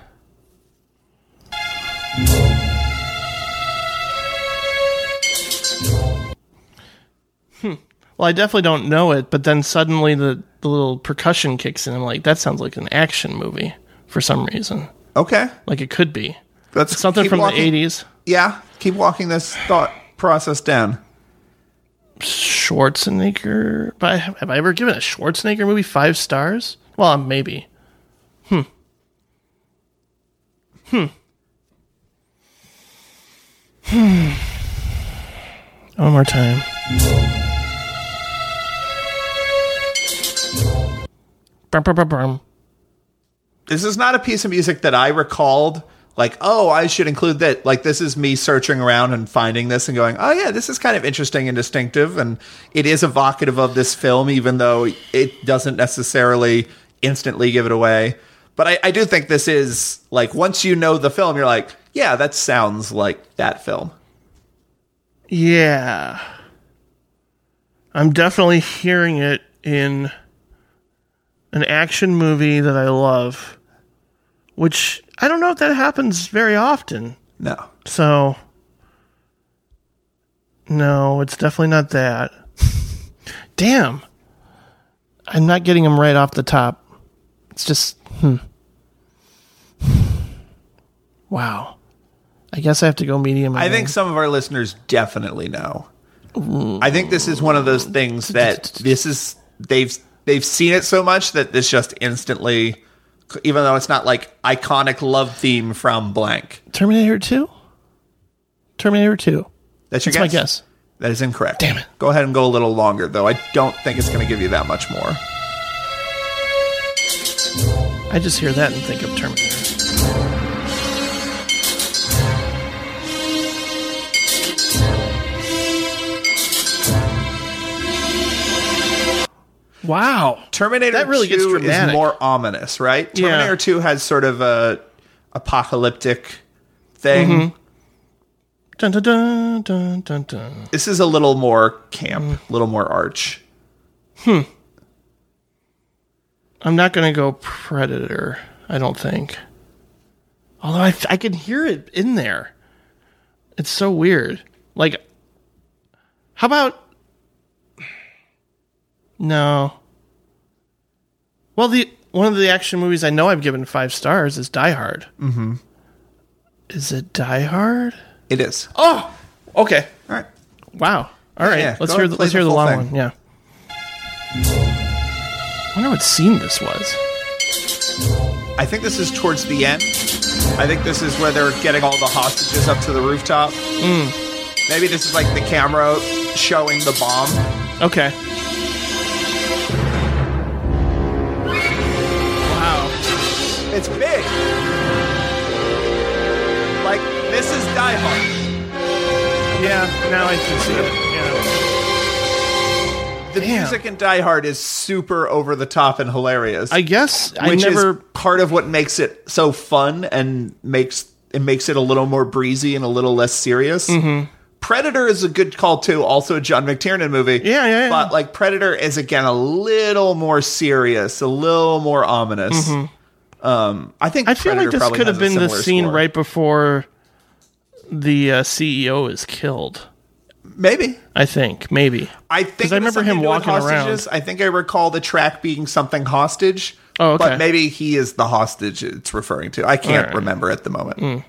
Speaker 1: Hmm. Well, I definitely don't know it, but then suddenly the, the little percussion kicks in. I'm like, that sounds like an action movie for some reason.
Speaker 2: okay.
Speaker 1: Like it could be.
Speaker 2: That's
Speaker 1: Something from
Speaker 2: walking,
Speaker 1: the 80s.
Speaker 2: Yeah. Keep walking this thought process down.
Speaker 1: Schwarzenegger. But I- have I ever given a Schwarzenegger movie five stars? Well, maybe. Hmm. Hmm. Hmm. One more time. Brum, brum, brum, brum.
Speaker 2: This is not a piece of music that I recalled. Like, oh, I should include that. Like, this is me searching around and finding this and going, oh, yeah, this is kind of interesting and distinctive. And it is evocative of this film, even though it doesn't necessarily instantly give it away. But I, I do think this is like, once you know the film, you're like, yeah, that sounds like that film.
Speaker 1: Yeah. I'm definitely hearing it in an action movie that I love, which I don't know if that happens very often.
Speaker 2: No.
Speaker 1: So, no, it's definitely not that. <laughs> Damn. I'm not getting them right off the top. It's just, hmm. <sighs> Wow. I guess I have to go medium.
Speaker 2: I
Speaker 1: again.
Speaker 2: think some of our listeners definitely know. I think this is one of those things that this is they've they've seen it so much that this just instantly even though it's not like iconic love theme from blank.
Speaker 1: Terminator 2? Terminator 2.
Speaker 2: That's your
Speaker 1: That's my guess.
Speaker 2: That is incorrect.
Speaker 1: Damn it.
Speaker 2: Go ahead and go a little longer though. I don't think it's going to give you that much more.
Speaker 1: I just hear that and think of Terminator. Wow.
Speaker 2: Terminator
Speaker 1: That really
Speaker 2: 2
Speaker 1: gets
Speaker 2: is
Speaker 1: dramatic.
Speaker 2: more ominous, right?
Speaker 1: Yeah.
Speaker 2: Terminator 2 has sort of a apocalyptic thing.
Speaker 1: Mm-hmm. Dun, dun, dun, dun, dun, dun.
Speaker 2: This is a little more camp, a little more arch.
Speaker 1: I'm not going to go Predator, I don't think. Although I, I can hear it in there. It's so weird. Like, how about. No. Well, the one of the action movies I know I've given five stars is Die Hard. Mm-hmm. Is it Die Hard?
Speaker 2: It is.
Speaker 1: Oh, okay.
Speaker 2: All right.
Speaker 1: Wow. All right.
Speaker 2: yeah.
Speaker 1: Let's
Speaker 2: Go
Speaker 1: hear
Speaker 2: and
Speaker 1: the,
Speaker 2: play
Speaker 1: let's
Speaker 2: the
Speaker 1: hear the
Speaker 2: full
Speaker 1: long
Speaker 2: thing.
Speaker 1: one. Yeah. I wonder what scene this was.
Speaker 2: I think this is towards the end. I think this is where they're getting all the hostages up to the rooftop. Maybe this is like the camera showing the bomb.
Speaker 1: Okay.
Speaker 2: It's big. Like this is Die Hard.
Speaker 1: Yeah, now I can see it. Yeah.
Speaker 2: The
Speaker 1: Damn.
Speaker 2: music in Die Hard is super over the top and hilarious.
Speaker 1: I guess I
Speaker 2: which
Speaker 1: never.
Speaker 2: is part of what makes it so fun and makes it makes it a little more breezy and a little less serious.
Speaker 1: Mm-hmm.
Speaker 2: Predator is a good call too. Also, a John McTiernan movie.
Speaker 1: Yeah, yeah, yeah.
Speaker 2: But like Predator is again a little more serious, a little more ominous. Um, I think
Speaker 1: Mm-hmm. I feel
Speaker 2: Predator
Speaker 1: like this
Speaker 2: probably
Speaker 1: could
Speaker 2: has
Speaker 1: have
Speaker 2: a
Speaker 1: been the
Speaker 2: similar
Speaker 1: scene
Speaker 2: score.
Speaker 1: right before the uh, CEO is killed.
Speaker 2: Maybe
Speaker 1: I think maybe.
Speaker 2: I think
Speaker 1: 'Cause I
Speaker 2: it has
Speaker 1: remember him
Speaker 2: something to do with
Speaker 1: walking around.
Speaker 2: hostages. I think I recall the track being something hostage.
Speaker 1: Oh, okay.
Speaker 2: But maybe he is the hostage it's referring to. I can't
Speaker 1: Alright.
Speaker 2: remember at the moment.
Speaker 1: Mm.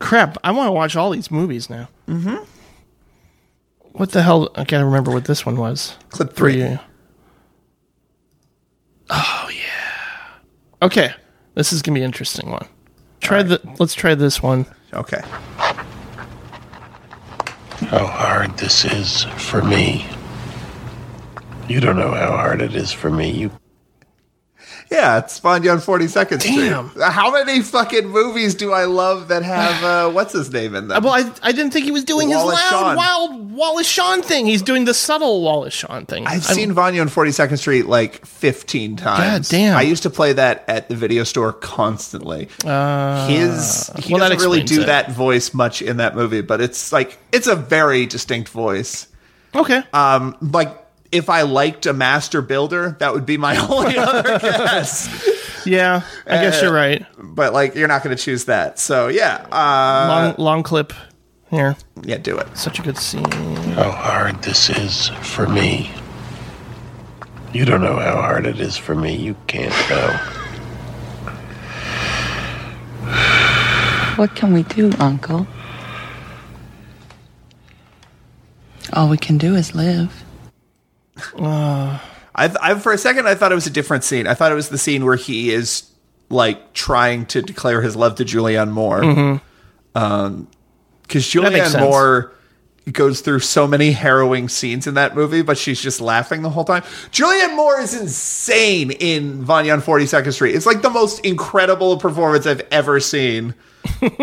Speaker 1: Crap! I want to watch all these movies now. Mm-hmm. What the hell? I can't remember what this one was.
Speaker 2: Clip
Speaker 1: For
Speaker 2: three.
Speaker 1: you. Oh yeah. Okay, this is gonna be an interesting one. Try the. Let's try this one.
Speaker 2: Okay.
Speaker 8: how hard this is for me. You don't know how hard it is for me. You
Speaker 2: Yeah, it's Fonzie on 42nd Street.
Speaker 1: Damn.
Speaker 2: How many fucking movies do I love
Speaker 1: <sighs>
Speaker 2: that have, uh, what's his name in them?
Speaker 1: Well, I, I didn't think he was doing
Speaker 2: Wallace
Speaker 1: his loud,
Speaker 2: Shawn.
Speaker 1: wild Wallace Shawn thing. He's doing the subtle Wallace Shawn thing.
Speaker 2: I've seen Vanya on 42nd Street like 15 times.
Speaker 1: God damn.
Speaker 2: I used to play that at the video store constantly. His he
Speaker 1: Uh, well, that
Speaker 2: doesn't really
Speaker 1: explains
Speaker 2: do
Speaker 1: it.
Speaker 2: that voice much in that movie, but it's like it's a very distinct voice.
Speaker 1: Okay.
Speaker 2: Um like if I liked a master builder, that would be my <laughs>
Speaker 1: <laughs>
Speaker 2: only other guess.
Speaker 1: yeah, I
Speaker 2: uh,
Speaker 1: guess you're right.
Speaker 2: But like you're not going to choose that. So yeah, uh
Speaker 1: Long long clip here.
Speaker 2: yeah, do it.
Speaker 1: Such a good scene.
Speaker 8: how hard this is for me. You don't know how hard it is for me. You can't know.
Speaker 9: What can we do, Uncle? All we can do is live.
Speaker 2: I, I for a second I thought it was a different scene. I thought it was the scene where he is like trying to declare his love to Julianne Moore, because
Speaker 1: Mm-hmm. makes
Speaker 2: Julianne
Speaker 1: sense.
Speaker 2: Moore goes through so many harrowing scenes in that movie, but she's just laughing the whole time. Julianne Moore is insane in Vanya on Forty Second Street. It's like the most incredible performance I've
Speaker 1: <laughs>
Speaker 2: ever seen.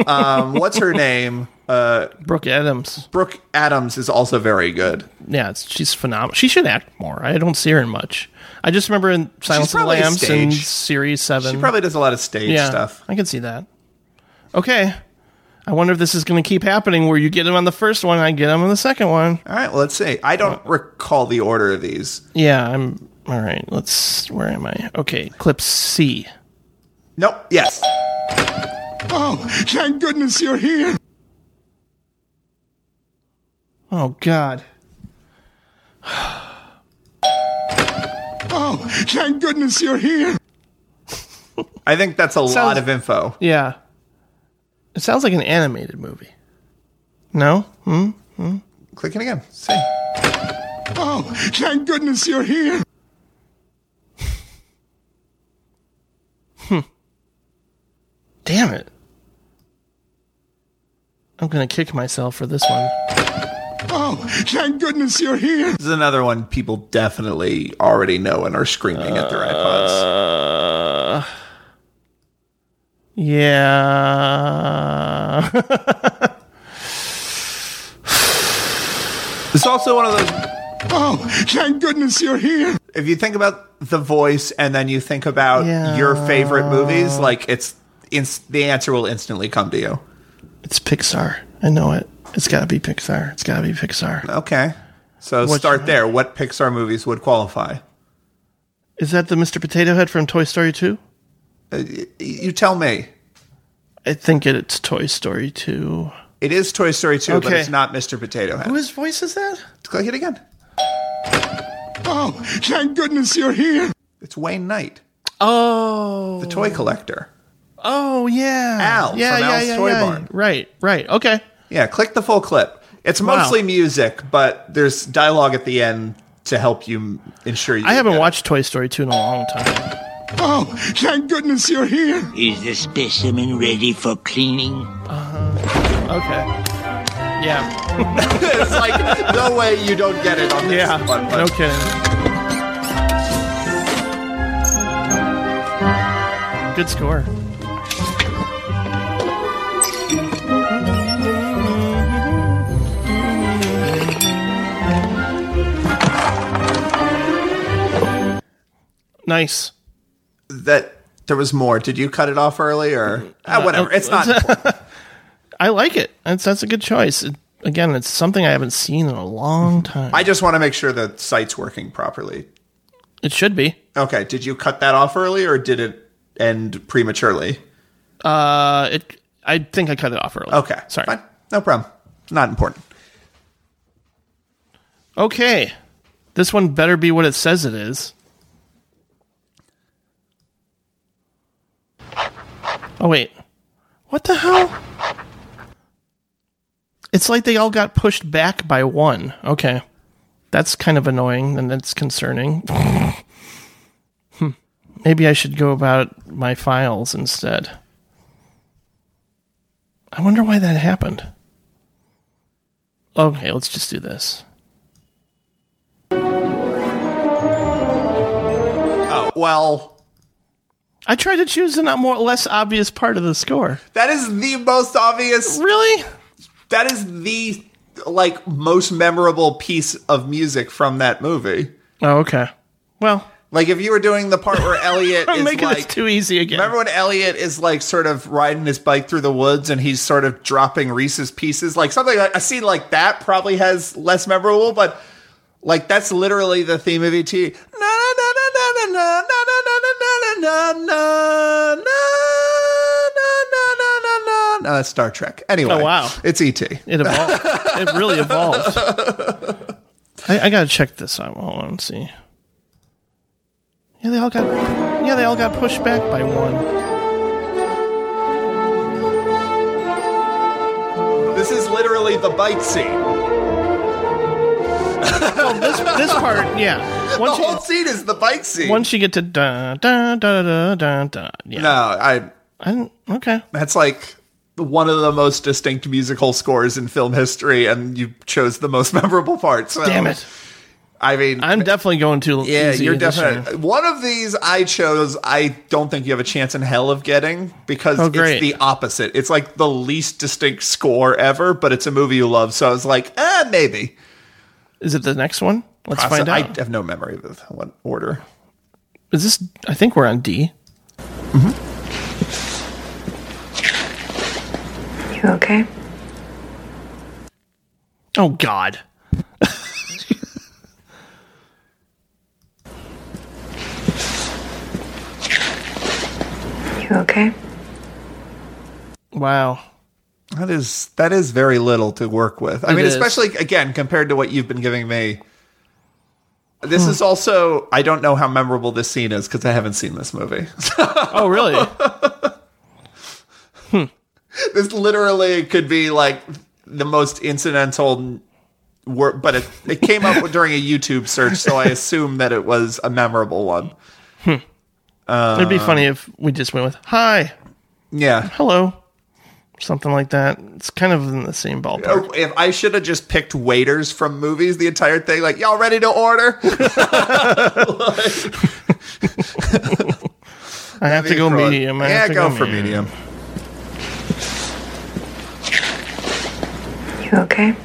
Speaker 2: um, what's her name? Uh,
Speaker 1: Brooke Adams.
Speaker 2: Brooke Adams is also very good.
Speaker 1: Yeah, it's, she's phenomenal. She should act more. I don't see her in much. I just remember in Silence of the
Speaker 2: probably
Speaker 1: Lambs and
Speaker 2: staged.
Speaker 1: Series Seven.
Speaker 2: She probably does a lot of stage
Speaker 1: yeah,
Speaker 2: stuff.
Speaker 1: I can see that. Okay. I wonder if this is going to keep happening where you get him on the first one, I get him on the second one.
Speaker 2: All right, well, let's see. I don't recall the order of these.
Speaker 1: Yeah, I'm all right. Let's. Where am I? Okay, clip C.
Speaker 2: Nope. Yes.
Speaker 1: Oh God.
Speaker 2: I think that's a lot
Speaker 1: Sounds-
Speaker 2: of info.
Speaker 1: Yeah. It sounds like an animated movie. No. Hmm?
Speaker 2: Clicking again. See. Oh,
Speaker 1: Damn it. I'm gonna kick myself for this one.
Speaker 2: Oh, This is another one people definitely already know and are screaming at their iPods.
Speaker 1: Yeah.
Speaker 2: It's also one of those. Oh, thank goodness you're here. If you think about the voice and then you think about
Speaker 1: Yeah.
Speaker 2: your favorite movies, like it's, it's the answer will instantly come to you.
Speaker 1: <laughs> it's Pixar. I know it. It's gotta be Pixar. It's gotta be Pixar.
Speaker 2: Okay. So
Speaker 1: What's-
Speaker 2: start there. What Pixar movies would qualify?
Speaker 1: Is that the Mr. Potato Head from Toy Story 2?
Speaker 2: Uh, y- you tell me.
Speaker 1: I think it, it's Toy Story 2.
Speaker 2: It is Toy Story 2, but
Speaker 1: Okay.
Speaker 2: it's not Mr. Potato Head.
Speaker 1: Whose voice is that?
Speaker 2: Click it again. It's Wayne Knight,
Speaker 1: Oh.
Speaker 2: the toy collector.
Speaker 1: Oh yeah.
Speaker 2: Al
Speaker 1: yeah,
Speaker 2: from
Speaker 1: yeah,
Speaker 2: Al's
Speaker 1: yeah,
Speaker 2: Toy
Speaker 1: yeah.
Speaker 2: Barn.
Speaker 1: Right, right. Okay.
Speaker 2: Yeah, click the full clip. It's
Speaker 1: Wow.
Speaker 2: mostly music, but there's dialogue at the end to help you m- ensure you.
Speaker 1: I haven't
Speaker 2: get it.
Speaker 1: watched Toy Story 2 in a long time.
Speaker 10: Is the specimen ready for cleaning?
Speaker 1: Okay. Yeah.
Speaker 2: it's like no way you don't get it on this
Speaker 1: Yeah.
Speaker 2: one. but-
Speaker 1: No kidding. Good score. Nice.
Speaker 2: That there was more. Did you cut it off early
Speaker 1: Uh,
Speaker 2: or ah, whatever? It's not.
Speaker 1: <laughs> I like it. That's that's a good choice. It, again, it's something I haven't seen in a long time.
Speaker 2: Mm-hmm. I just want to make sure the site's working properly.
Speaker 1: It should be.
Speaker 2: Okay. Did you cut that off early or did it end prematurely?
Speaker 1: Uh, it. I think I cut it off early.
Speaker 2: Okay.
Speaker 1: Sorry.
Speaker 2: Fine. No problem. Not important.
Speaker 1: Okay. This one better be what it says it is. Oh wait. What the hell? It's like they all got pushed back by one. Okay. That's kind of annoying and that's concerning. <laughs> Hmm. Maybe I should go about my files instead. I wonder why that happened. Okay, let's just do this.
Speaker 2: Oh well.
Speaker 1: I tried to choose a not more less obvious part of the score.
Speaker 2: That is the most obvious.
Speaker 1: Really?
Speaker 2: That is the like most memorable piece of music from that movie.
Speaker 1: Oh, okay. Well,
Speaker 2: Like if you were doing the part
Speaker 1: <laughs>
Speaker 2: where Elliot
Speaker 1: I'm
Speaker 2: is
Speaker 1: making
Speaker 2: like
Speaker 1: this too easy again.
Speaker 2: Remember when Elliot is like sort of riding his bike through the woods and he's sort of dropping Reese's pieces? Like something like a scene like that probably has less memorable, but like that's literally the theme of ET. Na, na, na, na, na, na, na, na, na, na, na, na, na, na, na, na, na, na, na. No, that's Star Trek. Anyway,
Speaker 1: Oh, wow.
Speaker 2: it's ET.
Speaker 1: It evolved.
Speaker 2: <laughs>
Speaker 1: it really evolved. I, I gotta check this out. Hold on, let's see. Yeah, they all got. Yeah, they all got pushed back by one.
Speaker 2: This is literally the bike scene.
Speaker 1: Well, this this
Speaker 2: <laughs>
Speaker 1: part, yeah. Once
Speaker 2: the whole scene is the bike scene.
Speaker 1: you, once you get to da da da da da da. Yeah.
Speaker 2: No, I.
Speaker 1: I didn't, okay.
Speaker 2: That's like one of the most distinct musical scores in film history, and you chose the most <laughs> memorable part. So,
Speaker 1: Damn it.
Speaker 2: I mean,
Speaker 1: I'm definitely going too.
Speaker 2: yeah,
Speaker 1: easy
Speaker 2: you're
Speaker 1: this
Speaker 2: definitely one of these I chose. I don't think you have a chance in hell of getting because
Speaker 1: Oh,
Speaker 2: it's
Speaker 1: great.
Speaker 2: the opposite. It's like the least distinct score ever, but it's a movie you love. So I was like, eh, maybe.
Speaker 1: year. Is it the next one? Let's
Speaker 2: Process-
Speaker 1: find out.
Speaker 2: I have no memory of what order.
Speaker 1: Is this? I think we're on D.
Speaker 11: You okay?
Speaker 1: Oh God.
Speaker 11: You okay?
Speaker 1: Wow.
Speaker 2: That is that is very little to work with. I
Speaker 1: It
Speaker 2: mean,
Speaker 1: is.
Speaker 2: especially again compared to what you've been giving me. This
Speaker 1: Hmm.
Speaker 2: is also I don't know how memorable this scene is because I haven't seen this movie. <laughs>
Speaker 1: Oh really?
Speaker 2: this literally could be like the most incidental work, but it it came up <laughs> during a YouTube search, so I assume that it was a memorable one.
Speaker 1: It'd be funny if we just went with "Hi,
Speaker 2: Yeah.
Speaker 1: hello," something like that. It's kind of in the same ballpark.
Speaker 2: Or If I should have just picked waiters from movies, the entire thing, like y'all ready to order?
Speaker 1: I have to go
Speaker 2: Fraud.
Speaker 1: medium. I
Speaker 2: Yeah,
Speaker 1: have to
Speaker 2: go, for medium.
Speaker 11: You okay?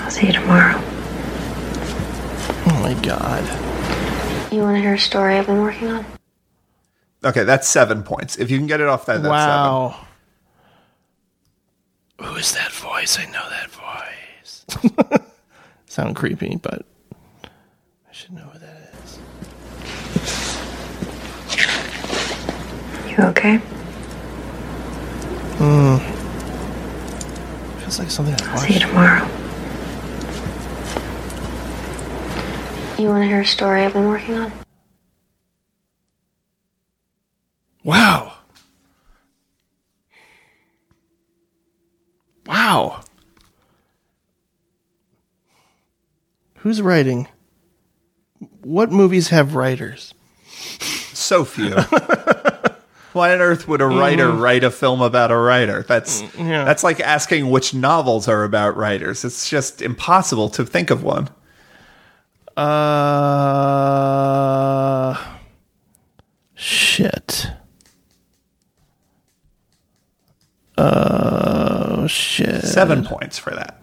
Speaker 11: I'll see you tomorrow.
Speaker 1: Oh my god.
Speaker 6: You want to hear a story I've been working on?
Speaker 2: Okay, that's seven points. If you can get it off that, that's seven.
Speaker 1: Wow. Who is that voice? I know that voice. <laughs> Sound creepy, but I should know who that is.
Speaker 11: You okay?
Speaker 1: Feels like something I
Speaker 11: I'll see you
Speaker 1: watched.
Speaker 11: tomorrow.
Speaker 6: You want to hear a story I've been working on?
Speaker 1: Wow. Wow. Who's writing? What movies have writers? <laughs>
Speaker 2: So few. Why on earth would a writer write a film about a writer? That's
Speaker 1: Mm-hmm. Mm, yeah.
Speaker 2: that's like asking which novels are about writers. It's just impossible to think of one.
Speaker 1: Uh, shit. Oh shit. Uh,
Speaker 2: Seven points for that.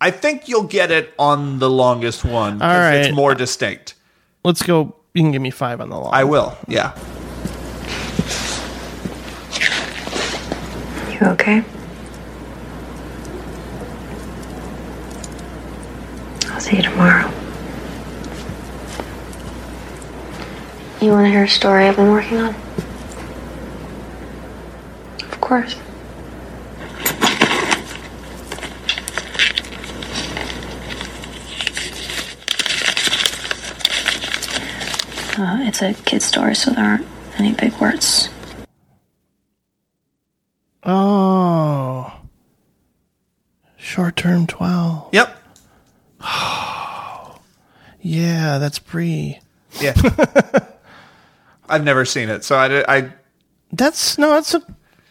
Speaker 2: I think you'll get it on the longest one. 'cause
Speaker 1: All right.
Speaker 2: It's more distinct.
Speaker 1: Let's go. You can give me five on the long.
Speaker 2: I will. Yeah.
Speaker 6: You okay? I'll see you tomorrow. You want to hear a story I've been working on? Of course. Uh, it's a kid's story, so there aren't any big words.
Speaker 1: Oh. Short term 12.
Speaker 2: Yep.
Speaker 1: Yeah, that's Bree. <laughs>
Speaker 2: Yeah. I've never seen it, so I, di- I
Speaker 1: That's no, that's a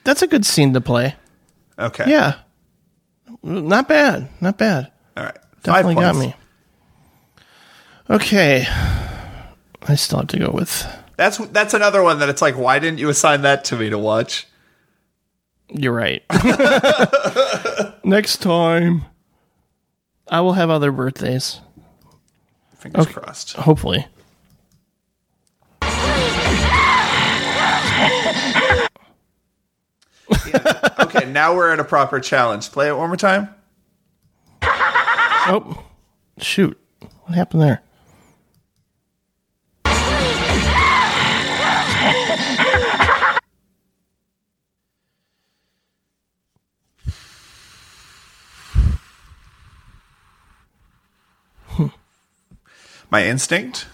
Speaker 1: that's a good scene to play.
Speaker 2: okay.
Speaker 1: Yeah. Not bad. Not bad.
Speaker 2: All right. Five
Speaker 1: Definitely got
Speaker 2: points.
Speaker 1: me. Okay. I still have to go with
Speaker 2: That's that's another one that it's like, why didn't you assign that to me to watch?
Speaker 1: You're right. <laughs> Next time I will have other birthdays.
Speaker 2: Fingers
Speaker 1: Okay.
Speaker 2: crossed.
Speaker 1: Hopefully.
Speaker 2: Okay, now we're at a proper challenge. Play it one more time.
Speaker 1: Oh, shoot. What happened there?
Speaker 2: My instinct.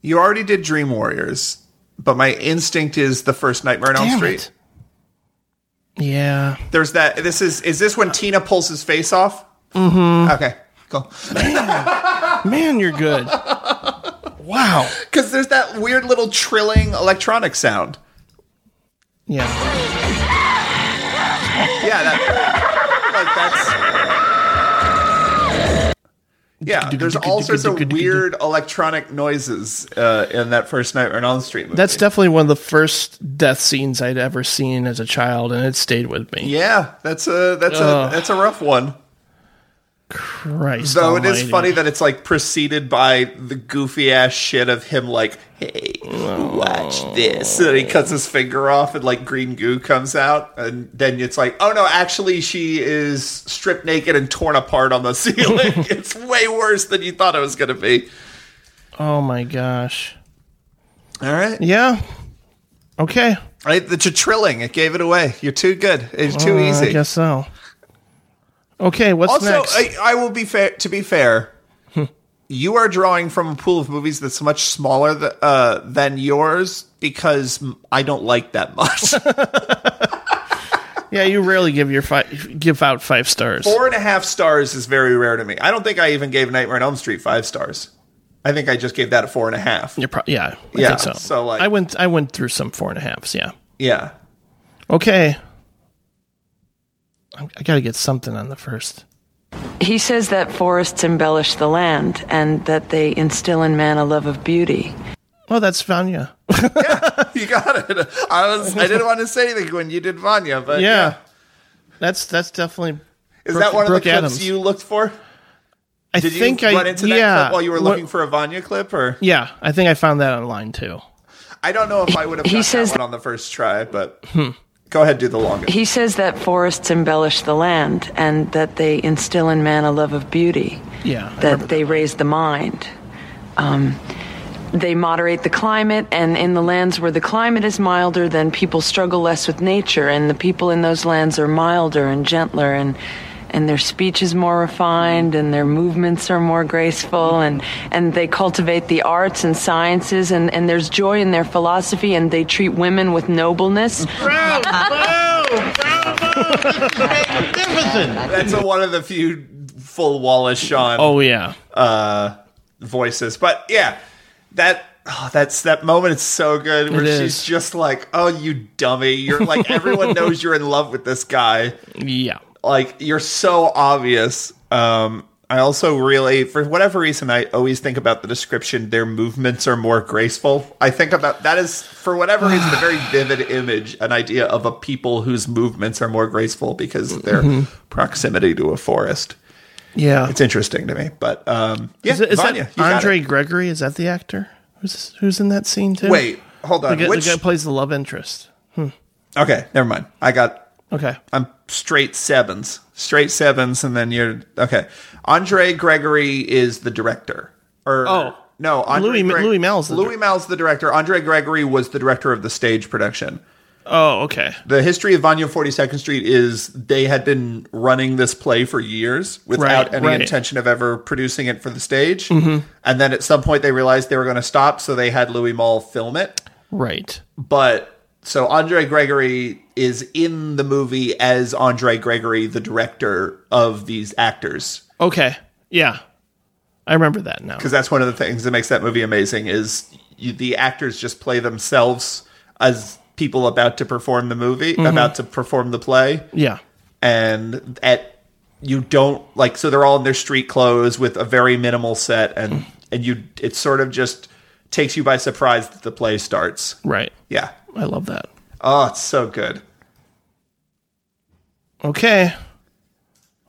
Speaker 2: You already did Dream Warriors, but my instinct is the first Nightmare on Elm
Speaker 1: Damn
Speaker 2: Street.
Speaker 1: it. Yeah.
Speaker 2: There's that. This is is this when Tina pulls his face off?
Speaker 1: Mm-hmm.
Speaker 2: Okay, cool. <laughs>
Speaker 1: Man, you're good. Wow.
Speaker 2: Because there's that weird little trilling electronic sound.
Speaker 1: Yeah.
Speaker 2: Yeah, that, like that's. Yeah, there's all sorts of weird electronic noises uh, in that first Nightmare on Elm Street movie.
Speaker 1: That's definitely one of the first death scenes I'd ever seen as a child, and it stayed with me.
Speaker 2: yeah, that's a that's
Speaker 1: Ugh.
Speaker 2: a that's a rough one.
Speaker 1: Christ.
Speaker 2: Though it is
Speaker 1: almighty.
Speaker 2: funny that it's like preceded by the goofy ass shit of him like, hey, watch this. And he cuts his finger off and like green goo comes out. And then it's like, oh no, actually she is stripped naked and torn apart on the <laughs> ceiling. it's way worse than you thought it was going to be.
Speaker 1: Oh my gosh.
Speaker 2: All right.
Speaker 1: Yeah. Okay.
Speaker 2: Right, the trilling. It gave it away. You're too good. It's too
Speaker 1: Uh,
Speaker 2: easy.
Speaker 1: I guess so. Okay, what's
Speaker 2: also,
Speaker 1: next?
Speaker 2: I, I will be fair. To be fair, <laughs> you are drawing from a pool of movies that's much smaller th- uh, than yours because m- I don't like that <laughs> much.
Speaker 1: yeah, you rarely give your five give out five stars.
Speaker 2: Four and a half stars is very rare to me. I don't think I even gave Nightmare on Elm Street five stars. I think I just gave that a four and a half.
Speaker 1: You're pro- yeah, I
Speaker 2: Yeah,
Speaker 1: think so.
Speaker 2: so, like-
Speaker 1: I went I went through some four and a halves. Yeah.
Speaker 2: Yeah. <laughs>
Speaker 1: Okay. I, I got to get something on the first.
Speaker 12: He says that forests embellish the land and that they instill in man a love of beauty.
Speaker 1: Oh, that's Vanya.
Speaker 2: You got it. I was. I didn't want to say anything when you did Vanya, but
Speaker 1: yeah.
Speaker 2: yeah.
Speaker 1: That's that's definitely.
Speaker 2: Is
Speaker 1: Brooke-
Speaker 2: that one of
Speaker 1: Brooke
Speaker 2: the clips
Speaker 1: Adams.
Speaker 2: you looked for?
Speaker 1: I
Speaker 2: Did
Speaker 1: think
Speaker 2: you
Speaker 1: I
Speaker 2: run into that
Speaker 1: yeah,
Speaker 2: clip while you were
Speaker 1: what-
Speaker 2: looking for a Vanya clip, or
Speaker 1: Yeah, I think I found that online too.
Speaker 2: I don't know if I would have
Speaker 12: He
Speaker 2: gotten
Speaker 12: says-
Speaker 2: that one on the first try, but
Speaker 1: Hmm.
Speaker 2: go ahead, do the longest.
Speaker 12: He says that forests embellish the land and that they instill in man a love of beauty.
Speaker 1: Yeah, I
Speaker 12: That they raise the mind. Um, they moderate the climate, and in the lands where the climate is milder, then people struggle less with nature, and the people in those lands are milder and gentler, and and their speech is more refined, and their movements are more graceful, and and they cultivate the arts and sciences, and and there's joy in their philosophy, and they treat women with nobleness.
Speaker 2: That's a, one of the few full Wallace Shawn
Speaker 1: Oh yeah.
Speaker 2: uh, voices, but yeah, that. Oh, that's that moment. It's so good where
Speaker 1: It
Speaker 2: she's
Speaker 1: is.
Speaker 2: just like, "Oh, you dummy! You're like everyone
Speaker 1: <laughs>
Speaker 2: knows you're in love with this guy.
Speaker 1: Yeah.
Speaker 2: Like you're so obvious." Um, I also really, for whatever reason, I always think about the description. Their movements are more graceful. I think about that is for whatever reason a
Speaker 1: <sighs>
Speaker 2: very vivid image, an idea of a people whose movements are more graceful because of their
Speaker 1: Mhm.
Speaker 2: proximity to a forest.
Speaker 1: Yeah.
Speaker 2: it's interesting to me. But um, yeah,
Speaker 1: is, it, is
Speaker 2: Vanya,
Speaker 1: that
Speaker 2: you got
Speaker 1: Andre
Speaker 2: it.
Speaker 1: Gregory? Is that the actor who's who's in that scene too?
Speaker 2: Wait, hold on,
Speaker 1: The guy,
Speaker 2: which-
Speaker 1: the guy plays the love interest. Hmm.
Speaker 2: Okay, never mind. I got
Speaker 1: Okay.
Speaker 2: I'm straight sevens, straight sevens, and then you're okay. Andre Gregory is the director, or
Speaker 1: Oh.
Speaker 2: no, Andre
Speaker 1: Louis- Louis Malle's the
Speaker 2: Louis Malle's the director. Andre Gregory was the director of the stage production.
Speaker 1: Oh, okay.
Speaker 2: The history of Vanya Forty Second Street is they had been running this play for years without
Speaker 1: Right,
Speaker 2: any
Speaker 1: right.
Speaker 2: intention of ever producing it for the stage,
Speaker 1: Mhm.
Speaker 2: and then at some point they realized they were going to stop, so they had Louis Malle film it
Speaker 1: Right.
Speaker 2: but so Andre Gregory is in the movie as Andre Gregory, the director of these actors,
Speaker 1: Okay. Yeah. I remember that now.
Speaker 2: because that's one of the things that makes that movie amazing is you, the actors just play themselves as people about to perform the movie,
Speaker 1: Mhm.
Speaker 2: about to perform the play,
Speaker 1: Yeah.
Speaker 2: and at you don't like so they're all in their street clothes with a very minimal set, and and you it sort of just takes you by surprise that the play starts.
Speaker 1: Right.
Speaker 2: Yeah.
Speaker 1: I love that.
Speaker 2: Oh, it's so good.
Speaker 1: Okay.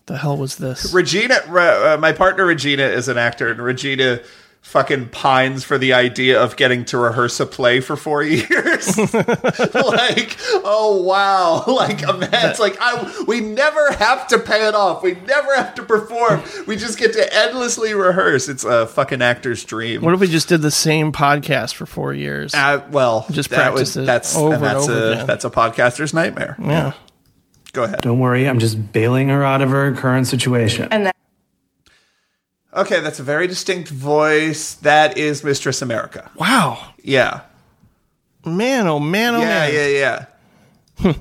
Speaker 1: The hell was this?
Speaker 2: Regina, Re- uh, my partner Regina is an actor, and Regina fucking pines for the idea of getting to rehearse a play for four <laughs> years. like, oh wow, <laughs> like imagine, it's like I we never have to pay it off. We never have to perform. We just get to endlessly rehearse. It's a fucking actor's dream.
Speaker 1: What if we just did the same podcast for four years?
Speaker 2: Uh, well,
Speaker 1: Just
Speaker 2: that
Speaker 1: practice
Speaker 2: was,
Speaker 1: it
Speaker 2: that's
Speaker 1: over
Speaker 2: and that's
Speaker 1: and over
Speaker 2: a
Speaker 1: again.
Speaker 2: that's a podcaster's nightmare.
Speaker 1: Yeah.
Speaker 2: Go ahead.
Speaker 3: Don't worry, I'm just bailing her out of her current situation.
Speaker 2: And that- okay, that's a very distinct voice. That is Mistress America.
Speaker 1: Wow.
Speaker 2: Yeah.
Speaker 1: Man, oh man, oh
Speaker 2: yeah,
Speaker 1: man.
Speaker 2: yeah, yeah.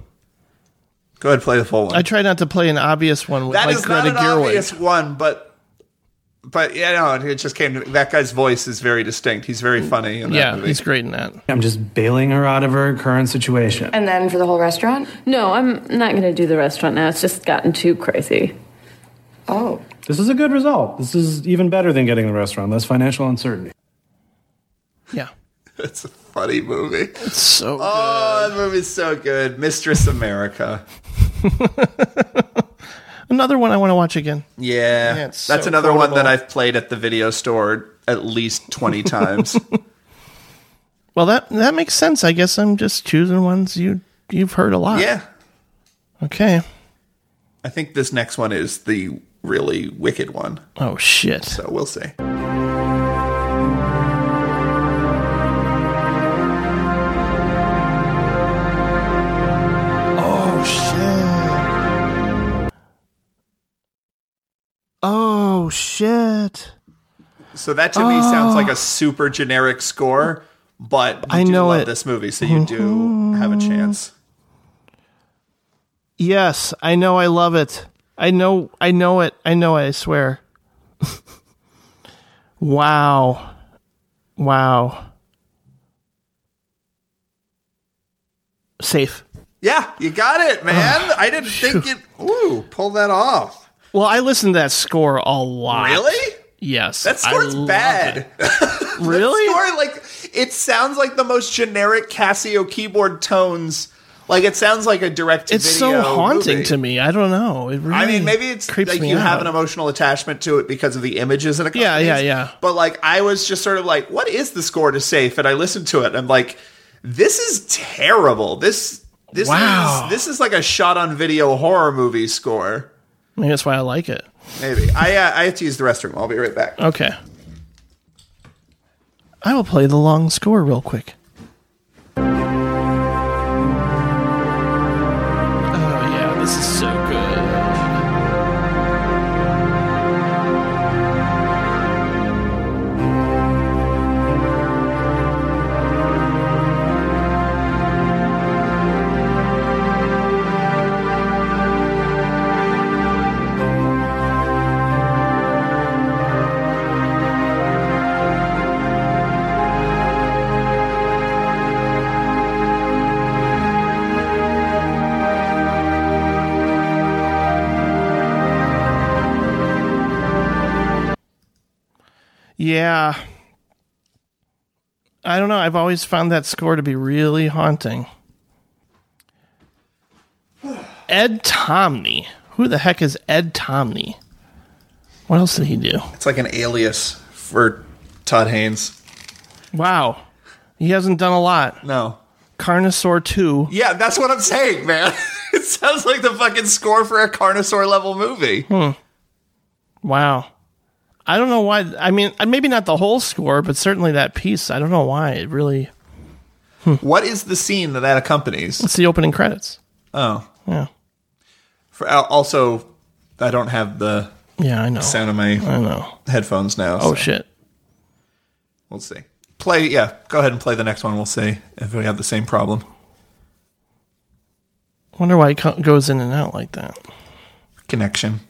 Speaker 2: Go ahead, play the full one.
Speaker 1: Hmm. I try not to play an obvious one with
Speaker 2: That
Speaker 1: like
Speaker 2: is not
Speaker 1: Greta
Speaker 2: an
Speaker 1: Gerwig.
Speaker 2: obvious one, but but yeah, no, it just came. to That guy's voice is very distinct. He's very funny. In that
Speaker 1: Yeah,
Speaker 2: movie. <laughs>
Speaker 1: he's great in that.
Speaker 3: I'm just bailing her out of her current situation.
Speaker 5: And then for the whole restaurant? No, I'm not going to do the restaurant now. It's just gotten too crazy. Oh.
Speaker 3: This is a good result. This is even better than getting the restaurant, less financial uncertainty.
Speaker 1: Yeah.
Speaker 2: It's a funny movie. It's
Speaker 1: so.
Speaker 2: Oh, that movie's so good, Mistress America.
Speaker 1: Another one I want to watch again.
Speaker 2: Yeah,
Speaker 1: Yeah, it's
Speaker 2: that's
Speaker 1: so
Speaker 2: another one that
Speaker 1: quotable.
Speaker 2: I've played at the video store at
Speaker 1: <laughs>
Speaker 2: least twenty times.
Speaker 1: Well, that that makes sense. I guess I'm just choosing ones you you've heard a lot.
Speaker 2: yeah,
Speaker 1: Okay.
Speaker 2: I think this next one is the really wicked one.
Speaker 1: Oh shit.
Speaker 2: So we'll see.
Speaker 1: Oh shit. Oh shit.
Speaker 2: So that to me sounds like a super generic score, but you
Speaker 1: Ah. I
Speaker 2: do
Speaker 1: know
Speaker 2: love
Speaker 1: it. Uh-huh.
Speaker 2: this movie, so you do have a chance.
Speaker 1: Yes, I know. I love it. I know. I know it. I know. it, I swear. <laughs> wow. Wow. Safe.
Speaker 2: Yeah, you got it, man. I didn't think it. Ooh, pull that off.
Speaker 1: Well, I listened to that score a lot.
Speaker 2: Really?
Speaker 1: Yes.
Speaker 2: That
Speaker 1: I
Speaker 2: score's
Speaker 1: love
Speaker 2: bad.
Speaker 1: Really?
Speaker 2: Score like it sounds like the most generic Casio keyboard tones. Like it sounds like a direct.
Speaker 1: It's so haunting to me. I don't know. It really
Speaker 2: I mean, maybe it's
Speaker 1: creeps
Speaker 2: like
Speaker 1: me
Speaker 2: you have
Speaker 1: out.
Speaker 2: an emotional attachment to it because of the images and
Speaker 1: Yeah, yeah, yeah.
Speaker 2: But like, I was just sort of like, what is the score to Safe? And I listened to it. And I'm like, this is terrible. This this
Speaker 1: Wow.
Speaker 2: is this is like a shot on video horror movie score.
Speaker 1: Maybe that's why I like it.
Speaker 2: Maybe I uh, I have to use the restroom. I'll be right back.
Speaker 1: Okay. I will play the long score real quick. Oh yeah, this is so good. Yeah. I don't know. I've always found that score to be really haunting. Ed Tomney. Who the heck is Ed Tomney? What else did he do?
Speaker 13: It's like an alias for Todd Haynes.
Speaker 1: Wow. He hasn't done a lot.
Speaker 13: No.
Speaker 1: Carnosaur 2.
Speaker 2: Yeah, that's what I'm saying, man. <laughs> it sounds like the fucking score for a Carnosaur level movie.
Speaker 1: Hmm. Wow. I don't know why. I mean, uh, maybe not the whole score, but certainly that piece. I don't know why. It really.
Speaker 2: What is the scene that that accompanies?
Speaker 1: It's the opening credits.
Speaker 2: Oh,
Speaker 1: Yeah.
Speaker 2: for, al- also, I don't have the
Speaker 1: Yeah, I know.
Speaker 2: sound of my
Speaker 1: I know.
Speaker 2: headphones now.
Speaker 1: Oh,
Speaker 2: so
Speaker 1: shit.
Speaker 2: We'll see. Play, yeah. Go ahead and play the next one. We'll see if we have the same problem.
Speaker 1: Wonder why it co- goes in and out like that.
Speaker 2: Connection.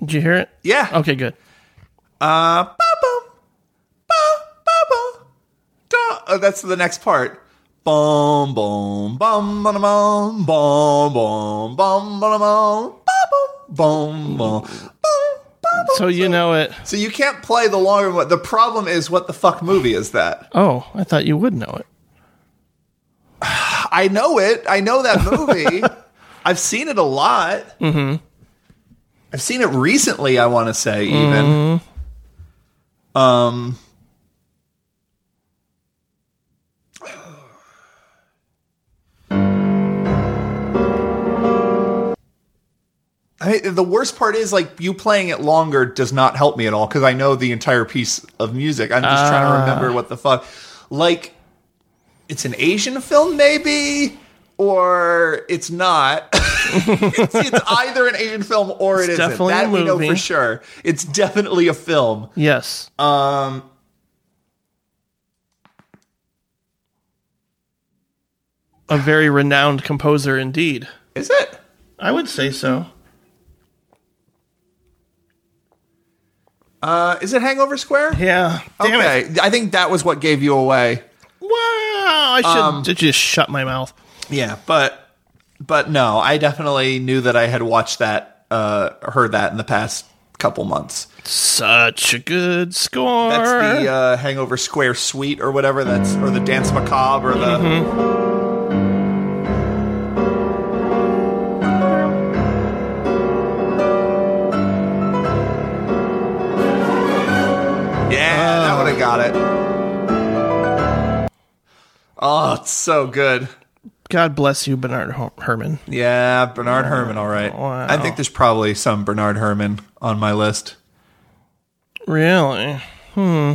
Speaker 1: Did you hear it?
Speaker 2: Yeah.
Speaker 1: Okay, good.
Speaker 2: Uh, ba bum, ba ba ba. da. Oh, that's the next part. Bum bum bum bum bum bum bum bum bum bum bum bum bum.
Speaker 1: So you know it.
Speaker 2: So you can't play the longer one. The problem is, what the fuck movie is that?
Speaker 1: Oh, I thought you would know it.
Speaker 2: I know it. I know that
Speaker 1: <laughs>
Speaker 2: movie. I've seen it a lot.
Speaker 1: Mm-hmm.
Speaker 2: I've seen it recently. I want to say even.
Speaker 1: Mhm.
Speaker 2: Um. I, the worst part is like you playing it longer does not help me at all because I know the entire piece of music. I'm just trying to
Speaker 1: Ah.
Speaker 2: remember what the fuck. Like, it's an Asian film, maybe, or it's not. <laughs> it's, it's either an Asian film or
Speaker 1: It's
Speaker 2: it's
Speaker 1: definitely
Speaker 2: That
Speaker 1: a
Speaker 2: we know
Speaker 1: movie.
Speaker 2: for sure. It's definitely a film.
Speaker 1: Yes.
Speaker 2: Um,
Speaker 1: A very renowned composer indeed.
Speaker 2: Is it?
Speaker 1: I would say so.
Speaker 2: Uh, is it Hangover Square?
Speaker 1: Yeah. Damn
Speaker 2: okay. I think that was what gave you away.
Speaker 1: Wow. I should
Speaker 2: Um,
Speaker 1: did just shut my mouth.
Speaker 2: Yeah, but but no, I definitely knew that I had watched that, uh, heard that in the past couple months.
Speaker 1: Such a good score.
Speaker 2: That's the uh, Hangover Square Suite or whatever. That's or the Dance Macabre or the. Mm-hmm. Yeah, that would have got it. Oh, it's so good.
Speaker 1: God bless you, Bernard Her- Herman.
Speaker 2: Yeah, Bernard Herman. All right,
Speaker 1: Wow.
Speaker 2: I think there's probably some Bernard Herman on my list.
Speaker 1: Really? Hmm.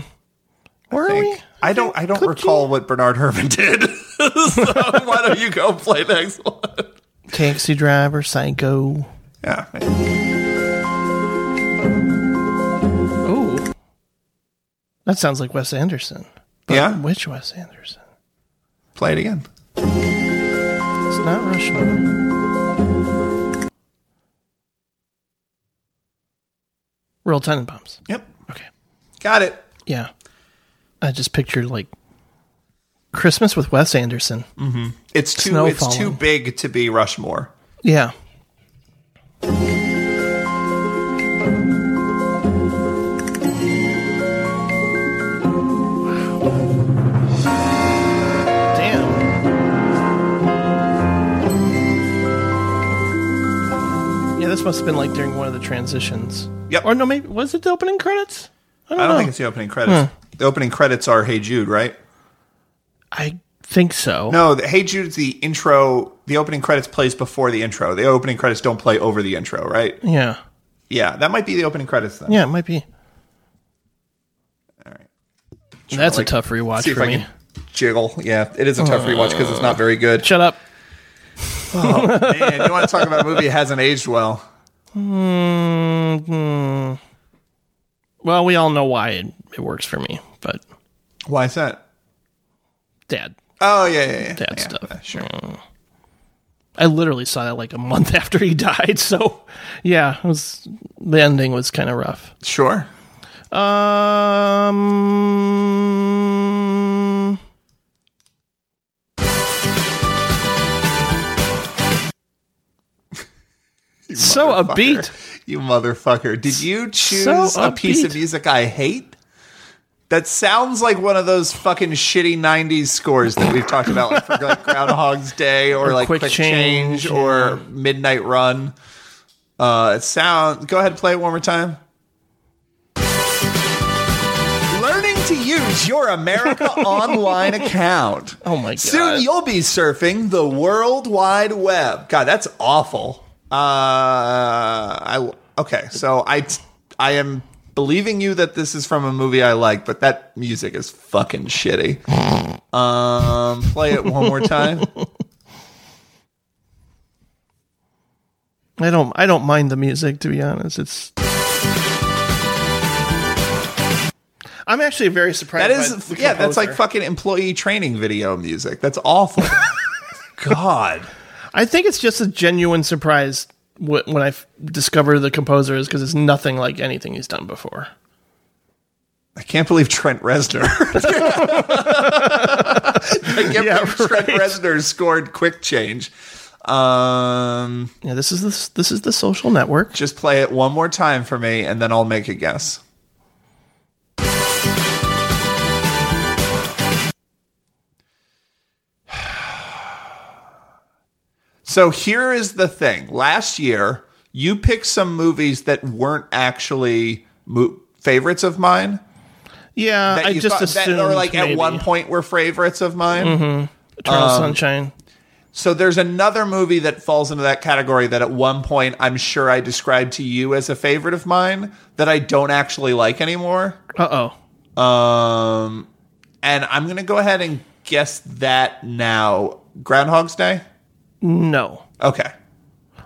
Speaker 1: Where are we?
Speaker 2: I don't. I don't recall what Bernard Herman did. <laughs> so why don't you go play next one?
Speaker 1: Taxi driver, psycho.
Speaker 2: Yeah.
Speaker 1: Oh. That sounds like Wes Anderson.
Speaker 2: Yeah.
Speaker 1: Which Wes Anderson?
Speaker 2: Play it again.
Speaker 1: It's not Rushmore. Real Tenenbaums.
Speaker 2: Yep.
Speaker 1: Okay.
Speaker 2: Got it.
Speaker 1: Yeah. I just pictured like Christmas with Wes Anderson.
Speaker 2: Mm-hmm. It's too.
Speaker 1: Snow
Speaker 2: it's
Speaker 1: falling.
Speaker 2: too big to be Rushmore.
Speaker 1: Yeah. Damn. Yeah, this must have been like during one of the transitions.
Speaker 2: Yep.
Speaker 1: Or no, maybe was it the opening credits?
Speaker 2: I
Speaker 1: don't
Speaker 2: don't
Speaker 1: know.
Speaker 2: think it's the opening credits. The opening credits are Hey Jude, right?
Speaker 1: I think so.
Speaker 2: No, the, Hey Jude's the intro. The opening credits plays before the intro. The opening credits don't play over the intro, right?
Speaker 1: Yeah.
Speaker 2: Yeah, that might be the opening credits then.
Speaker 1: Yeah, it might be. That's a tough rewatch
Speaker 2: See if
Speaker 1: for
Speaker 2: I
Speaker 1: me.
Speaker 2: can jiggle. Yeah, it is a tough rewatch because it's not very <laughs> good.
Speaker 1: Shut up.
Speaker 2: Oh man, you want to talk about a movie that hasn't aged well?
Speaker 1: hmm Well, we all know why it, it works for me, but
Speaker 2: Why is that?
Speaker 1: dad,
Speaker 2: Oh yeah, yeah, yeah.
Speaker 1: dad
Speaker 2: yeah,
Speaker 1: stuff.
Speaker 2: yeah, Sure.
Speaker 1: I literally saw that like a month <laughs> after he died, so yeah, it was the ending was kind of rough.
Speaker 2: Sure.
Speaker 1: Um, So upbeat.
Speaker 2: You motherfucker. Did you choose a
Speaker 1: upbeat.
Speaker 2: piece of music I hate? That sounds like one of those fucking shitty 90s scores that we've talked about, like, for, like Groundhog's Day or,
Speaker 1: Or
Speaker 2: like
Speaker 1: Quick
Speaker 2: Quick, Change,
Speaker 1: Change,
Speaker 2: or Midnight Run. Uh, it sound. Go ahead and play it one more time. Learning to use your
Speaker 1: <laughs>
Speaker 2: America Online account.
Speaker 1: Oh my god.
Speaker 2: Soon you'll be surfing the World Wide Web. God, that's awful. Uh, I okay. So I t- I am believing you that this is from a movie I like, but that music is fucking shitty. Um, play it one more
Speaker 1: <laughs>
Speaker 2: time.
Speaker 1: I don't I don't mind the music to be honest. It's I'm actually very surprised.
Speaker 2: That is
Speaker 1: by the
Speaker 2: yeah. That's like
Speaker 1: composer.
Speaker 2: fucking employee training video music. That's awful.
Speaker 1: <laughs>
Speaker 2: God.
Speaker 1: I think it's just a genuine surprise wh- when I f- discover the composer is because it's nothing like anything he's done before.
Speaker 2: I can't believe Trent Reznor. <laughs> I can't believe Trent Reznor scored quick change. Um,
Speaker 1: yeah, this is the this is the social network.
Speaker 2: Just play it one more time for me, and then I'll make a guess. <sighs> So here is the thing. Last year, you picked some movies that weren't actually mo- favorites of mine.
Speaker 1: Yeah,
Speaker 2: that
Speaker 1: Uh, I
Speaker 2: you
Speaker 1: just
Speaker 2: thought-
Speaker 1: assumed
Speaker 2: or like
Speaker 1: maybe.
Speaker 2: at one point were favorites of mine.
Speaker 1: Mhm. Eternal
Speaker 2: Um,
Speaker 1: Sunshine.
Speaker 2: So there's another movie that falls into that category that at one point I'm sure I described to you as a favorite of mine that I don't actually like anymore.
Speaker 1: Uh
Speaker 2: oh. Um, and I'm gonna go ahead and guess that now. Groundhog's Day.
Speaker 1: No.
Speaker 2: Okay.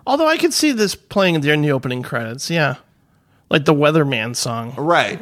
Speaker 1: Although I could see this playing during the opening credits, yeah. Like the Weatherman song.
Speaker 2: Right.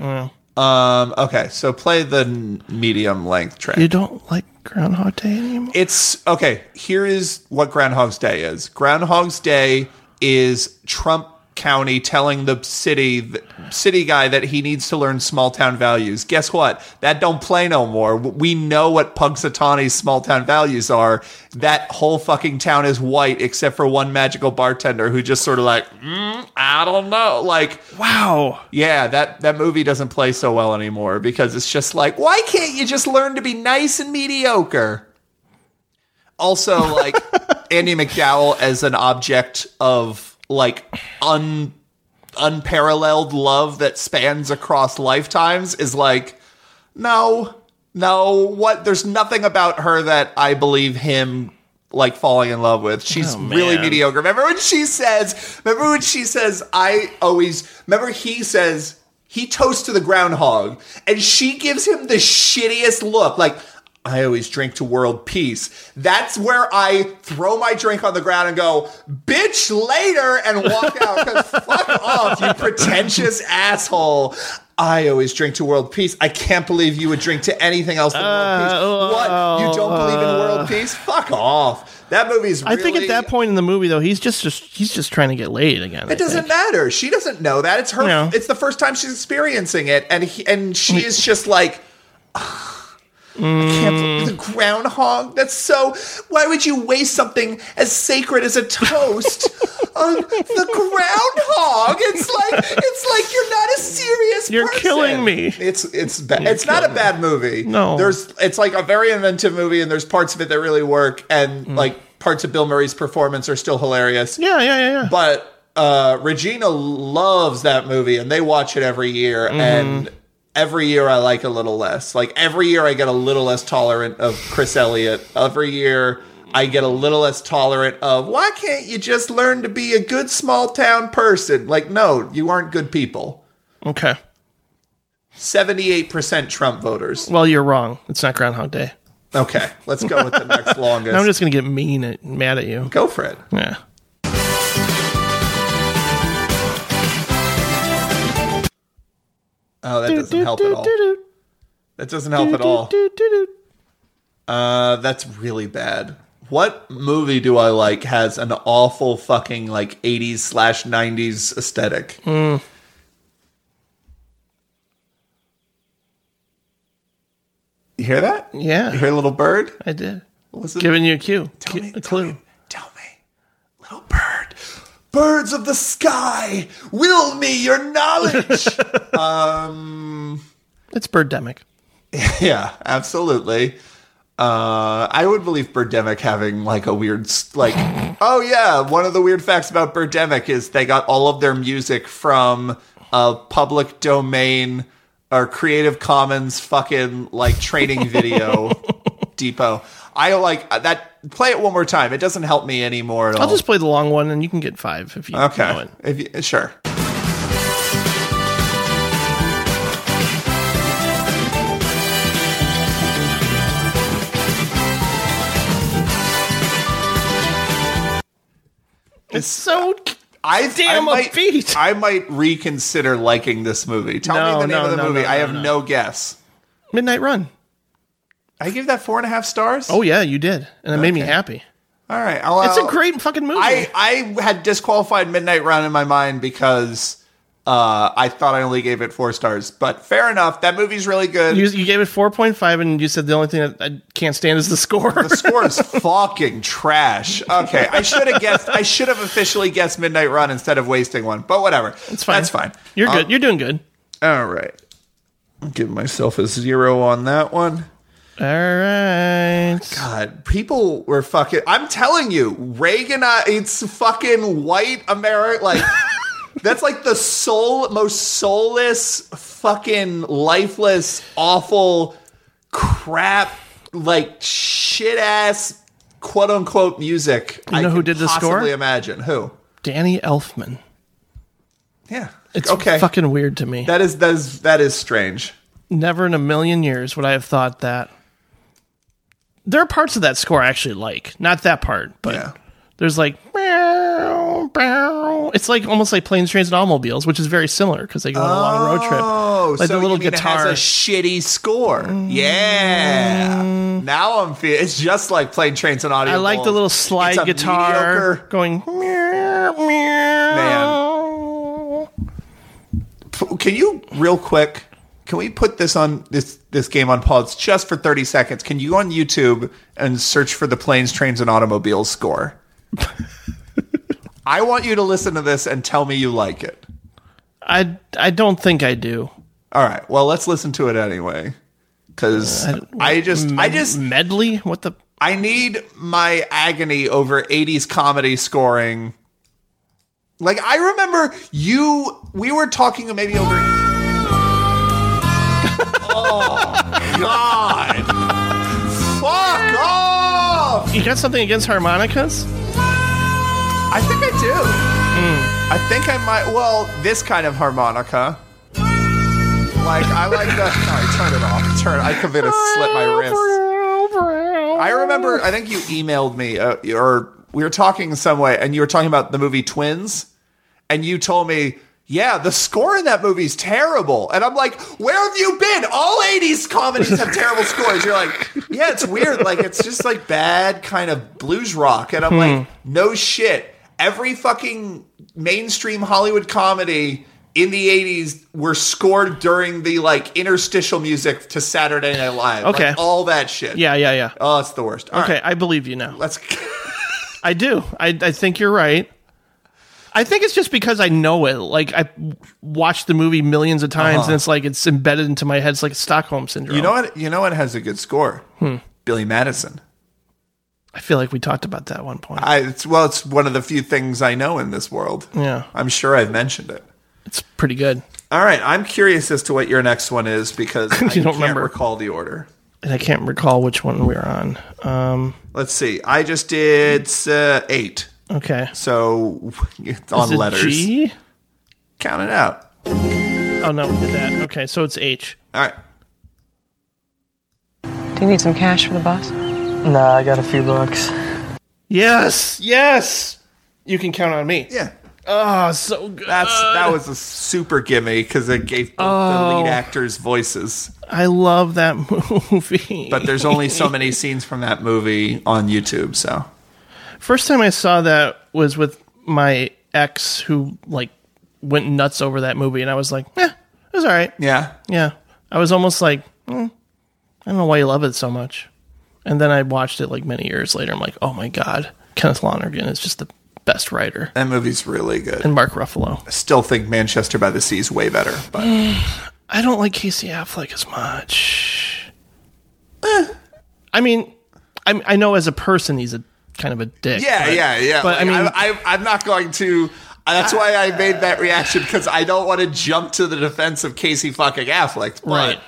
Speaker 2: Um, okay. So play the n- medium length track.
Speaker 1: You don't like Groundhog Day anymore?
Speaker 2: It's okay. Here is what Groundhog's Day is. Groundhog's Day is Trump County telling the city th- city guy that he needs to learn small town values. Guess what? That don't play no more. We know what Punxsutawney's small town values are. That whole fucking town is white except for one magical bartender who just sort of like, mm, I don't know. Like,
Speaker 1: wow.
Speaker 2: Yeah, that that movie doesn't play so well anymore because it's just like, why can't you just learn to be nice and mediocre? also like Andy McDowell as an object of like un unparalleled love that spans across lifetimes is like no no what there's nothing about her that I believe him like falling in love with. She's
Speaker 1: Oh,
Speaker 2: really
Speaker 1: man.
Speaker 2: mediocre. Remember when she says remember when she says I always remember he says he toasts to the groundhog and she gives him the shittiest look like I always drink to world peace. That's where I throw my drink on the ground and go, bitch, later, and walk out. 'cause
Speaker 1: <laughs>
Speaker 2: fuck off, you pretentious asshole. I always drink to world peace. I can't believe you would drink to anything else than
Speaker 1: Uh,
Speaker 2: world peace. What? You don't believe in world peace? Fuck off. That movie's really
Speaker 1: I think at that point in the movie though, he's just, just he's just trying to get laid again. I
Speaker 2: it doesn't
Speaker 1: think.
Speaker 2: matter. She doesn't know that. It's her.
Speaker 1: No. Mm.
Speaker 2: It's the first time she's experiencing it, and he, and she is just like, I can't
Speaker 1: Mm.
Speaker 2: believe the groundhog. That's so. Why would you waste something as sacred as
Speaker 1: <laughs>
Speaker 2: a toast on the groundhog? It's like it's like you're not a serious. You're
Speaker 1: killing me.
Speaker 2: It's it's bad. It's not a bad movie.
Speaker 1: No.
Speaker 2: there's it's like a very inventive movie, and there's parts of it that really work, and
Speaker 1: Mm.
Speaker 2: like parts of Bill Murray's performance are still hilarious.
Speaker 1: Yeah, yeah, yeah, yeah.
Speaker 2: But uh, Regina loves that movie, and they watch it every year.
Speaker 1: Mm-hmm.
Speaker 2: And every year, I like a little less. Like every year, I get a little less tolerant of Chris Elliott. Every year, I get a little less tolerant of why can't you just learn to be a good small town person? Like, no, you aren't good people.
Speaker 1: Okay.
Speaker 2: Seventy-eight percent Trump voters.
Speaker 1: Well, you're wrong. It's not Groundhog Day.
Speaker 2: Okay, let's go with
Speaker 1: <laughs>
Speaker 2: the next longest.
Speaker 1: I'm just gonna get mean and mad at you.
Speaker 2: Go for it.
Speaker 1: Yeah.
Speaker 2: Oh, that doesn't help at all. That doesn't help at all. Uh, that's really bad. What movie do I like has an awful fucking like 80s slash 90s aesthetic?
Speaker 1: Mm.
Speaker 2: You hear that?
Speaker 1: Yeah.
Speaker 2: You hear a little bird?
Speaker 1: I did.
Speaker 2: Listen.
Speaker 1: Giving you a cue. Cu- a clue.
Speaker 2: Birds of the sky, will me your knowledge. um,
Speaker 1: it's Birdemic.
Speaker 2: yeah, absolutely. Uh, I would believe Birdemic having like a weird,
Speaker 1: <laughs>
Speaker 2: s- like, oh yeah, one of the weird facts about Birdemic is they got all of their music from a public domain or Creative Commons fucking like training
Speaker 1: <laughs>
Speaker 2: video depot. I like uh, that. Play it one more time. It doesn't help me anymore at all.
Speaker 1: I'll just play the long one, and you can get five if you
Speaker 2: Oh. Okay.
Speaker 1: know it.
Speaker 2: If you, sure.
Speaker 1: It's so
Speaker 2: I
Speaker 1: damn
Speaker 2: I might, I might reconsider liking this movie. Tell
Speaker 1: No,
Speaker 2: me the name
Speaker 1: no,
Speaker 2: of the
Speaker 1: no,
Speaker 2: movie.
Speaker 1: no,
Speaker 2: I
Speaker 1: no,
Speaker 2: have
Speaker 1: no.
Speaker 2: no. guess.
Speaker 1: Midnight Run.
Speaker 2: I give that four and a half stars.
Speaker 1: Oh yeah, you did, and it made me happy.
Speaker 2: All right. I'll-
Speaker 1: It's a
Speaker 2: I'll-
Speaker 1: great fucking movie.
Speaker 2: Oh, I, I had disqualified Midnight Run in my mind because uh, I thought I only gave it four stars. But fair enough. That movie's really good.
Speaker 1: you, you gave it four point five, and you said the only thing that I can't stand is the score.
Speaker 2: the <laughs> score is fucking trash. Okay, I should have guessed. I should have officially guessed Midnight Run instead of wasting one. But whatever. It's fine. That's fine.
Speaker 1: <laughs>
Speaker 2: Um,
Speaker 1: You're good. You're doing good.
Speaker 2: All right. Give myself a zero on that one.
Speaker 1: All right.
Speaker 2: God, people were fucking. I'm telling you, Reagan. uh, It's fucking white America.
Speaker 1: <laughs>
Speaker 2: Like that's like the soul, most soulless, fucking lifeless, awful, crap, like shit ass, quote unquote music.
Speaker 1: You know who
Speaker 2: could
Speaker 1: did the score?
Speaker 2: possibly Imagine who.
Speaker 1: Danny Elfman.
Speaker 2: Yeah.
Speaker 1: It's fucking weird to me.
Speaker 2: That is that is that is strange.
Speaker 1: Never in a million years would I have thought that. There are parts of that score I actually like. Not that part, but there's like meow, meow. it's like almost like planes, trains, and automobiles, which is very similar because they go on a long road trip.
Speaker 2: Oh,
Speaker 1: like
Speaker 2: so
Speaker 1: the little
Speaker 2: you mean
Speaker 1: guitar.
Speaker 2: it has a shitty score. Yeah. Now I'm feeling it's just like playing trains and audio.
Speaker 1: I like the little slide guitar going. meow, meow.
Speaker 2: Man. P- Can you real quick? Can we put this on this this game on pause just for 30 seconds? Can you go on YouTube and search for the planes, trains, and automobiles score? I want you to listen to this and tell me you like it.
Speaker 1: I I don't think I do.
Speaker 2: All right. Well, let's listen to it anyway. Cuz I, just I just
Speaker 1: medley what the
Speaker 2: I need my agony over 80s comedy scoring. Like I remember you we were talking maybe over <laughs> Oh god. Fuck off.
Speaker 1: You got something against harmonicas?
Speaker 2: I think I do. I think I might well, this kind of harmonica. Like I like the Sorry, turn it off. Turn I could have slit my wrist. I remember. I think you emailed me, uh, or we were talking some way, and you were talking about the movie Twins, and you told me, "Yeah, the score in that movie's terrible." And I'm like, "Where have you been? All '80s comedies have terrible scores." You're like, "Yeah, it's weird. Like it's just like bad kind of blues rock." And I'm
Speaker 1: Hmm.
Speaker 2: like, "No shit. Every fucking mainstream Hollywood comedy." In the '80s, were scored during the like interstitial music to Saturday Night Live. Like,
Speaker 1: Okay.
Speaker 2: all that shit.
Speaker 1: Yeah, yeah, yeah.
Speaker 2: Oh, it's the worst. All
Speaker 1: okay,
Speaker 2: right.
Speaker 1: I believe you now.
Speaker 2: Let's. <laughs>
Speaker 1: I do. I I think you're right. I think it's just because I know it. Like I watched the movie millions of times,
Speaker 2: Uh-huh.
Speaker 1: and it's like it's embedded into my head. It's like Stockholm syndrome.
Speaker 2: You know what? You know what has a good score?
Speaker 1: Hmm.
Speaker 2: Billy Madison.
Speaker 1: I feel like we talked about that one point.
Speaker 2: I, it's well, it's one of the few things I know in this world.
Speaker 1: Yeah.
Speaker 2: I'm sure I've mentioned it.
Speaker 1: It's pretty good,
Speaker 2: All right, I'm curious as to what your next one is because I
Speaker 1: <laughs> You don't
Speaker 2: can't
Speaker 1: remember.
Speaker 2: recall the order.
Speaker 1: and I can't recall which one we were on. Um,
Speaker 2: Let's see. I just did uh, eight.
Speaker 1: okay,
Speaker 2: So <laughs> it's on
Speaker 1: Is it
Speaker 2: letters.
Speaker 1: G?
Speaker 2: Count it out.
Speaker 1: Oh no, we did that. Okay, so it's H.
Speaker 2: All right.
Speaker 12: Do you need some cash for the bus?
Speaker 14: Nah, I got a few bucks.
Speaker 1: Yes, yes. You can count on me.
Speaker 2: Yeah.
Speaker 1: Oh, so good.
Speaker 2: That's that was a super gimme because it gave both the
Speaker 1: Oh.
Speaker 2: lead actors voices.
Speaker 1: I love that <laughs> movie.
Speaker 2: But there's only
Speaker 1: <laughs>
Speaker 2: so many scenes from that movie on YouTube. So
Speaker 1: First time I saw that was with my ex who like went nuts over that movie, and I was like, eh, it was all right.
Speaker 2: yeah,
Speaker 1: Yeah, I was almost like, mm, I don't know why you love it so much. And then I watched it like many years later. I'm like, oh my god, Kenneth Lonergan is just the Best Writer.
Speaker 2: That movie's really good.
Speaker 1: And Mark Ruffalo.
Speaker 2: I still think Manchester by the Sea is way better, but
Speaker 1: Eh. I don't like Casey Affleck as much. Eh. I mean, I, I know as a person he's a kind of a dick.
Speaker 2: yeah,
Speaker 1: but-
Speaker 2: yeah, yeah.
Speaker 1: But I
Speaker 2: Like,
Speaker 1: mean, Uh,
Speaker 2: I, I, I'm not going to. That's why I made that reaction because I don't want to jump to the defense of Casey fucking Affleck. But
Speaker 1: Right.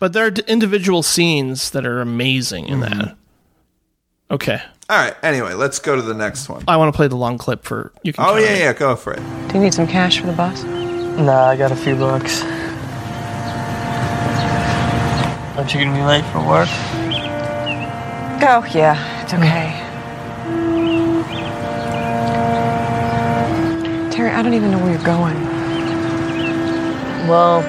Speaker 1: But there are d- individual scenes that are amazing in
Speaker 2: Mm-hmm.
Speaker 1: that. Okay.
Speaker 2: all right. Anyway, let's go to the next one.
Speaker 1: I want to play the long clip for you can
Speaker 2: Oh
Speaker 1: count
Speaker 2: yeah,
Speaker 1: it.
Speaker 2: yeah. Go for it.
Speaker 15: Do you need some cash for the bus?
Speaker 12: Nah, I got a few bucks. Aren't you gonna be late for work?
Speaker 15: Go, yeah, it's okay. Terry, I don't even know where you're going.
Speaker 12: Well,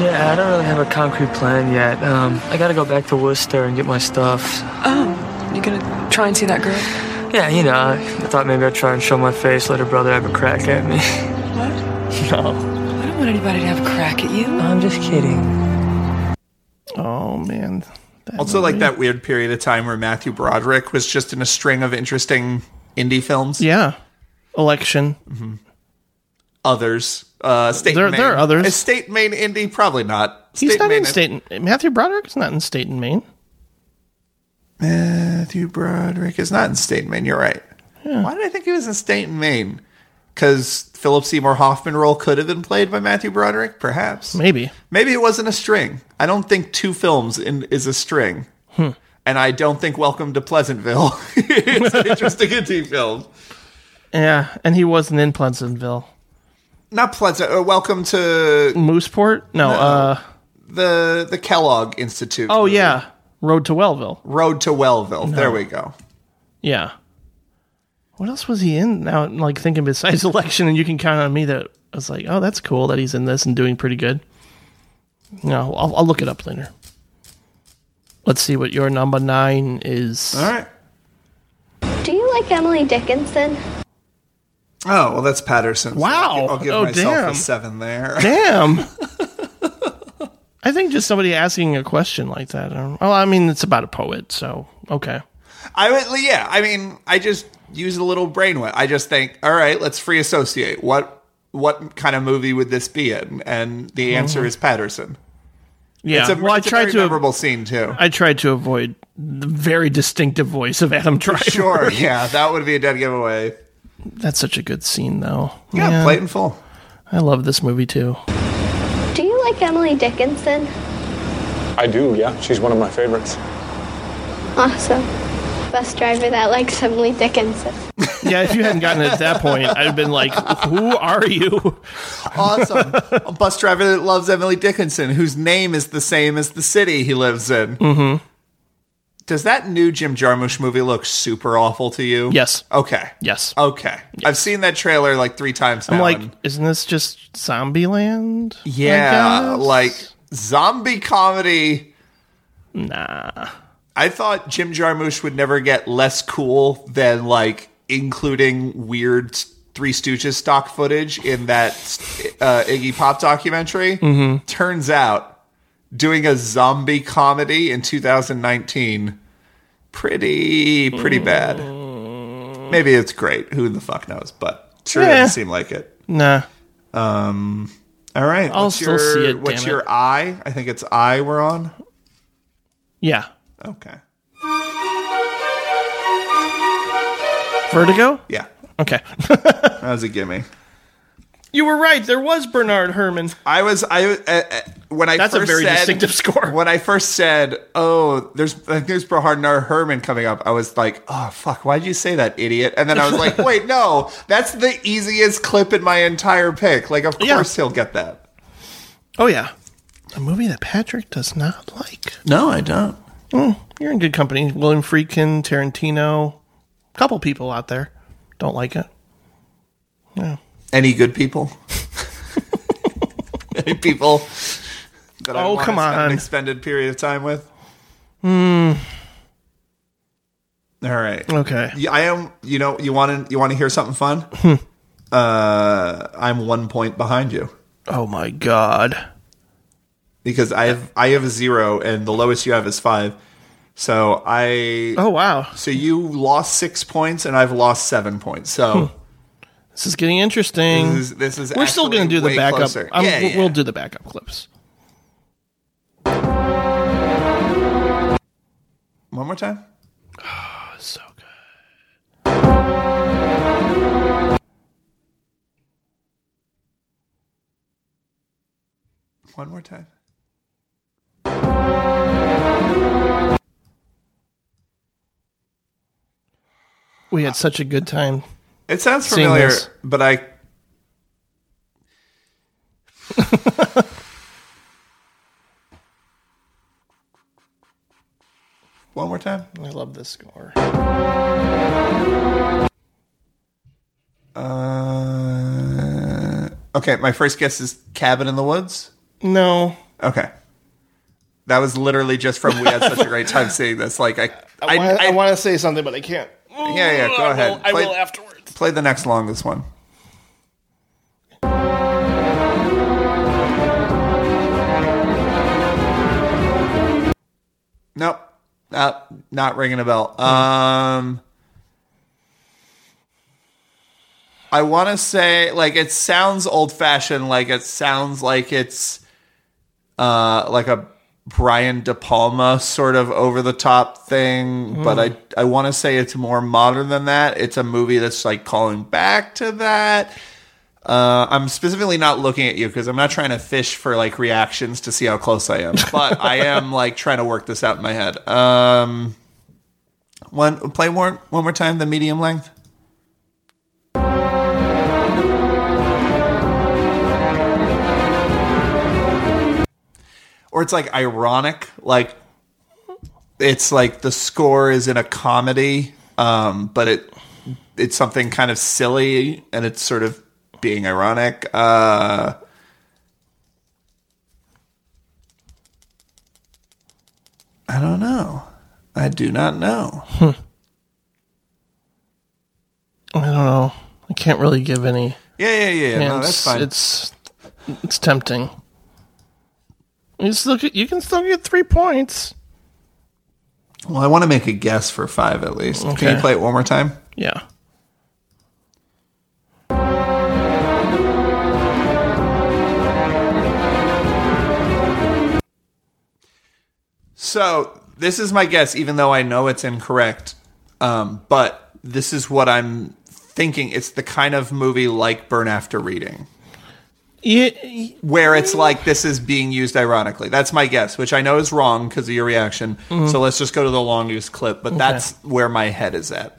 Speaker 12: yeah, I don't really have a concrete plan yet. Um, I gotta go back to Worcester and get my stuff.
Speaker 15: Oh, you gonna try and see that girl?
Speaker 12: Yeah, you know, I thought maybe I'd try and show my face, let her brother have a crack at me.
Speaker 15: What?
Speaker 12: no,
Speaker 15: I don't want anybody to have a crack at you.
Speaker 12: I'm just kidding.
Speaker 1: Oh man. That
Speaker 2: also, like
Speaker 1: movie.
Speaker 2: that weird period of time where Matthew Broderick was just in a string of interesting indie films.
Speaker 1: Yeah. Election.
Speaker 2: Others. Uh, state
Speaker 1: There-
Speaker 2: and Maine.
Speaker 1: there are others.
Speaker 2: Is state and Maine indie? Probably not.
Speaker 1: He's
Speaker 2: State
Speaker 1: not
Speaker 2: and
Speaker 1: in
Speaker 2: Maine-
Speaker 1: state. and- Matthew Broderick's not in state and Maine.
Speaker 2: Matthew Broderick is not in State and Maine. You're right. Why did I think he was in State and Maine? Because Philip Seymour Hoffman role could have been played by Matthew Broderick, perhaps.
Speaker 1: Maybe.
Speaker 2: Maybe it wasn't a string. I don't think two films in, is a string.
Speaker 1: Hmm.
Speaker 2: And I don't think Welcome to Pleasantville <laughs> is an interesting <laughs> indie film.
Speaker 1: Yeah, and he wasn't in Pleasantville.
Speaker 2: Not Pleasant. Uh, welcome to
Speaker 1: Mooseport. No. uh
Speaker 2: the the Kellogg Institute.
Speaker 1: Oh yeah. Road to Wellville.
Speaker 2: Road to Wellville. There we go.
Speaker 1: Yeah. What else was he in? Now, I'm, like thinking besides <laughs> election, and you can count on me that I was like, oh, that's cool that he's in this and doing pretty good. No, I'll, I'll look it up later. Let's see what your number nine is. All
Speaker 2: right.
Speaker 5: Do you like Emily Dickinson?
Speaker 2: Oh well, that's Patterson.
Speaker 1: Wow.
Speaker 2: I'll give
Speaker 1: Oh,
Speaker 2: myself
Speaker 1: damn.
Speaker 2: a seven there.
Speaker 1: Damn. <laughs> I think just somebody asking a question like that. um, Well, I mean, it's about a poet, so okay.
Speaker 2: I would, yeah. I mean, I just use a little brainwave. I just think, all right, let's free associate. What what kind of movie would this be in? And the answer
Speaker 1: Mhm.
Speaker 2: is Patterson.
Speaker 1: Yeah.
Speaker 2: it's a,
Speaker 1: well,
Speaker 2: it's
Speaker 1: I
Speaker 2: a
Speaker 1: tried
Speaker 2: very
Speaker 1: to
Speaker 2: memorable
Speaker 1: <laughs>
Speaker 2: scene too. <laughs>
Speaker 1: I tried to avoid the very distinctive voice of Adam Driver.
Speaker 2: Sure, yeah, that would be a dead giveaway.
Speaker 1: That's such a good scene, though.
Speaker 2: Yeah,
Speaker 1: Man,
Speaker 2: play it in full.
Speaker 1: I love this movie too.
Speaker 5: Do you like Emily Dickinson?
Speaker 16: I do, yeah. She's one of my favorites.
Speaker 5: Awesome. Bus driver that likes Emily Dickinson.
Speaker 1: Yeah, if you hadn't gotten it at that point, I'd have been like, "Who are you?"
Speaker 2: Awesome. <laughs> a bus driver that loves Emily Dickinson, whose name is the same as the city he lives in.
Speaker 1: Mm-hmm.
Speaker 2: Does that new Jim Jarmusch movie look super awful to you?
Speaker 1: Yes.
Speaker 2: Okay.
Speaker 1: Yes.
Speaker 2: Okay. I've seen that trailer like three times now.
Speaker 1: I'm like,
Speaker 2: and-
Speaker 1: isn't this just Zombieland? I
Speaker 2: Yeah,
Speaker 1: guess?
Speaker 2: like zombie comedy.
Speaker 1: Nah.
Speaker 2: I thought Jim Jarmusch would never get less cool than like including weird Three Stooges stock footage in that uh, Iggy Pop documentary.
Speaker 1: Mhm.
Speaker 2: Turns out, doing a zombie comedy in 2019, pretty pretty bad. Maybe it's great. Who the fuck knows? But sure
Speaker 1: Mm. Yeah.
Speaker 2: doesn't seem like it.
Speaker 1: nah.
Speaker 2: Um. All right.
Speaker 1: I'll
Speaker 2: what's
Speaker 1: still
Speaker 2: your,
Speaker 1: see it,
Speaker 2: What's
Speaker 1: damn
Speaker 2: your
Speaker 1: it.
Speaker 2: eye? I think it's eye we're on.
Speaker 1: Yeah.
Speaker 2: Okay.
Speaker 1: Vertigo.
Speaker 2: Yeah.
Speaker 1: Okay. <laughs>
Speaker 2: that was a gimme.
Speaker 1: You were right. There was Bernard Herman.
Speaker 2: I was. I uh, uh, when I
Speaker 1: That's a
Speaker 2: first
Speaker 1: very
Speaker 2: said,
Speaker 1: distinctive <laughs> score.
Speaker 2: When I first said, "Oh, there's I think there's Bernard Herman coming up," I was like, "Oh fuck, why'd you say that, idiot?" And then I
Speaker 1: <laughs>
Speaker 2: was like, "Wait, no, that's the easiest clip in my entire pick. Like, of course he'll get that."
Speaker 1: Oh yeah. A movie that Patrick does not like.
Speaker 2: No, I don't.
Speaker 1: Mm, you're in good company. William Friedkin, Tarantino, a couple people out there don't like it. Yeah.
Speaker 2: Any
Speaker 1: <laughs>
Speaker 2: good people? Any people that I
Speaker 1: Oh,
Speaker 2: wanna
Speaker 1: come
Speaker 2: spend
Speaker 1: on.
Speaker 2: an expended period of time with?
Speaker 1: Hmm.
Speaker 2: All right.
Speaker 1: Okay.
Speaker 2: Yeah, I am. You know, you want to you want to hear something fun?
Speaker 1: Hmm.
Speaker 2: uh, I'm one point behind you.
Speaker 1: Oh my god!
Speaker 2: Because I have I have a zero, and the lowest you have is five. So I.
Speaker 1: Oh wow!
Speaker 2: So you lost six points, and I've lost seven points. So
Speaker 1: Hmm. this is getting interesting.
Speaker 2: This is, this is
Speaker 1: We're still going to
Speaker 2: actually
Speaker 1: do the
Speaker 2: way
Speaker 1: backup.
Speaker 2: closer.
Speaker 1: I'm-
Speaker 2: Yeah,
Speaker 1: we'll-
Speaker 2: yeah.
Speaker 1: We'll do the backup clips.
Speaker 2: One more time.
Speaker 1: Oh, so good.
Speaker 2: One more time.
Speaker 1: We had such a good time.
Speaker 2: It sounds
Speaker 1: seeing
Speaker 2: familiar,
Speaker 1: this. <laughs>
Speaker 2: but I. One more time.
Speaker 1: I love this score.
Speaker 2: Uh, okay, my first guess is Cabin in the Woods.
Speaker 1: No.
Speaker 2: Okay. That was literally just from we had such a great time seeing this. Like I,
Speaker 1: I, wanna- I, want to say something, but I can't.
Speaker 2: yeah, yeah. Go
Speaker 1: I will-
Speaker 2: ahead.
Speaker 1: I
Speaker 2: Play-
Speaker 1: will afterwards.
Speaker 2: Play the next longest one. Nope, not not ringing a bell. Um, I want to say like it sounds old fashioned, like it sounds like it's uh like a Brian De Palma sort of over the top thing, but I I want to say it's more modern than that. It's a movie that's like calling back to that. Uh, I'm specifically not looking at you because I'm not trying to fish for like reactions to see how close I am, but I am like trying to work this out in my head. Um, one play more one more time the medium length. or it's like ironic like it's like the score is in a comedy um but it it's something kind of silly and it's sort of being ironic uh I don't know. I do not know.
Speaker 1: I don't know. I can't really give any.
Speaker 2: Yeah, yeah, yeah, yeah. No,
Speaker 1: hints.
Speaker 2: that's fine.
Speaker 1: It's it's tempting. You still get, you can still get three points.
Speaker 2: Well, I want to make a guess for five at least. Can
Speaker 1: Okay.
Speaker 2: you play it one more time?
Speaker 1: Yeah.
Speaker 2: So this is my guess, even though I know it's incorrect. Um, but this is what I'm thinking. It's the kind of movie like Burn After Reading,
Speaker 1: Yeah.
Speaker 2: where it's like this is being used ironically. That's my guess, which I know is wrong because of your reaction.
Speaker 1: Mhm.
Speaker 2: So let's just go to the longest clip. But
Speaker 1: Okay.
Speaker 2: that's where my head is at.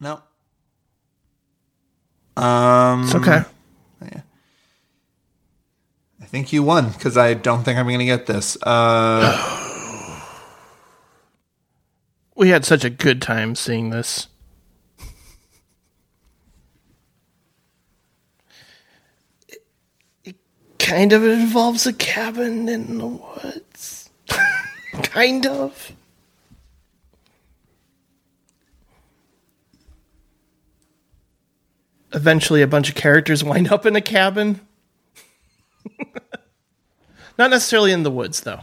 Speaker 2: No. Um,
Speaker 1: It's okay.
Speaker 2: yeah. I think you won because I don't think I'm going to get this. Uh,
Speaker 1: We had such a good time seeing this. Kind of involves a cabin in the woods. <laughs> kind of. Eventually, a bunch of characters wind up in a cabin. <laughs> Not necessarily in the woods, though.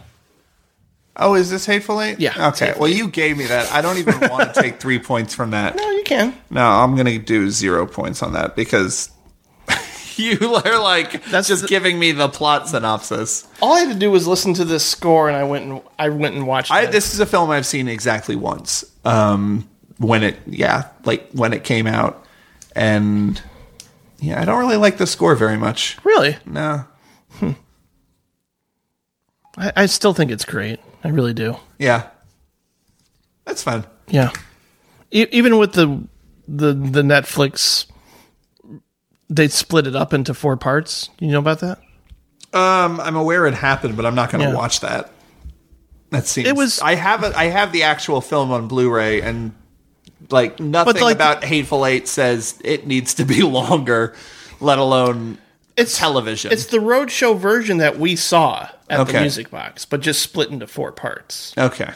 Speaker 2: oh, is this hateful eight?
Speaker 1: Yeah, it's
Speaker 2: Okay.
Speaker 1: Hateful
Speaker 2: Well, you gave me that. I don't even want to
Speaker 1: <laughs>
Speaker 2: take three points from that.
Speaker 1: No, you can.
Speaker 2: No, I'm going to do zero points on that because <laughs> you are like just giving me the plot synopsis.
Speaker 1: All I had to do was listen to this score, and I went and I went and watched.
Speaker 2: I,
Speaker 1: it.
Speaker 2: this is a film I've seen exactly once. Um, when it, yeah, like when it came out, and yeah, I don't really like the score very much.
Speaker 1: Really?
Speaker 2: No.
Speaker 1: I, I still think it's great. I really do.
Speaker 2: Yeah, that's fun.
Speaker 1: Yeah. E- even with the the the Netflix, they split it up into four parts. You know about that?
Speaker 2: Um, I'm aware it happened, but I'm not going to
Speaker 1: Yeah.
Speaker 2: watch that. That seems. It was. I have a, I have the actual film on Blu-ray, and like nothing
Speaker 1: like-
Speaker 2: about Hateful Eight says it needs to be <laughs> longer, let alone it's television.
Speaker 1: It's the roadshow version that we saw at the
Speaker 2: Okay.
Speaker 1: music box, but just split into four parts.
Speaker 2: okay.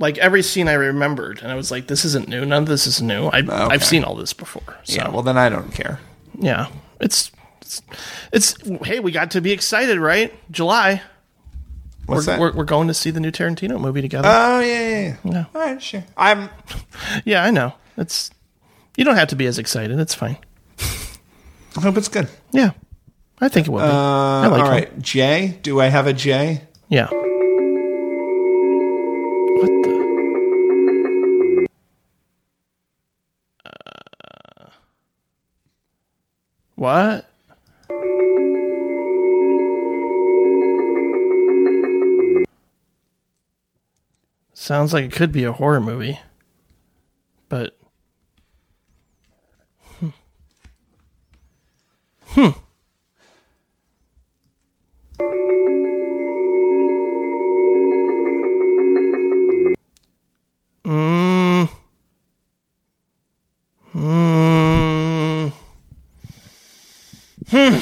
Speaker 1: like every scene I remembered, and I was like, "This isn't new. None of this is new. I, I've seen all this before." So
Speaker 2: Yeah, well, then I don't care.
Speaker 1: yeah, it's, it's it's hey, we got to be excited, right? July.
Speaker 2: What's
Speaker 1: we're,
Speaker 2: that?
Speaker 1: We're, we're going to see the new Tarantino movie together.
Speaker 2: Oh, yeah, yeah, yeah.
Speaker 1: No.
Speaker 2: All right, sure. I'm. Uh.
Speaker 1: yeah, I know. It's you don't have to be as excited. It's fine.
Speaker 2: I hope it's good.
Speaker 1: Yeah, I think it will.
Speaker 2: Uh,
Speaker 1: be. I like
Speaker 2: all right, Jay. Do I have a J?
Speaker 1: Yeah. Uh, What? Sounds like it could be a horror movie, but hmm. hmm. Mm. Mm. Hmm.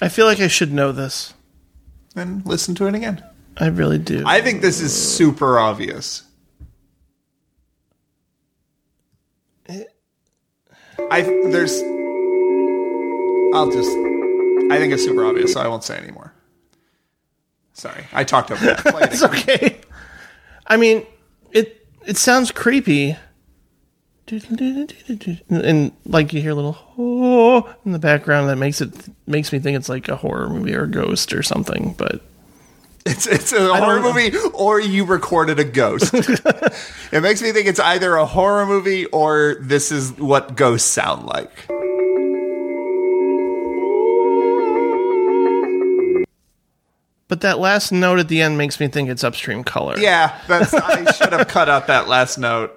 Speaker 1: I feel like I should know this.
Speaker 2: Then listen to it again.
Speaker 1: I really do.
Speaker 2: I think this is super obvious. I there's. I'll just. I think it's super obvious, so I won't say anymore. Sorry, I talked over. That. Play
Speaker 1: <laughs> <laughs>
Speaker 2: it
Speaker 1: it's okay. I mean, it it sounds creepy. And like you hear a little oh in the background that makes it makes me think it's like a horror movie or a ghost or something, but
Speaker 2: It's it's a horror movie, or you recorded
Speaker 1: <laughs>
Speaker 2: a ghost. it makes me think it's either a horror movie or this is what ghosts sound like.
Speaker 1: but that last note at the end makes me think it's upstream color.
Speaker 2: Yeah, that's I should have cut out that last note.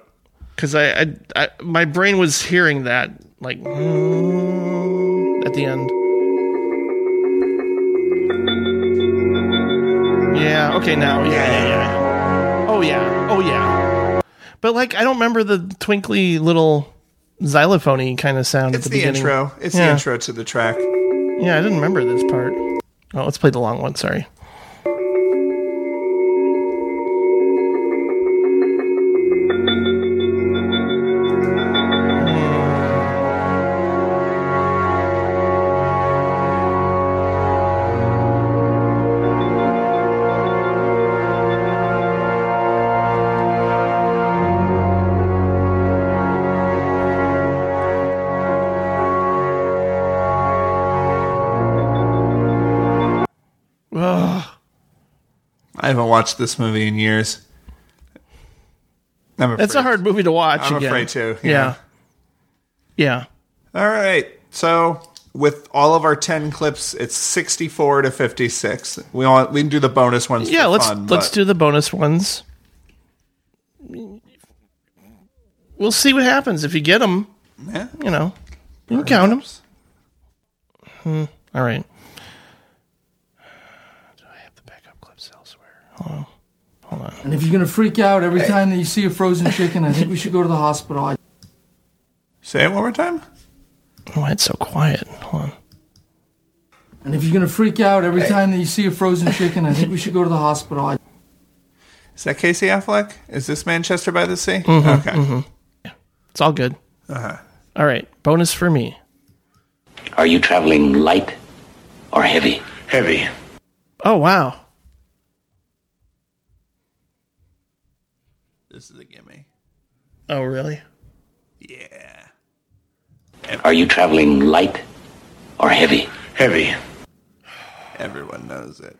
Speaker 1: because I, I, I my brain was hearing that like at the end. Yeah. Okay. Now. Yeah. Yeah. Yeah. Oh yeah. Oh yeah. But like, I don't remember the twinkly little xylophony kind of sound
Speaker 2: It's
Speaker 1: at
Speaker 2: the,
Speaker 1: the, beginning.
Speaker 2: intro. It's
Speaker 1: Yeah.
Speaker 2: the intro to the track.
Speaker 1: Yeah, I didn't remember this part. Oh, let's play the long one. Sorry. Ugh.
Speaker 2: I haven't watched this movie in years. I'm afraid.
Speaker 1: It's a hard movie to watch.
Speaker 2: I'm
Speaker 1: again.
Speaker 2: afraid to,
Speaker 1: Yeah. Yeah.
Speaker 2: All right. So with all of our ten clips, it's sixty-four to fifty-six. We all we can do the bonus ones.
Speaker 1: Yeah.
Speaker 2: for
Speaker 1: Let's
Speaker 2: fun,
Speaker 1: let's
Speaker 2: but-
Speaker 1: do the bonus ones. We'll see what happens if you get them.
Speaker 2: Yeah.
Speaker 1: You know, you can count them. Hmm. All right.
Speaker 3: And if you're gonna freak out every time that you see a frozen chicken, I think we should go to the hospital. I-
Speaker 2: Say it one more time.
Speaker 1: Oh, it's so quiet. Hold on.
Speaker 3: And if you're gonna freak out every time that you see a frozen chicken, I think we should go to the hospital. I-
Speaker 2: Is that Casey Affleck? Is this Manchester by the Sea?
Speaker 1: Mhm,
Speaker 2: okay.
Speaker 1: mhm. It's all good.
Speaker 2: Uh-huh.
Speaker 1: All right. Bonus for me.
Speaker 6: Are you traveling light or heavy? Heavy.
Speaker 1: Oh wow.
Speaker 2: This is a gimme.
Speaker 1: Oh really?
Speaker 6: Are you traveling light or heavy? Heavy.
Speaker 2: Everyone knows it.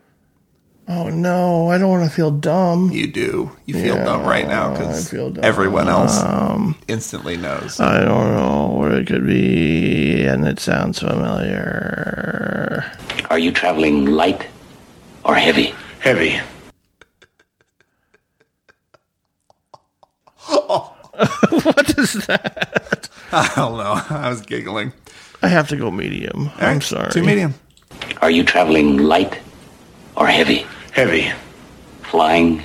Speaker 1: Oh no, I don't want to feel dumb.
Speaker 2: You do. You feel dumb right now because everyone else
Speaker 1: Um,
Speaker 2: instantly knows. <laughs>
Speaker 1: I don't know what it could be, and it sounds familiar.
Speaker 6: Are you traveling light or heavy? Heavy.
Speaker 1: <laughs> what is that?
Speaker 2: I don't know. I was giggling.
Speaker 1: I have to go medium. I'm sorry.
Speaker 2: Two medium.
Speaker 6: Are you traveling light or heavy? Heavy. Flying?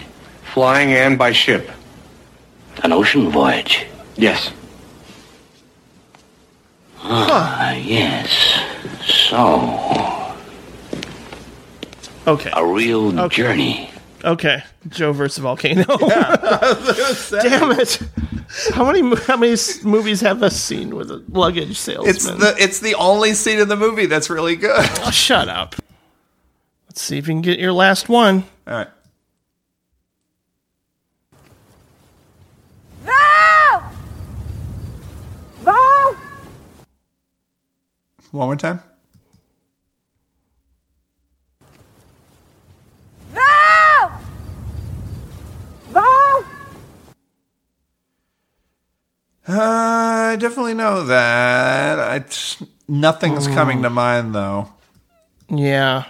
Speaker 6: Flying and by ship. An ocean voyage? Yes. Ah, yes. So.
Speaker 1: Okay.
Speaker 10: A real
Speaker 1: Okay.
Speaker 10: journey.
Speaker 1: Okay, Joe versus volcano. <laughs>
Speaker 2: Damn
Speaker 1: it! How many mo- how many s- movies have us seen with a luggage salesman?
Speaker 2: It's the it's the only scene in the movie that's really good. <laughs>
Speaker 1: Oh, shut up. Let's see if you can get your last one.
Speaker 2: All right. One more time. Uh, I definitely know that. I t- nothing's
Speaker 1: Mm.
Speaker 2: coming to mind though.
Speaker 1: Yeah.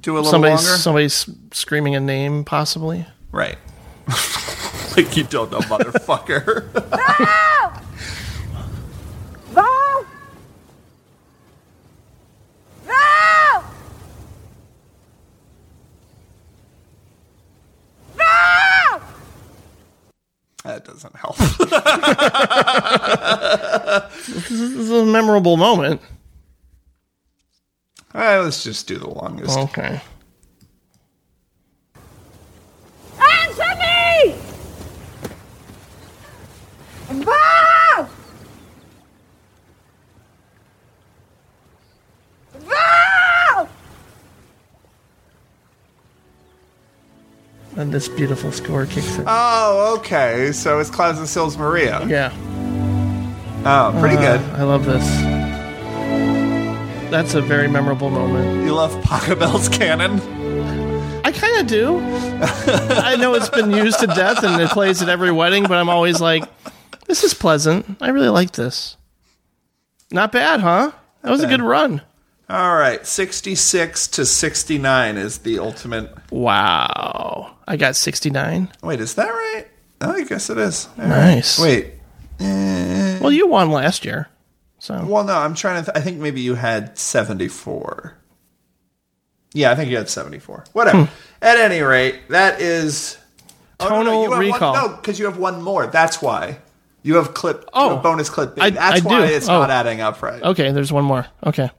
Speaker 2: Do a little
Speaker 1: somebody's,
Speaker 2: longer?
Speaker 1: Somebody's screaming a name, possibly.
Speaker 2: Right. <laughs> like you don't know, motherfucker. That doesn't help. <laughs>
Speaker 1: this is a memorable moment.
Speaker 2: All right, let's just do the longest.
Speaker 1: Okay.
Speaker 5: Answer me! Bob! Bob!
Speaker 1: And this beautiful score kicks in.
Speaker 17: Oh, okay. So it's Clouds and Sills Maria.
Speaker 1: Yeah.
Speaker 17: Oh, pretty
Speaker 1: Uh,
Speaker 17: good.
Speaker 1: I love this. That's a very memorable moment.
Speaker 2: You love Pachelbel's cannon?
Speaker 1: I kind of do. I know it's been used to death and it plays at every wedding, but I'm always like, this is pleasant. I really like this. Not bad, huh? That was a good run.
Speaker 2: All right, 66 to 69 is the ultimate.
Speaker 1: Wow. I got 69.
Speaker 2: Wait, is that right? Oh, I guess it is. All right.
Speaker 1: Nice.
Speaker 2: Wait.
Speaker 1: Well, you won last year. So.
Speaker 2: Well, no, I'm trying to. Th- I think maybe you had 74. Yeah, I think you had 74. Whatever. At any rate, that is. Oh, no, no,
Speaker 1: Hmm. Tonal
Speaker 2: you have one-
Speaker 1: recall.
Speaker 2: no, because you have one more. That's why. You have clip. you
Speaker 1: Oh.
Speaker 2: have bonus clip. B.
Speaker 1: I-
Speaker 2: That's
Speaker 1: I
Speaker 2: why
Speaker 1: do.
Speaker 2: it's
Speaker 1: Oh.
Speaker 2: not adding up right.
Speaker 1: Okay, there's one more. Okay.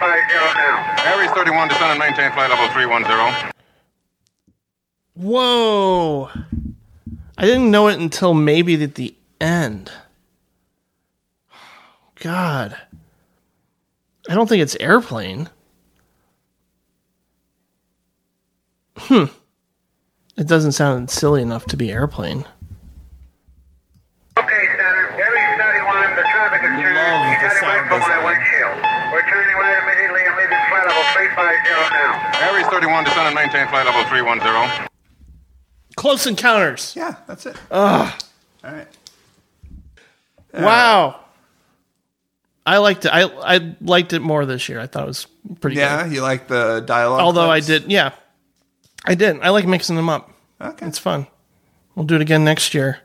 Speaker 18: Aries 31, descend and maintain flight level 310.
Speaker 1: Whoa. I didn't know it until maybe at the end. God. I don't think it's airplane. Hmm. It doesn't sound silly enough to be airplane.
Speaker 18: Aries 31, descend and maintain flight level 310.
Speaker 1: Close encounters.
Speaker 2: Yeah, that's it.
Speaker 1: Ugh.
Speaker 2: All right. Uh,
Speaker 1: Wow. I liked it. I I liked it more this year. I thought it was pretty
Speaker 2: Yeah,
Speaker 1: good.
Speaker 2: you like the dialogue.
Speaker 1: Although
Speaker 2: clips?
Speaker 1: I did, yeah, I did. I like mixing them up.
Speaker 2: Okay,
Speaker 1: it's fun. We'll do it again next year.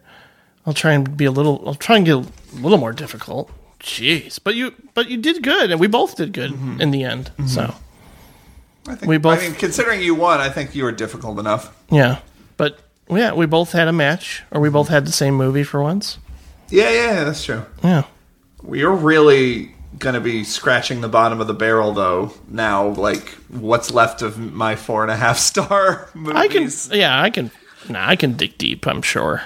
Speaker 1: I'll try and be a little. I'll try and get a little more difficult. Jeez, but you but you did good, and we both did good in the end. So
Speaker 2: I think,
Speaker 1: we both-
Speaker 2: I mean, considering you won, I think you were difficult enough.
Speaker 1: yeah, but yeah, we both had a match, or we both had the same movie for once.
Speaker 2: Yeah, yeah, that's true.
Speaker 1: Yeah.
Speaker 2: We are really going to be scratching the bottom of the barrel, though. Now, like what's left of my four and a half <laughs> star movies?
Speaker 1: I can. Yeah, I can. Nah, I can dig deep. I'm sure.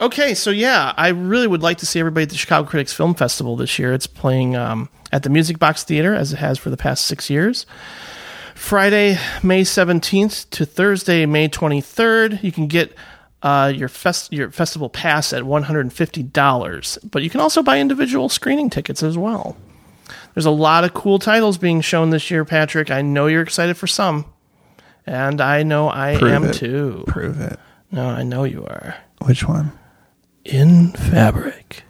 Speaker 1: Okay, so yeah, I really would like to see everybody at the Chicago Critics Film Festival this year. It's playing um, at the Music Box Theater as it has for the past six years. Friday, May seventeenth to Thursday, May twenty third. You can get uh, your fest your festival pass at one hundred and fifty dollars, but you can also buy individual screening tickets as well. There's a lot of cool titles being shown this year, Patrick. I know you're excited for some, and I know I
Speaker 2: Prove
Speaker 1: am
Speaker 2: it.
Speaker 1: too.
Speaker 2: Prove it.
Speaker 1: No, I know you are.
Speaker 3: Which one?
Speaker 1: In Fabric,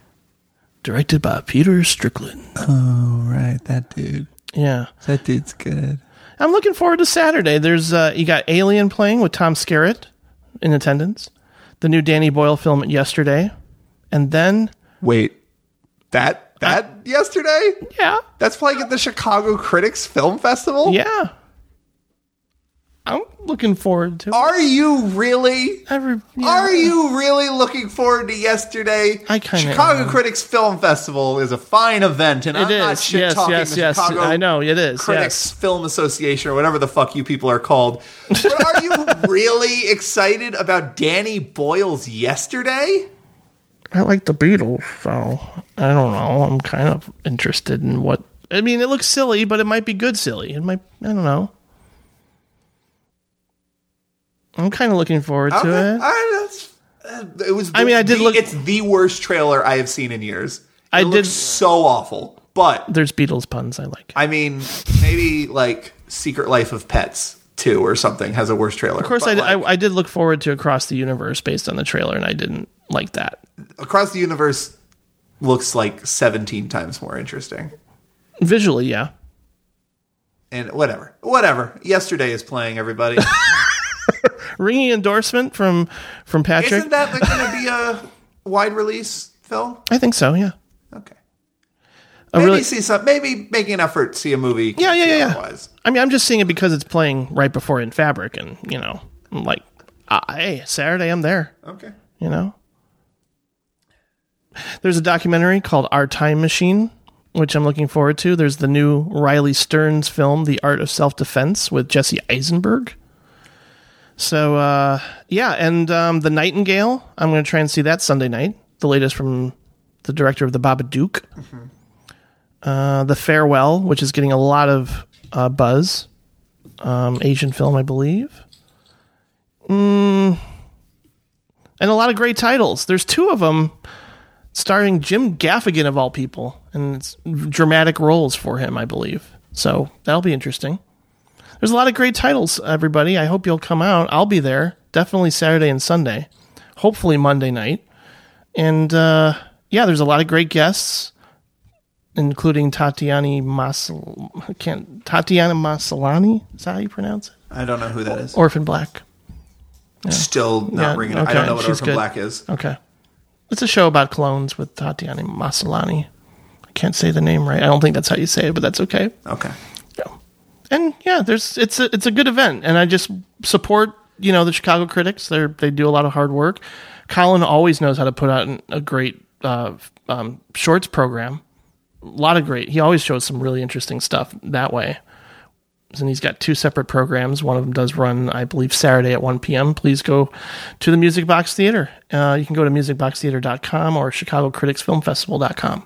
Speaker 1: directed by Peter Strickland.
Speaker 3: Oh, right. That dude.
Speaker 1: Yeah.
Speaker 3: That dude's good.
Speaker 1: I'm looking forward to Saturday. There's uh, you got Alien playing with Tom Skerritt in attendance, the new Danny Boyle film yesterday, and then
Speaker 2: wait, that that yesterday?
Speaker 1: Yeah,
Speaker 2: that's playing at the Chicago Critics Film Festival.
Speaker 1: Yeah, I'm looking forward to.
Speaker 2: Are you really? Are you really looking forward to yesterday?
Speaker 1: I kinda
Speaker 2: Chicago
Speaker 1: am.
Speaker 2: Critics Film Festival is a fine event, and
Speaker 1: It
Speaker 2: I'm not
Speaker 1: is.
Speaker 2: shit
Speaker 1: Yes,
Speaker 2: talking
Speaker 1: yes,
Speaker 2: the
Speaker 1: yes.
Speaker 2: Chicago
Speaker 1: I know, it is,
Speaker 2: Critics Film Association or whatever the fuck you people are called. But
Speaker 1: <laughs>
Speaker 2: are you really excited about Danny Boyle's yesterday?
Speaker 1: I like the Beatles, so I don't know. I'm kind of interested in what. I mean, it looks silly, but it might be good silly. It might. I don't know. I'm kind of looking forward to
Speaker 2: Okay,
Speaker 1: it.
Speaker 2: all right, that's- uh, it was.
Speaker 1: I mean, I did
Speaker 2: the-
Speaker 1: look-
Speaker 2: It's the worst trailer I have seen in years.
Speaker 1: I
Speaker 2: It looks
Speaker 1: did-
Speaker 2: so awful, but
Speaker 1: There's Beatles puns I like.
Speaker 2: I mean, maybe like Secret Life of Pets 2 or something has a worse trailer.
Speaker 1: Of course, I,
Speaker 2: But,
Speaker 1: I I did look forward to Across the Universe based on the trailer, and I didn't like that.
Speaker 2: Across the Universe looks like 17 times more interesting.
Speaker 1: Visually, yeah.
Speaker 2: And whatever. Whatever. Yesterday is playing, everybody.
Speaker 1: Ringing endorsement from from Patrick.
Speaker 2: Isn't that going to be a wide release film?
Speaker 1: I think so. Yeah. A
Speaker 2: Maybe
Speaker 1: really-
Speaker 2: see some, maybe making an effort to see a movie.
Speaker 1: Yeah, yeah, yeah, yeah.
Speaker 2: Otherwise.
Speaker 1: I mean, I'm just seeing it because it's playing right before In Fabric, and you know, I'm like, ah, hey, Saturday, I'm there.
Speaker 2: Okay.
Speaker 1: You know, there's a documentary called Our Time Machine, which I'm looking forward to. There's the new Riley Stearns film, The Art of Self Defense, with Jesse Eisenberg. So uh, yeah, and um, the Nightingale. I'm going to try and see that Sunday night. The latest from the director of the Babadook. Duke. Uh, the Farewell, which is getting a lot of uh, buzz, um, Asian film, I believe. Mm, and a lot of great titles. There's two of them starring Jim Gaffigan of all people, and it's dramatic roles for him, I believe. So that'll be interesting. There's a lot of great titles, everybody. I hope you'll come out. I'll be there definitely Saturday and Sunday, hopefully Monday night. And uh, yeah, there's a lot of great guests, including Tatiana Masal. I Can't Tatiana Masalani? Is that how you pronounce it?
Speaker 2: I don't know who that is.
Speaker 1: Orphan Black. Yeah.
Speaker 2: Still not
Speaker 1: Yeah,
Speaker 2: ringing. I
Speaker 1: okay,
Speaker 2: don't know what
Speaker 1: she's
Speaker 2: Orphan
Speaker 1: good.
Speaker 2: Black is.
Speaker 1: Okay. It's a show about clones with Tatiana Masalani. I can't say the name right. I don't think that's how you say it, but that's okay.
Speaker 2: Okay.
Speaker 1: And yeah, there's it's a it's a good event, and I just support you know the Chicago critics. They they do a lot of hard work. Colin always knows how to put out an, a great uh, um, shorts program. A lot of great. He always shows some really interesting stuff that way. And he's got two separate programs. One of them does run, I believe, Saturday at 1 p.m. Please go to the Music Box Theater. Uh, you can go to musicboxtheater.com or chicagocriticsfilmfestival.com.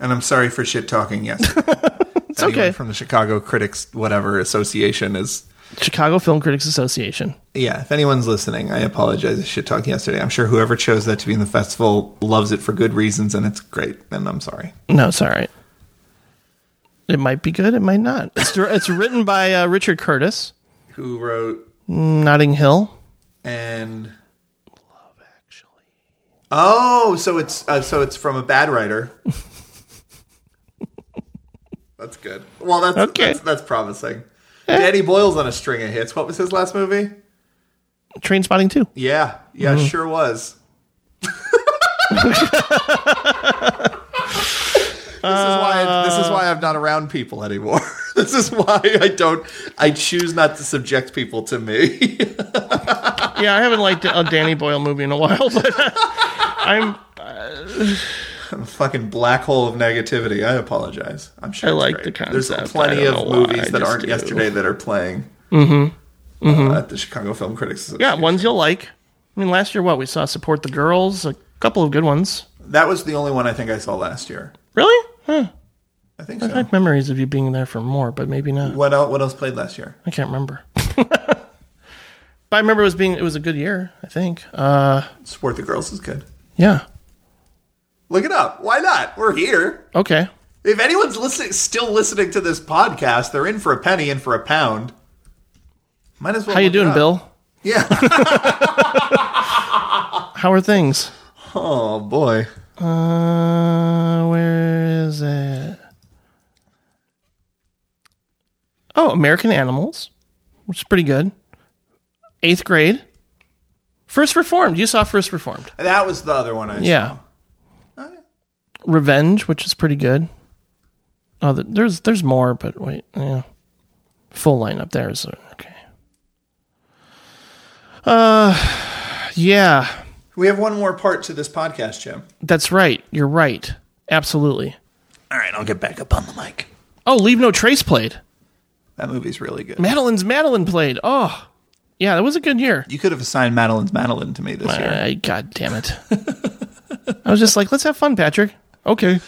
Speaker 2: And I'm sorry for shit talking. Yes.
Speaker 1: <laughs>
Speaker 2: it's
Speaker 1: okay.
Speaker 2: From the Chicago Critics whatever association is
Speaker 1: Chicago Film Critics Association.
Speaker 2: Yeah, if anyone's listening, I apologize. I shit talking yesterday. I'm sure whoever chose that to be in the festival loves it for good reasons, and it's great. And I'm sorry.
Speaker 1: No, it's all right. It might be good. It might not. It's, dir- it's written by uh, Richard Curtis,
Speaker 2: Who wrote
Speaker 1: Notting Hill.
Speaker 2: and Love Actually? Oh, so it's uh, so it's from a bad writer. that's good. Well, that's
Speaker 1: Okay.
Speaker 2: that's, that's promising. Danny Boyle's on a string of hits. What was his last movie?
Speaker 1: Train Spotting 2.
Speaker 2: Yeah, yeah,
Speaker 1: Mhm.
Speaker 2: sure was. <laughs> this is why this is why I'm not around people anymore. <laughs> this is why I don't. I choose not to subject people to me. <laughs>
Speaker 1: yeah, I haven't liked a Danny Boyle movie in a while, <laughs> but uh, I'm. Uh,
Speaker 2: I'm a fucking black hole of negativity. I apologize. I'm sure
Speaker 1: I
Speaker 2: it's
Speaker 1: like
Speaker 2: great.
Speaker 1: the concept.
Speaker 2: There's
Speaker 1: I
Speaker 2: plenty
Speaker 1: don't
Speaker 2: of
Speaker 1: know why, I
Speaker 2: movies that
Speaker 1: just
Speaker 2: aren't
Speaker 1: do.
Speaker 2: yesterday that are playing
Speaker 1: Mm-hmm. Mm-hmm.
Speaker 2: uh, at the Chicago Film Critics. Association.
Speaker 1: yeah, ones you'll like. I mean, last year, what? We saw Support the Girls, a couple of good ones.
Speaker 2: That was the only one I think I saw last year.
Speaker 1: Really? Huh.
Speaker 2: I think
Speaker 1: I've had memories of you being there for more, but maybe not.
Speaker 2: What else? What else played last year?
Speaker 1: I can't remember. <laughs> but I remember it was being it was a good year, I think. Uh,
Speaker 2: Support the Girls is good.
Speaker 1: Yeah.
Speaker 2: Look it up. Why not? We're here.
Speaker 1: Okay.
Speaker 2: If anyone's listening, still listening to this podcast, they're in for a penny and for a pound. Might as well.
Speaker 1: How you
Speaker 2: look it
Speaker 1: doing,
Speaker 2: up.
Speaker 1: Bill?
Speaker 2: Yeah.
Speaker 1: <laughs> How are things?
Speaker 2: Oh boy.
Speaker 1: Uh, where is it? Oh, American Animals, which is pretty good. Eighth grade. First Reformed. You saw First Reformed.
Speaker 2: That was the other one I
Speaker 1: yeah. Revenge, which is pretty good. Oh, th- there's there's more, but wait, yeah. Full lineup there is okay. Uh, yeah,
Speaker 2: We have one more part to this podcast, Jim.
Speaker 1: that's right. You're right. Absolutely.
Speaker 2: All right, I'll get back up on the mic.
Speaker 1: Oh, Leave No Trace played.
Speaker 2: That movie's really good.
Speaker 1: Madeline's Madeline played. Oh, yeah, that was a good year.
Speaker 2: You could have assigned Madeline's Madeline to me this
Speaker 1: year. God damn it. <laughs> I was just like, let's have fun, Patrick. Okay.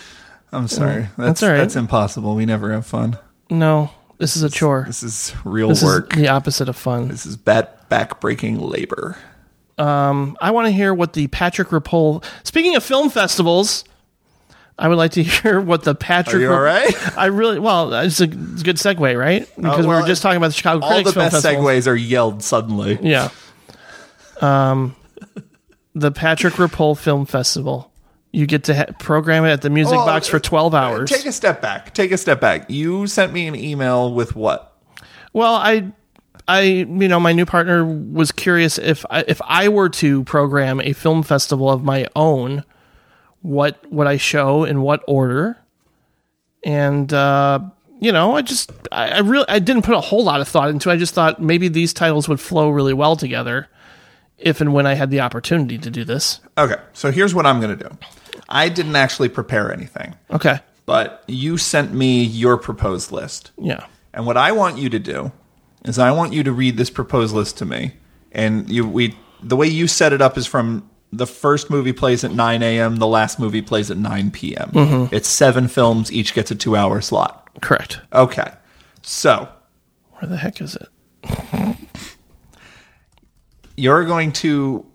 Speaker 2: I'm sorry.
Speaker 1: Yeah,
Speaker 2: That's,
Speaker 1: that's all right.
Speaker 2: That's impossible. We never have fun.
Speaker 1: No, this is a chore. This
Speaker 2: is Real
Speaker 1: This is
Speaker 2: work.
Speaker 1: the opposite of fun.
Speaker 2: This is bat backbreaking labor.
Speaker 1: Um, I want to hear what the Patrick Rapole. Speaking of film festivals, I would like to <laughs> hear what the Patrick.
Speaker 2: you all right? Uh,
Speaker 1: I really well. It's a, it's a good segue, right? Because we
Speaker 2: well,
Speaker 1: were just talking about the Chicago
Speaker 2: All
Speaker 1: Critics
Speaker 2: the
Speaker 1: Film
Speaker 2: best
Speaker 1: Festival.
Speaker 2: segues are yelled suddenly.
Speaker 1: Yeah. Um, the Patrick Rapole Film Festival. You get to ha- program it at the Music
Speaker 2: Well, uh,
Speaker 1: Box for twelve hours.
Speaker 2: Take a step back. Take a step back. You sent me an email with what?
Speaker 1: Well, I, I, you know, my new partner was curious if I, if I were to program a film festival of my own, what would I show in what order? And uh, you know, I just, I, I really, I didn't put a whole lot of thought into. it. I just thought maybe these titles would flow really well together, if and when I had the opportunity to do this.
Speaker 2: Okay, so here's what I'm going to do. I didn't actually prepare anything,
Speaker 1: Okay.
Speaker 2: but you sent me your proposed list.
Speaker 1: Yeah.
Speaker 2: And what I want you to do is I want you to read this proposed list to me. And you we the way you set it up is from the first movie plays at 9 a.m., the last movie plays at 9 p.m.
Speaker 1: Mhm.
Speaker 2: It's seven films, each gets a two hour slot.
Speaker 1: Correct.
Speaker 2: Okay. So
Speaker 1: Where the heck is it?
Speaker 2: you're going to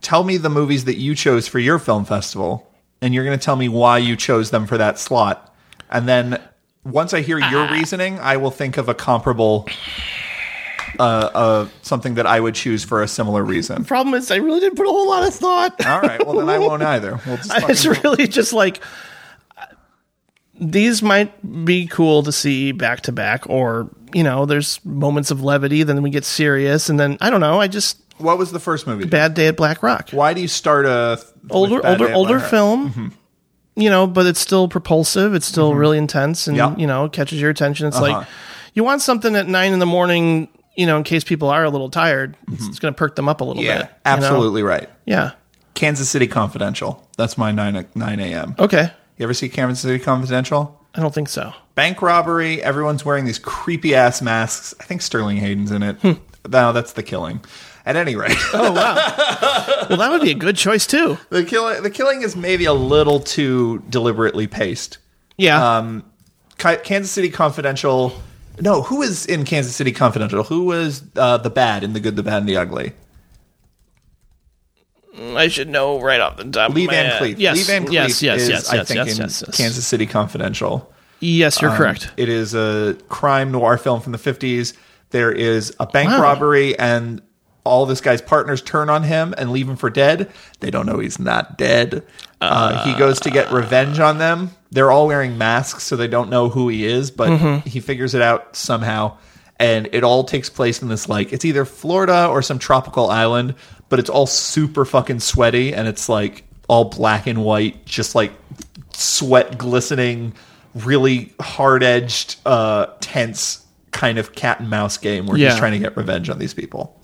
Speaker 2: tell me the movies that you chose for your film festival, and you're going to tell me why you chose them for that slot. And then once I hear
Speaker 1: Ah.
Speaker 2: your reasoning, I will think of a comparable, uh, uh, something that I would choose for a similar reason.
Speaker 1: Problem is, I really didn't put a whole lot of thought. <laughs>
Speaker 2: All right. Well, then I won't either. We'll just
Speaker 1: I was really just like these might be cool to see back to back, or you know, there's moments of levity, then we get serious, and then I don't know. I just
Speaker 2: what was the first movie?
Speaker 1: Bad Day at Black Rock.
Speaker 2: Why do you start a
Speaker 1: older,
Speaker 2: Bad Day
Speaker 1: older,
Speaker 2: at
Speaker 1: older
Speaker 2: Black Rock? Mm-hmm.
Speaker 1: film? You know, but it's still propulsive. It's still really intense, and
Speaker 2: Yeah.
Speaker 1: you know, catches your attention. It's
Speaker 2: Uh-huh.
Speaker 1: like you want something at nine in the morning. You know, in case people are a little tired, it's, going to perk them up a little
Speaker 2: Mm-hmm. Yeah,
Speaker 1: bit. you know?
Speaker 2: absolutely right.
Speaker 1: Yeah.
Speaker 2: Kansas City Confidential. That's my nine o- nine a.m.
Speaker 1: Okay.
Speaker 2: You ever see Kansas City Confidential?
Speaker 1: I don't think so.
Speaker 2: Bank robbery. Everyone's wearing these creepy ass masks. I think Sterling Hayden's in it. no, that's the killing. At any rate,
Speaker 1: Hmm. <laughs> Oh wow. well, that would be a good choice too.
Speaker 2: <laughs> the killing the killing is maybe a little too deliberately paced.
Speaker 1: Yeah.
Speaker 2: Um, Ki- Kansas City Confidential. No, who is in Kansas City Confidential? Who was uh, the bad in the good, the bad, and the ugly?
Speaker 1: I should know right off the top.
Speaker 2: Lee
Speaker 1: of my
Speaker 2: Van
Speaker 1: head.
Speaker 2: Cleef.
Speaker 1: Yes,
Speaker 2: Lee Van Cleef
Speaker 1: yes, yes,
Speaker 2: is,
Speaker 1: yes,
Speaker 2: I
Speaker 1: yes,
Speaker 2: think,
Speaker 1: yes,
Speaker 2: in
Speaker 1: yes, yes.
Speaker 2: Kansas Um, City Confidential.
Speaker 1: Yes, you're correct.
Speaker 2: It is a crime noir film from the 50s. There is a bank
Speaker 1: Wow.
Speaker 2: robbery, and all this guy's partners turn on him and leave him for dead. They don't know he's not dead. Uh, he goes to get revenge on them. They're all wearing masks, so they don't know who he is, but
Speaker 1: Mhm.
Speaker 2: he figures it out somehow. And it all takes place in this like it's either Florida or some tropical island, but it's all super fucking sweaty and it's like all black and white, just like sweat glistening, really hard edged, uh, tense kind of cat and mouse game where
Speaker 1: Yeah.
Speaker 2: he's trying to get revenge on these people.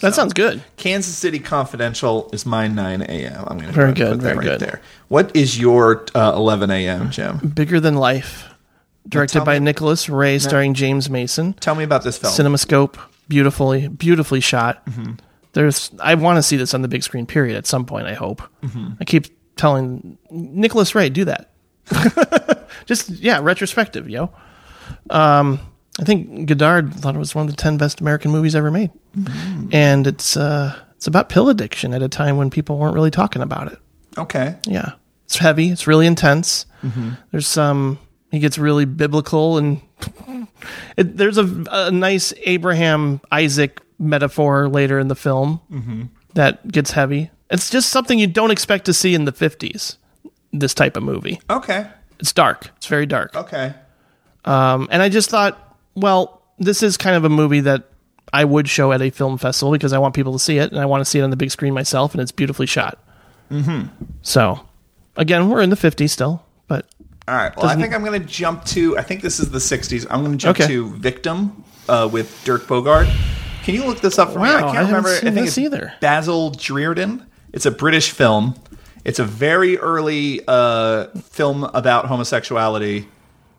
Speaker 1: That sounds good.
Speaker 2: Kansas City Confidential is my 9 a.m. I'm going to
Speaker 1: Very
Speaker 2: put
Speaker 1: good,
Speaker 2: that
Speaker 1: very
Speaker 2: right
Speaker 1: good.
Speaker 2: there. What is your uh, 11 a.m., Jim?
Speaker 1: Bigger Than Life, directed
Speaker 2: tell
Speaker 1: by
Speaker 2: me-
Speaker 1: Nicholas Ray, starring James Mason.
Speaker 2: Tell me about this film.
Speaker 1: CinemaScope, beautifully, beautifully shot.
Speaker 2: Mhm.
Speaker 1: There's, I want to see this on the big screen. Period. At some point, I hope.
Speaker 2: Mhm.
Speaker 1: I keep telling Nicholas Ray, do that. <laughs> Just yeah, retrospective, yo. Um, I think Godard thought it was one of the ten best American movies ever made, and it's uh, it's about pill addiction at a time when people weren't really talking about it.
Speaker 2: Okay.
Speaker 1: Yeah. It's heavy. It's really intense.
Speaker 2: Mhm.
Speaker 1: There's some. He gets really biblical, and <laughs> it, there's a, a nice Abraham Isaac metaphor later in the film.
Speaker 2: Mhm.
Speaker 1: that gets heavy. It's just something you don't expect to see in the 50s, this type of movie.
Speaker 2: Okay.
Speaker 1: It's dark. It's very dark.
Speaker 2: Okay.
Speaker 1: Um, and I just thought, well, this is kind of a movie that I would show at a film festival because I want people to see it and I want to see it on the big screen myself, and it's beautifully shot.
Speaker 2: Mm-hmm.
Speaker 1: So, again, we're in the 50s still, but
Speaker 2: All right. Well,
Speaker 1: Doesn't-
Speaker 2: I think I'm going to jump to. I think this is the '60s. I'm going to jump
Speaker 1: Okay.
Speaker 2: to "Victim" uh, with Dirk Bogarde. Can you look this up for me?
Speaker 1: Wow,
Speaker 2: I can't
Speaker 1: I haven't
Speaker 2: remember.
Speaker 1: seen
Speaker 2: I think
Speaker 1: this
Speaker 2: it's Basil Drearden. It's a British film. It's a very early uh, film about homosexuality.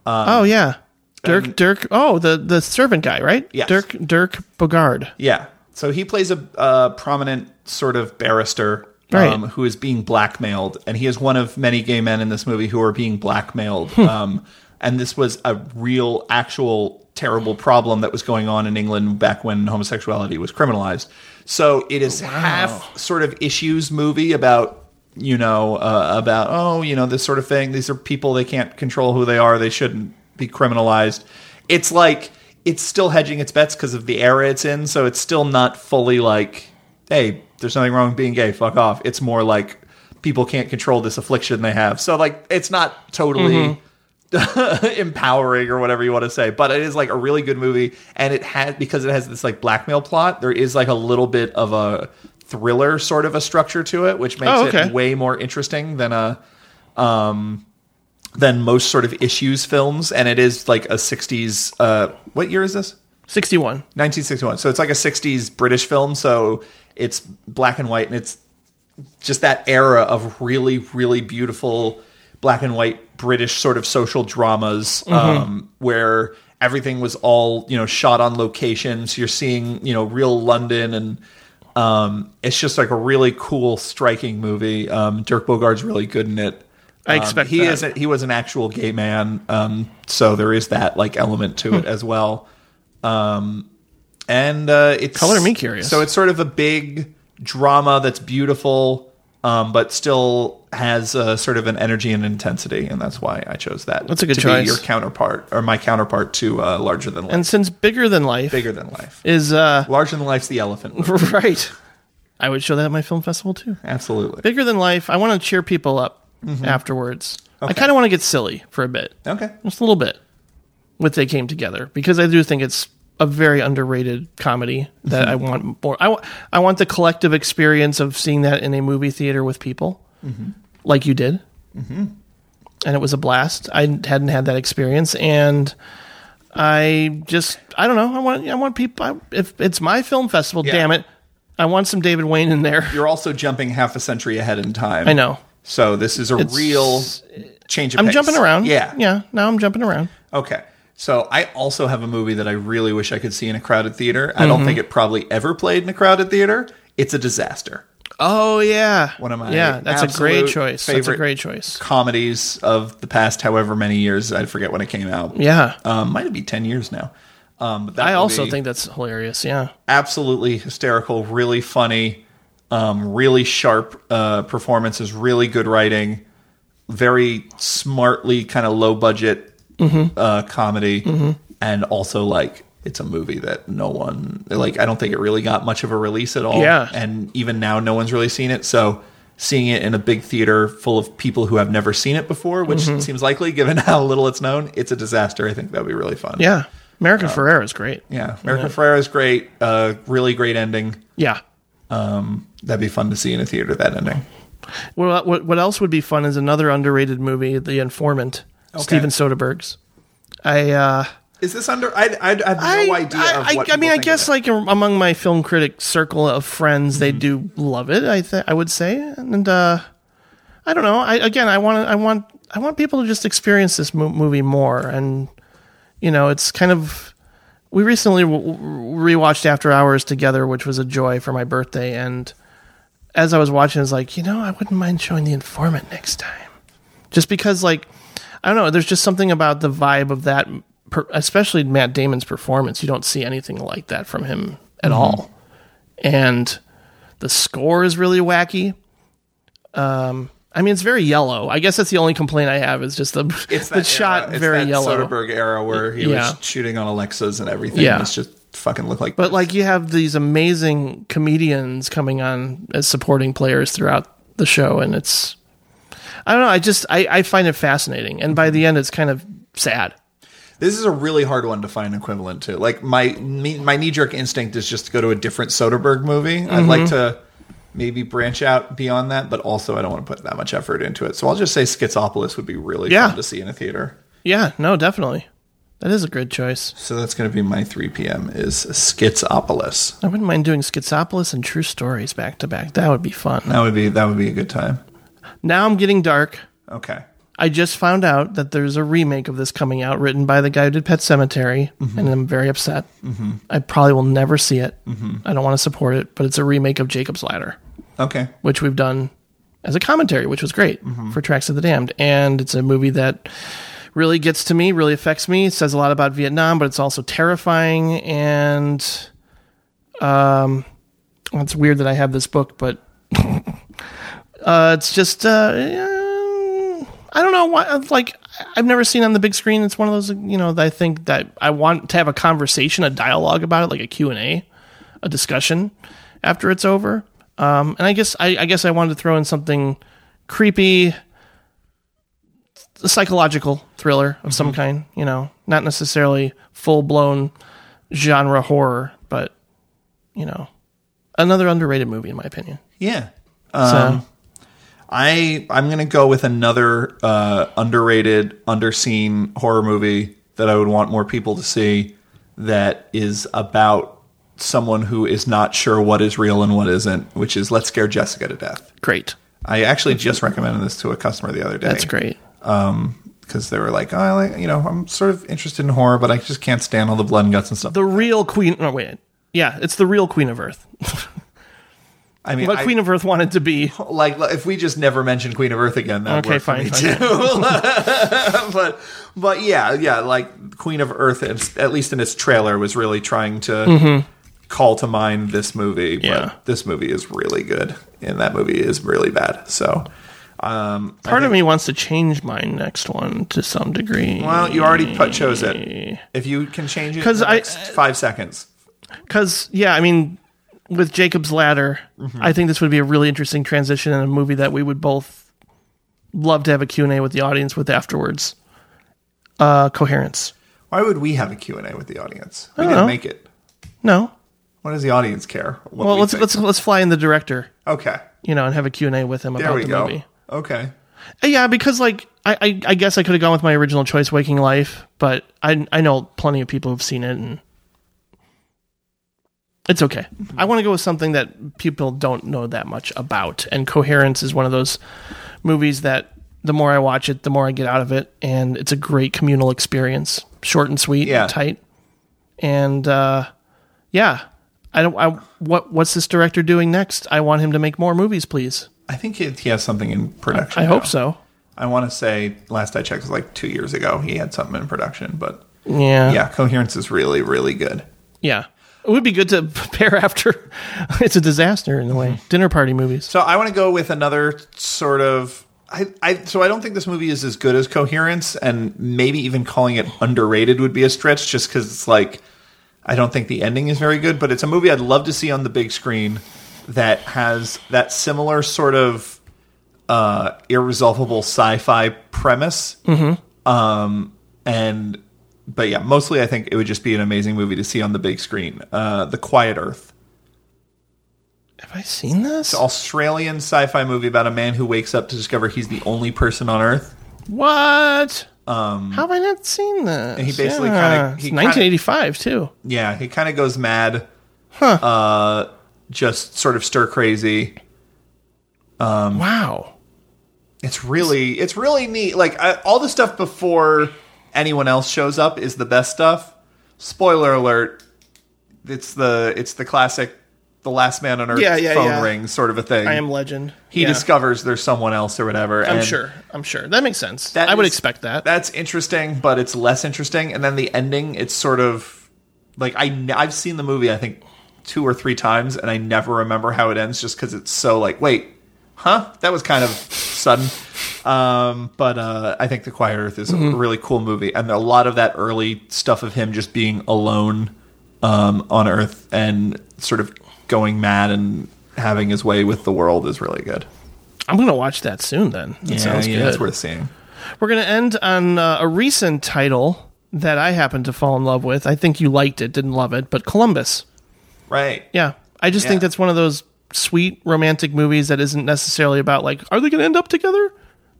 Speaker 2: Um,
Speaker 1: oh yeah, Dirk Dirk. Oh, the the servant guy, right?
Speaker 2: Yes.
Speaker 1: Dirk Dirk Bogard.
Speaker 2: Yeah. So he plays a uh, prominent sort of barrister
Speaker 1: Right.
Speaker 2: um, who is being blackmailed, and he is one of many gay men in this movie who are being blackmailed. um, and this was a real, actual, terrible problem that was going on in England back when homosexuality was criminalized. So it is half sort of issues movie about you know uh, about oh you know this sort of thing. These are people they can't control who they are. They shouldn't be criminalized. It's like it's still hedging its bets because of the era it's in, so it's still not fully like, hey, there's nothing wrong with being gay, fuck off. It's more like people can't control this affliction they have. So like it's not totally
Speaker 1: Mm-hmm.
Speaker 2: <laughs> empowering or whatever you want to say, but it is like a really good movie and it has because it has this like blackmail plot, there is like a little bit of a thriller sort of a structure to it, which makes
Speaker 1: Oh, okay.
Speaker 2: it way more interesting than a um than most sort of issues films and it is like a 60s uh what year is this
Speaker 1: 61
Speaker 2: 1961 so it's like a 60s british film so it's black and white and it's just that era of really really beautiful black and white british sort of social dramas
Speaker 1: Mm-hmm.
Speaker 2: um where everything was all you know shot on location so you're seeing you know real london and um it's just like a really cool striking movie um dirk bogarde's really good in it
Speaker 1: I
Speaker 2: Um,
Speaker 1: expect
Speaker 2: he
Speaker 1: that.
Speaker 2: is a, he was an actual gay man um so there is that like element to
Speaker 1: Hmm.
Speaker 2: it as well um and uh it's
Speaker 1: Color me curious.
Speaker 2: so it's sort of a big drama that's beautiful um but still has uh, sort of an energy and intensity and that's why i chose that
Speaker 1: That's a good
Speaker 2: to
Speaker 1: choice.
Speaker 2: be your counterpart or my counterpart to uh larger than life
Speaker 1: And since bigger than life,
Speaker 2: bigger than life
Speaker 1: is
Speaker 2: <laughs>
Speaker 1: uh
Speaker 2: larger than life's the elephant
Speaker 1: right. I would show that at my film festival too.
Speaker 2: absolutely
Speaker 1: Bigger than life. I want to cheer people up
Speaker 2: Mhm.
Speaker 1: afterwards. I
Speaker 2: Okay.
Speaker 1: kind of want to get silly for a bit.
Speaker 2: Okay.
Speaker 1: Just a little bit. With they came together because I do think it's a very underrated comedy that I want more. I wa- I want the collective experience of seeing that in a movie theater with people,
Speaker 2: Mhm.
Speaker 1: like you did. Mm-hmm.
Speaker 2: hmm
Speaker 1: and it was a blast. I hadn't had that experience, and I just I don't know. I want I want people. I, if it's my film festival, damn it, I want some David Wayne in there.
Speaker 2: you're also jumping half a century ahead in time
Speaker 1: I know.
Speaker 2: so this is a
Speaker 1: It's-
Speaker 2: real change of
Speaker 1: I'm
Speaker 2: pace.
Speaker 1: jumping around.
Speaker 2: yeah
Speaker 1: yeah. Now I'm jumping around.
Speaker 2: Okay. So I also have a movie that I really wish I could see in a crowded theater. I don't
Speaker 1: Mhm.
Speaker 2: think it probably ever played in a crowded theater. It's a disaster.
Speaker 1: Oh yeah,
Speaker 2: One of my
Speaker 1: yeah. That's a great
Speaker 2: absolute
Speaker 1: choice. That's a
Speaker 2: favorite
Speaker 1: great choice.
Speaker 2: Comedies of the past, however many years, I forget when it came out.
Speaker 1: Yeah.
Speaker 2: um, might be ten years now. Um, but that
Speaker 1: I also
Speaker 2: movie-
Speaker 1: think that's hilarious. Yeah,
Speaker 2: absolutely hysterical, really funny, um, really sharp uh, performances, really good writing, very smartly kind of low budget
Speaker 1: Mhm.
Speaker 2: uh, comedy,
Speaker 1: Mhm.
Speaker 2: and also like it's a movie that no one like I don't think it really got much of a release at all,
Speaker 1: Yeah.
Speaker 2: and even now no one's really seen it, so. Seeing it in a big theater full of people who have never seen it before, which
Speaker 1: Mhm.
Speaker 2: seems likely given <laughs> how little it's known, it's a disaster. I think that would be really fun.
Speaker 1: yeah. American
Speaker 2: Um,
Speaker 1: Ferrera is great.
Speaker 2: Yeah, American Ferrera is great. Uh, really great ending.
Speaker 1: Yeah.
Speaker 2: Um, that'd be fun to see in a theater. That ending.
Speaker 1: What, what what else would be fun is another underrated movie, The Informant,
Speaker 2: Okay.
Speaker 1: Steven Soderbergh's. I uh,
Speaker 2: Is this under? I, I, I have no idea. of Mm-hmm.
Speaker 1: I,
Speaker 2: what
Speaker 1: I mean, I
Speaker 2: people think
Speaker 1: guess like am- among my film critic circle of friends, they do love it. I th- I would say, and uh, I don't know. I again, I want I want I want people to just experience this mo- movie more, and you know, it's kind of. We recently w- w- rewatched After Hours together, which was a joy for my birthday. And as I was watching, I was like, you know, I wouldn't mind showing The Informant next time just because like i don't know there's just something about the vibe of that per- especially matt damon's performance you don't see anything like that from him at
Speaker 2: Mhm.
Speaker 1: all and the score is really wacky um i mean it's very yellow i guess that's the only complaint i have is just the
Speaker 2: It's
Speaker 1: the
Speaker 2: that
Speaker 1: shot
Speaker 2: era. It's
Speaker 1: very
Speaker 2: that
Speaker 1: yellow
Speaker 2: Soderbergh era where he
Speaker 1: Yeah.
Speaker 2: was shooting on Alexas and everything.
Speaker 1: Yeah.
Speaker 2: it's just fucking look like.
Speaker 1: But like you have these amazing comedians coming on as supporting players throughout the show, and it's I don't know. I just I, I find it fascinating, and by the end, it's kind of sad.
Speaker 2: This is a really hard one to find an equivalent to. Like my me, my knee jerk instinct is just to go to a different Soderbergh movie. I'd
Speaker 1: Mhm.
Speaker 2: like to maybe branch out beyond that, but also I don't want to put that much effort into it. So I'll just say Schizopolis would be really
Speaker 1: Yeah.
Speaker 2: fun to see in a theater.
Speaker 1: Yeah, no, definitely, that is a good choice.
Speaker 2: So that's going to be my 3 p.m. is Schizopolis.
Speaker 1: I wouldn't mind doing Schizopolis and True Stories back to back. That would be fun.
Speaker 2: That would be that would be a good time.
Speaker 1: Now I'm getting dark.
Speaker 2: Okay.
Speaker 1: I just found out that there's a remake of this coming out written by the guy who did Pet Cemetery, and I'm very upset.
Speaker 2: Mhm.
Speaker 1: I probably will never see it.
Speaker 2: Mhm.
Speaker 1: I don't want to support it, but it's a remake of Jacob's Ladder.
Speaker 2: Okay.
Speaker 1: Which we've done as a commentary, which was great for Tracks of the Damned. And it's a movie that really gets to me, really affects me, It says a lot about Vietnam, but it's also terrifying. And um, well, it's weird that I have this book, but <laughs> uh, it's just, uh, eh, I don't know why, like, I've never seen it on the big screen. It's one of those, you know, that I think that I want to have a conversation, a dialogue about it, like a Q&A, a discussion after it's over. Um, and I guess I, I guess I wanted to throw in something creepy, a psychological thriller of
Speaker 2: Mm-hmm.
Speaker 1: some kind, you know, not necessarily full blown genre horror, but you know, another underrated movie in my opinion.
Speaker 2: Yeah.
Speaker 1: So-
Speaker 2: Um, I I'm gonna go with another uh, underrated, underseen horror movie that I would want more people to see. That is about someone who is not sure what is real and what isn't, which is "Let's Scare Jessica to Death."
Speaker 1: Great.
Speaker 2: I actually just recommended this to a customer the other day.
Speaker 1: That's great.
Speaker 2: Um, because they were like, oh, I like, you know, I'm sort of interested in horror, but I just can't stand all the oh, blood and guts and stuff.
Speaker 1: The real Queen. No, wait. Yeah, it's the real Queen of Earth. <laughs>
Speaker 2: I mean,
Speaker 1: what
Speaker 2: I-
Speaker 1: Queen of Earth wanted to be.
Speaker 2: Like, if we just never mention Queen of Earth again, that
Speaker 1: Okay,
Speaker 2: worked for
Speaker 1: fine,
Speaker 2: me,
Speaker 1: fine.
Speaker 2: too. but but yeah, yeah, like Queen of Earth, it's, at least in its trailer, was really trying to
Speaker 1: Mhm.
Speaker 2: call to mind this movie. But this movie is really good, and that movie is really bad. So, um, <laughs> I
Speaker 1: Part of me wants to change my next one to some degree.
Speaker 2: Well, you already put, chose it. If you can change it, in
Speaker 1: 'Cause
Speaker 2: the
Speaker 1: I- uh,
Speaker 2: next five seconds.
Speaker 1: Because, yeah, I mean, with Jacob's Ladder,
Speaker 2: Mhm.
Speaker 1: I think this would be a really interesting transition in a movie that we would both love to have a Q&A with the audience with afterwards. Uh, coherence.
Speaker 2: Why would we have a Q and A with the audience?
Speaker 1: I
Speaker 2: We
Speaker 1: don't
Speaker 2: didn't
Speaker 1: know.
Speaker 2: make it.
Speaker 1: No.
Speaker 2: What does the audience care? What
Speaker 1: well,
Speaker 2: we
Speaker 1: let's
Speaker 2: think?
Speaker 1: let's let's fly in the director.
Speaker 2: Okay.
Speaker 1: You know, and have a Q&A with him
Speaker 2: There
Speaker 1: about
Speaker 2: we
Speaker 1: the
Speaker 2: go.
Speaker 1: movie.
Speaker 2: Okay.
Speaker 1: Uh, Yeah, because like I, I, I guess I could have gone with my original choice, Waking Life, but I I know plenty of people who've seen it and it's okay. I want to go with something that people don't know that much about, and Coherence is one of those movies that the more I watch it, the more I get out of it, and it's a great communal experience, short and sweet,
Speaker 2: Yeah.
Speaker 1: and tight, and uh, yeah. I don't. I, what What's this director doing next? I want him to make more movies, please.
Speaker 2: I think he, he has something in production.
Speaker 1: I hope
Speaker 2: now.
Speaker 1: so.
Speaker 2: I want to say last I checked was like two years ago. He had something in production, but
Speaker 1: Yeah.
Speaker 2: yeah, coherence is really really good.
Speaker 1: Yeah. It would be good to <laughs> pair after. <laughs> it's a disaster in a way.
Speaker 2: Mm-hmm.
Speaker 1: Dinner party movies.
Speaker 2: So I want to go with another sort of. I, I so I don't think this movie is as good as Coherence, and maybe even calling it underrated would be a stretch, just because it's like I don't think the ending is very good. But it's a movie I'd love to see on the big screen that has that similar sort of uh, irresolvable sci-fi premise.
Speaker 1: Mhm.
Speaker 2: Um, and but yeah, mostly I think it would just be an amazing movie to see on the big screen. Uh, the Quiet Earth.
Speaker 1: Have I seen this?
Speaker 2: It's an Australian sci-fi movie about a man who wakes up to discover he's the only person on Earth.
Speaker 1: What?
Speaker 2: Um,
Speaker 1: How have I not seen this?
Speaker 2: And he basically kinda-
Speaker 1: It's
Speaker 2: he kinda-
Speaker 1: 1985 too.
Speaker 2: yeah, he kind of goes mad, uh, just sort of stir crazy. Um,
Speaker 1: wow,
Speaker 2: it's really it's really neat. Like I, all the stuff before anyone else shows up is the best stuff. Spoiler alert: it's the it's the classic, the last man on Earth
Speaker 1: Yeah, yeah,
Speaker 2: phone
Speaker 1: yeah.
Speaker 2: ring sort of a thing.
Speaker 1: I Am Legend.
Speaker 2: He
Speaker 1: Yeah.
Speaker 2: discovers there's someone else or whatever.
Speaker 1: I'm
Speaker 2: and-
Speaker 1: sure. I'm sure. That makes sense. I would expect that.
Speaker 2: That's interesting, but it's less interesting. And then the ending, it's sort of like I kn- I've seen the movie I think two or three times, and I never remember how it ends just because it's so like wait, huh? That was kind of sudden. Um, but uh, I think The Quiet Earth is
Speaker 1: Mhm.
Speaker 2: a really cool movie, and a lot of that early stuff of him just being alone um, on Earth and sort of going mad and having his way with the world is really good.
Speaker 1: I'm gonna watch that soon. Then that
Speaker 2: yeah,
Speaker 1: sounds
Speaker 2: yeah,
Speaker 1: good.
Speaker 2: it's worth seeing.
Speaker 1: We're going to end on uh, a recent title that I happened to fall in love with. I think you liked it, didn't love it, but Columbus.
Speaker 2: Right.
Speaker 1: Yeah. I just think
Speaker 2: Yeah.
Speaker 1: that's one of those sweet romantic movies that isn't necessarily about, like, are they going to end up together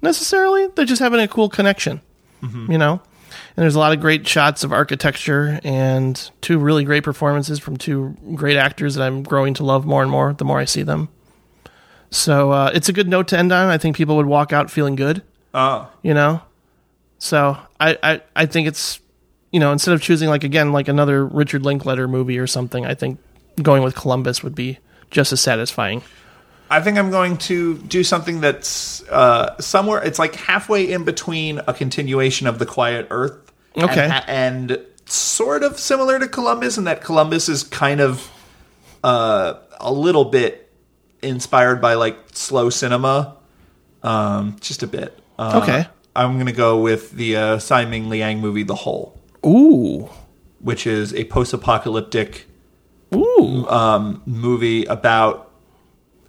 Speaker 1: necessarily? They're just having a cool connection,
Speaker 2: Mm-hmm.
Speaker 1: you know? And there's a lot of great shots of architecture and two really great performances from two great actors that I'm growing to love more and more the more I see them. So uh, it's a good note to end on. I think people would walk out feeling good
Speaker 2: Oh,
Speaker 1: you know so I, I i think it's you know instead of choosing like again like another richard linkletter movie or something i think going with columbus would be just as satisfying
Speaker 2: I think I'm going to do something that's uh, somewhere. It's like halfway in between a continuation of the Quiet Earth,
Speaker 1: Okay.
Speaker 2: and, and sort of similar to Columbus in that Columbus is kind of uh, a little bit inspired by like slow cinema, um, just a bit. Uh,
Speaker 1: Okay.
Speaker 2: I'm gonna go with the uh, Tsai Ming Liang movie, The Hole
Speaker 1: ooh
Speaker 2: which is a post-apocalyptic Um, movie about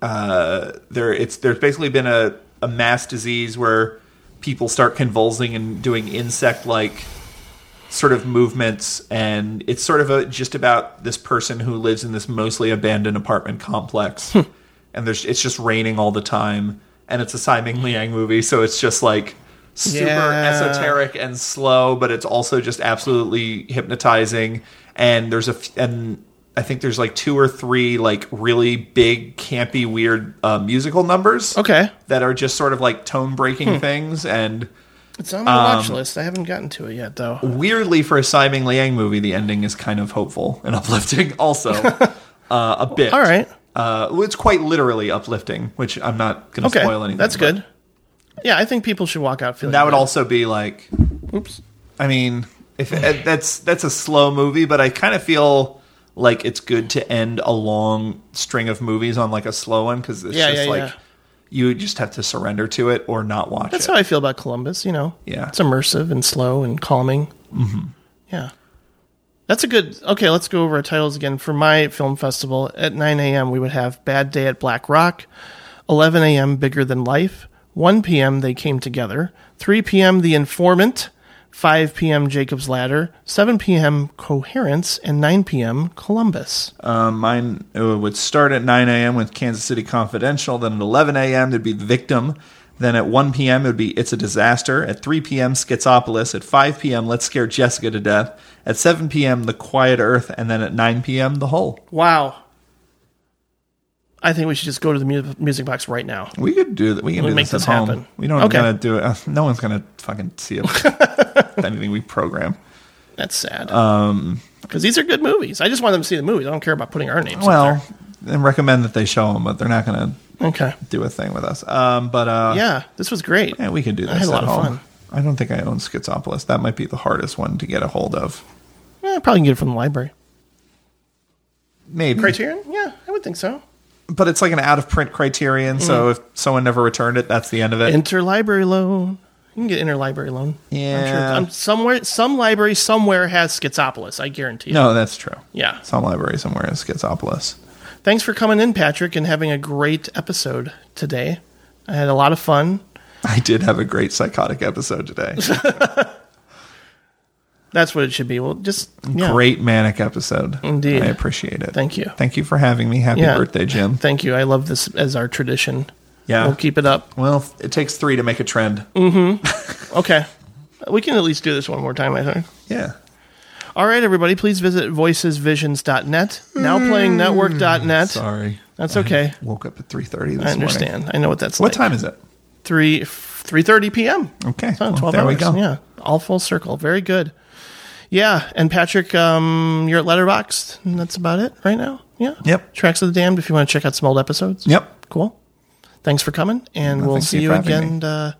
Speaker 2: uh, there. It's there's basically been a, a mass disease where people start convulsing and doing insect-like sort of movements, and it's sort of a, just about this person who lives in this mostly abandoned apartment complex, and there's it's just raining all the time, and it's a Tsai Ming Liang movie, so it's just like super
Speaker 1: Yeah.
Speaker 2: esoteric esoteric and slow, but it's also just absolutely hypnotizing. And there's a f- and I think there's like two or three like really big campy weird uh, musical numbers.
Speaker 1: Okay,
Speaker 2: that are just sort of like tone breaking
Speaker 1: Hmm.
Speaker 2: things and.
Speaker 1: it's on my watch
Speaker 2: Um,
Speaker 1: list i haven't gotten to it yet though
Speaker 2: Weirdly, for a Simon Liang movie, the ending is kind of hopeful and <laughs> uplifting,
Speaker 1: <laughs>
Speaker 2: also uh, a bit.
Speaker 1: All right.
Speaker 2: uh, well, it's quite literally uplifting, which I'm not going to
Speaker 1: okay
Speaker 2: spoil anything.
Speaker 1: that's
Speaker 2: but-
Speaker 1: good yeah i think people should walk out feeling
Speaker 2: that would
Speaker 1: good.
Speaker 2: also be like
Speaker 1: oops
Speaker 2: i mean if eh, that's that's a slow movie but i kind of feel like it's good to end a long string of movies on like a slow one because it's
Speaker 1: Yeah,
Speaker 2: just
Speaker 1: yeah,
Speaker 2: like
Speaker 1: yeah.
Speaker 2: you just have to surrender to it or not watch
Speaker 1: that's
Speaker 2: it
Speaker 1: how i feel about columbus you know
Speaker 2: Yeah.
Speaker 1: it's immersive and slow and calming
Speaker 2: Mhm.
Speaker 1: Yeah. That's a good. Okay, let's go over our titles again. For my film festival, at 9 a.m., we would have Bad Day at Black Rock, 11 a.m., Bigger Than Life, 1 p.m., They Came Together, 3 p.m., The Informant, 5 p.m., Jacob's Ladder, 7 p.m., Coherence, and 9 p.m., Columbus.
Speaker 2: um, mine uh, would start at 9 a.m with kansas city confidential then at 11 a.m there'd be the victim then at 1 p.m. it would be It's a Disaster. At 3 p.m. Schizopolis. At 5 p.m. Let's Scare Jessica to Death. At 7 p.m. The Quiet Earth. And then at 9 p.m. The Hole.
Speaker 1: Wow. I think we should just go to the mu- music box right now.
Speaker 2: We could do that. We can
Speaker 1: We'll
Speaker 2: do
Speaker 1: make
Speaker 2: this, at
Speaker 1: this
Speaker 2: home.
Speaker 1: happen.
Speaker 2: We don't
Speaker 1: Okay.
Speaker 2: gotta do it. uh, No one's gonna fucking see
Speaker 1: <laughs>
Speaker 2: it. anything we program.
Speaker 1: That's sad.
Speaker 2: Um,
Speaker 1: Because these are good movies. I just want them to see the movies. I don't care about putting our names. up
Speaker 2: well, and recommend that they show them, but they're not gonna
Speaker 1: Okay.
Speaker 2: do a thing with us. Um, but uh,
Speaker 1: there. yeah, this was great.
Speaker 2: yeah, we can do
Speaker 1: I
Speaker 2: this
Speaker 1: had a lot
Speaker 2: at
Speaker 1: of
Speaker 2: home.
Speaker 1: fun.
Speaker 2: I don't think I own Schizopolis. That might be the hardest one to get a hold of.
Speaker 1: Yeah, I probably can get it from the library.
Speaker 2: Maybe
Speaker 1: Criterion? Yeah, I would think so.
Speaker 2: but it's like an out of print Criterion. So
Speaker 1: Mhm.
Speaker 2: if someone never returned it, that's the end of it.
Speaker 1: Interlibrary loan. You can get interlibrary loan. I'm sure.
Speaker 2: Yeah.
Speaker 1: I'm somewhere, some library somewhere has Schizopolis. I guarantee it.
Speaker 2: No, that's true.
Speaker 1: Yeah.
Speaker 2: some library somewhere is Schizopolis. <laughs>
Speaker 1: Thanks for coming in, Patrick, and having a great episode today. I had a lot of fun.
Speaker 2: I did have a great psychotic
Speaker 1: <laughs>
Speaker 2: episode today.
Speaker 1: That's what it should be. Well, just yeah.
Speaker 2: Great manic episode.
Speaker 1: Indeed.
Speaker 2: I appreciate it.
Speaker 1: Thank you.
Speaker 2: Thank you for having me. Happy
Speaker 1: Yeah.
Speaker 2: birthday, Jim.
Speaker 1: Thank you. I love this as our tradition.
Speaker 2: Yeah.
Speaker 1: We'll keep it up.
Speaker 2: Well, it takes three to make a trend.
Speaker 1: Mm-hmm. okay. We can at least do this one more time, I think.
Speaker 2: Yeah.
Speaker 1: All right, everybody, please visit voicesvisions.net, nowplayingnetwork.net.
Speaker 2: Hmm, Sorry.
Speaker 1: That's okay.
Speaker 2: Woke up at 3.30 this
Speaker 1: I understand.
Speaker 2: morning.
Speaker 1: I know what that's
Speaker 2: What
Speaker 1: like.
Speaker 2: time is it?
Speaker 1: 3 3:30 p.m.
Speaker 2: Okay.
Speaker 1: So
Speaker 2: well,
Speaker 1: 12
Speaker 2: there
Speaker 1: hours.
Speaker 2: we go.
Speaker 1: Yeah. All full circle. Very good. Yeah, and Patrick, um, you're at Letterboxd, and that's about it right now. Yeah.
Speaker 2: Yep.
Speaker 1: Tracks of the Damned if you want to check out some old episodes.
Speaker 2: Yep.
Speaker 1: Cool. Thanks for coming, and
Speaker 2: Well,
Speaker 1: we'll
Speaker 2: thank
Speaker 1: see
Speaker 2: you
Speaker 1: you
Speaker 2: for having me.
Speaker 1: again uh,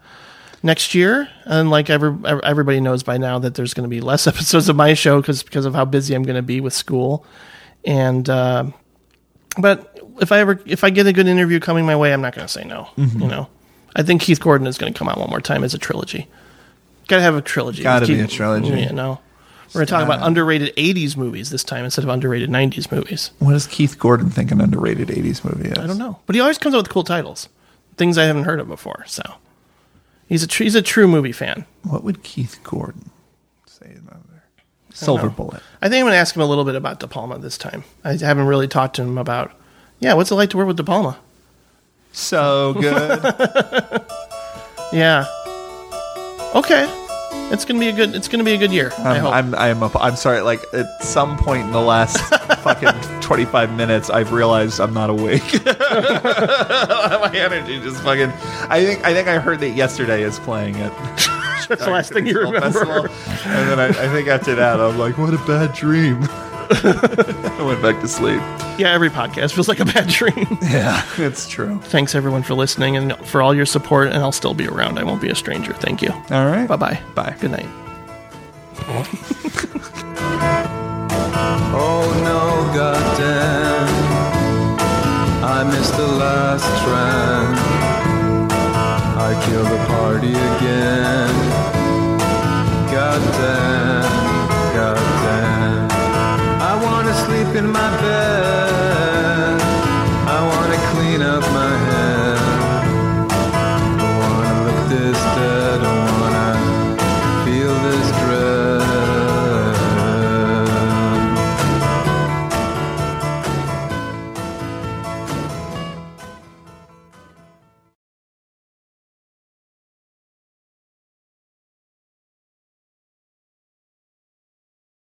Speaker 1: next year. And like every, ev- everybody knows by now that there's going to be less <laughs> episodes of my show because because of how busy I'm going to be with school. And uh, but if I ever if I get a good interview coming my way, I'm not going to say no.
Speaker 2: Mhm.
Speaker 1: You know, I think Keith Gordon is going to come out one more time as a trilogy. Got to have a trilogy.
Speaker 2: Gotta be
Speaker 1: Keith-
Speaker 2: a trilogy.
Speaker 1: You know, We're going to talk about underrated 80s movies this time instead of underrated 90s movies.
Speaker 2: What does Keith Gordon think an underrated 80s movie is?
Speaker 1: I don't know. But he always comes up with cool titles, things I haven't heard of before. So he's a, tr- he's a true movie fan.
Speaker 2: What would Keith Gordon say about there?
Speaker 1: I don't
Speaker 2: Silver
Speaker 1: know.
Speaker 2: Bullet.
Speaker 1: I think I'm going to ask him a little bit about De Palma this time. I haven't really talked to him about, yeah, what's it like to work with De Palma?
Speaker 2: So
Speaker 1: good. yeah. Okay. It's gonna be a good. It's gonna be a good year. I
Speaker 2: Um, I'm,
Speaker 1: hope.
Speaker 2: I'm, I'm, up- I'm sorry. Like at some point in the <laughs> last fucking 25 minutes, I've realized I'm not awake. <laughs> My energy just fucking. I think, I think I heard that yesterday is playing it. <laughs>
Speaker 1: That's the last thing you remember.
Speaker 2: And then I, I think after that, I'm like, what a bad <laughs> dream. I went back to sleep.
Speaker 1: Yeah, every podcast feels like a bad dream. <laughs>
Speaker 2: Yeah, it's true.
Speaker 1: Thanks everyone for listening and for all your support. And I'll still be around. I won't be a stranger. Thank you.
Speaker 2: All right.
Speaker 1: Bye bye. Bye. Good night.
Speaker 3: Oh no, goddamn. I missed the last train. I killed the party again. Goddamn, goddamn. I wanna sleep in my bed.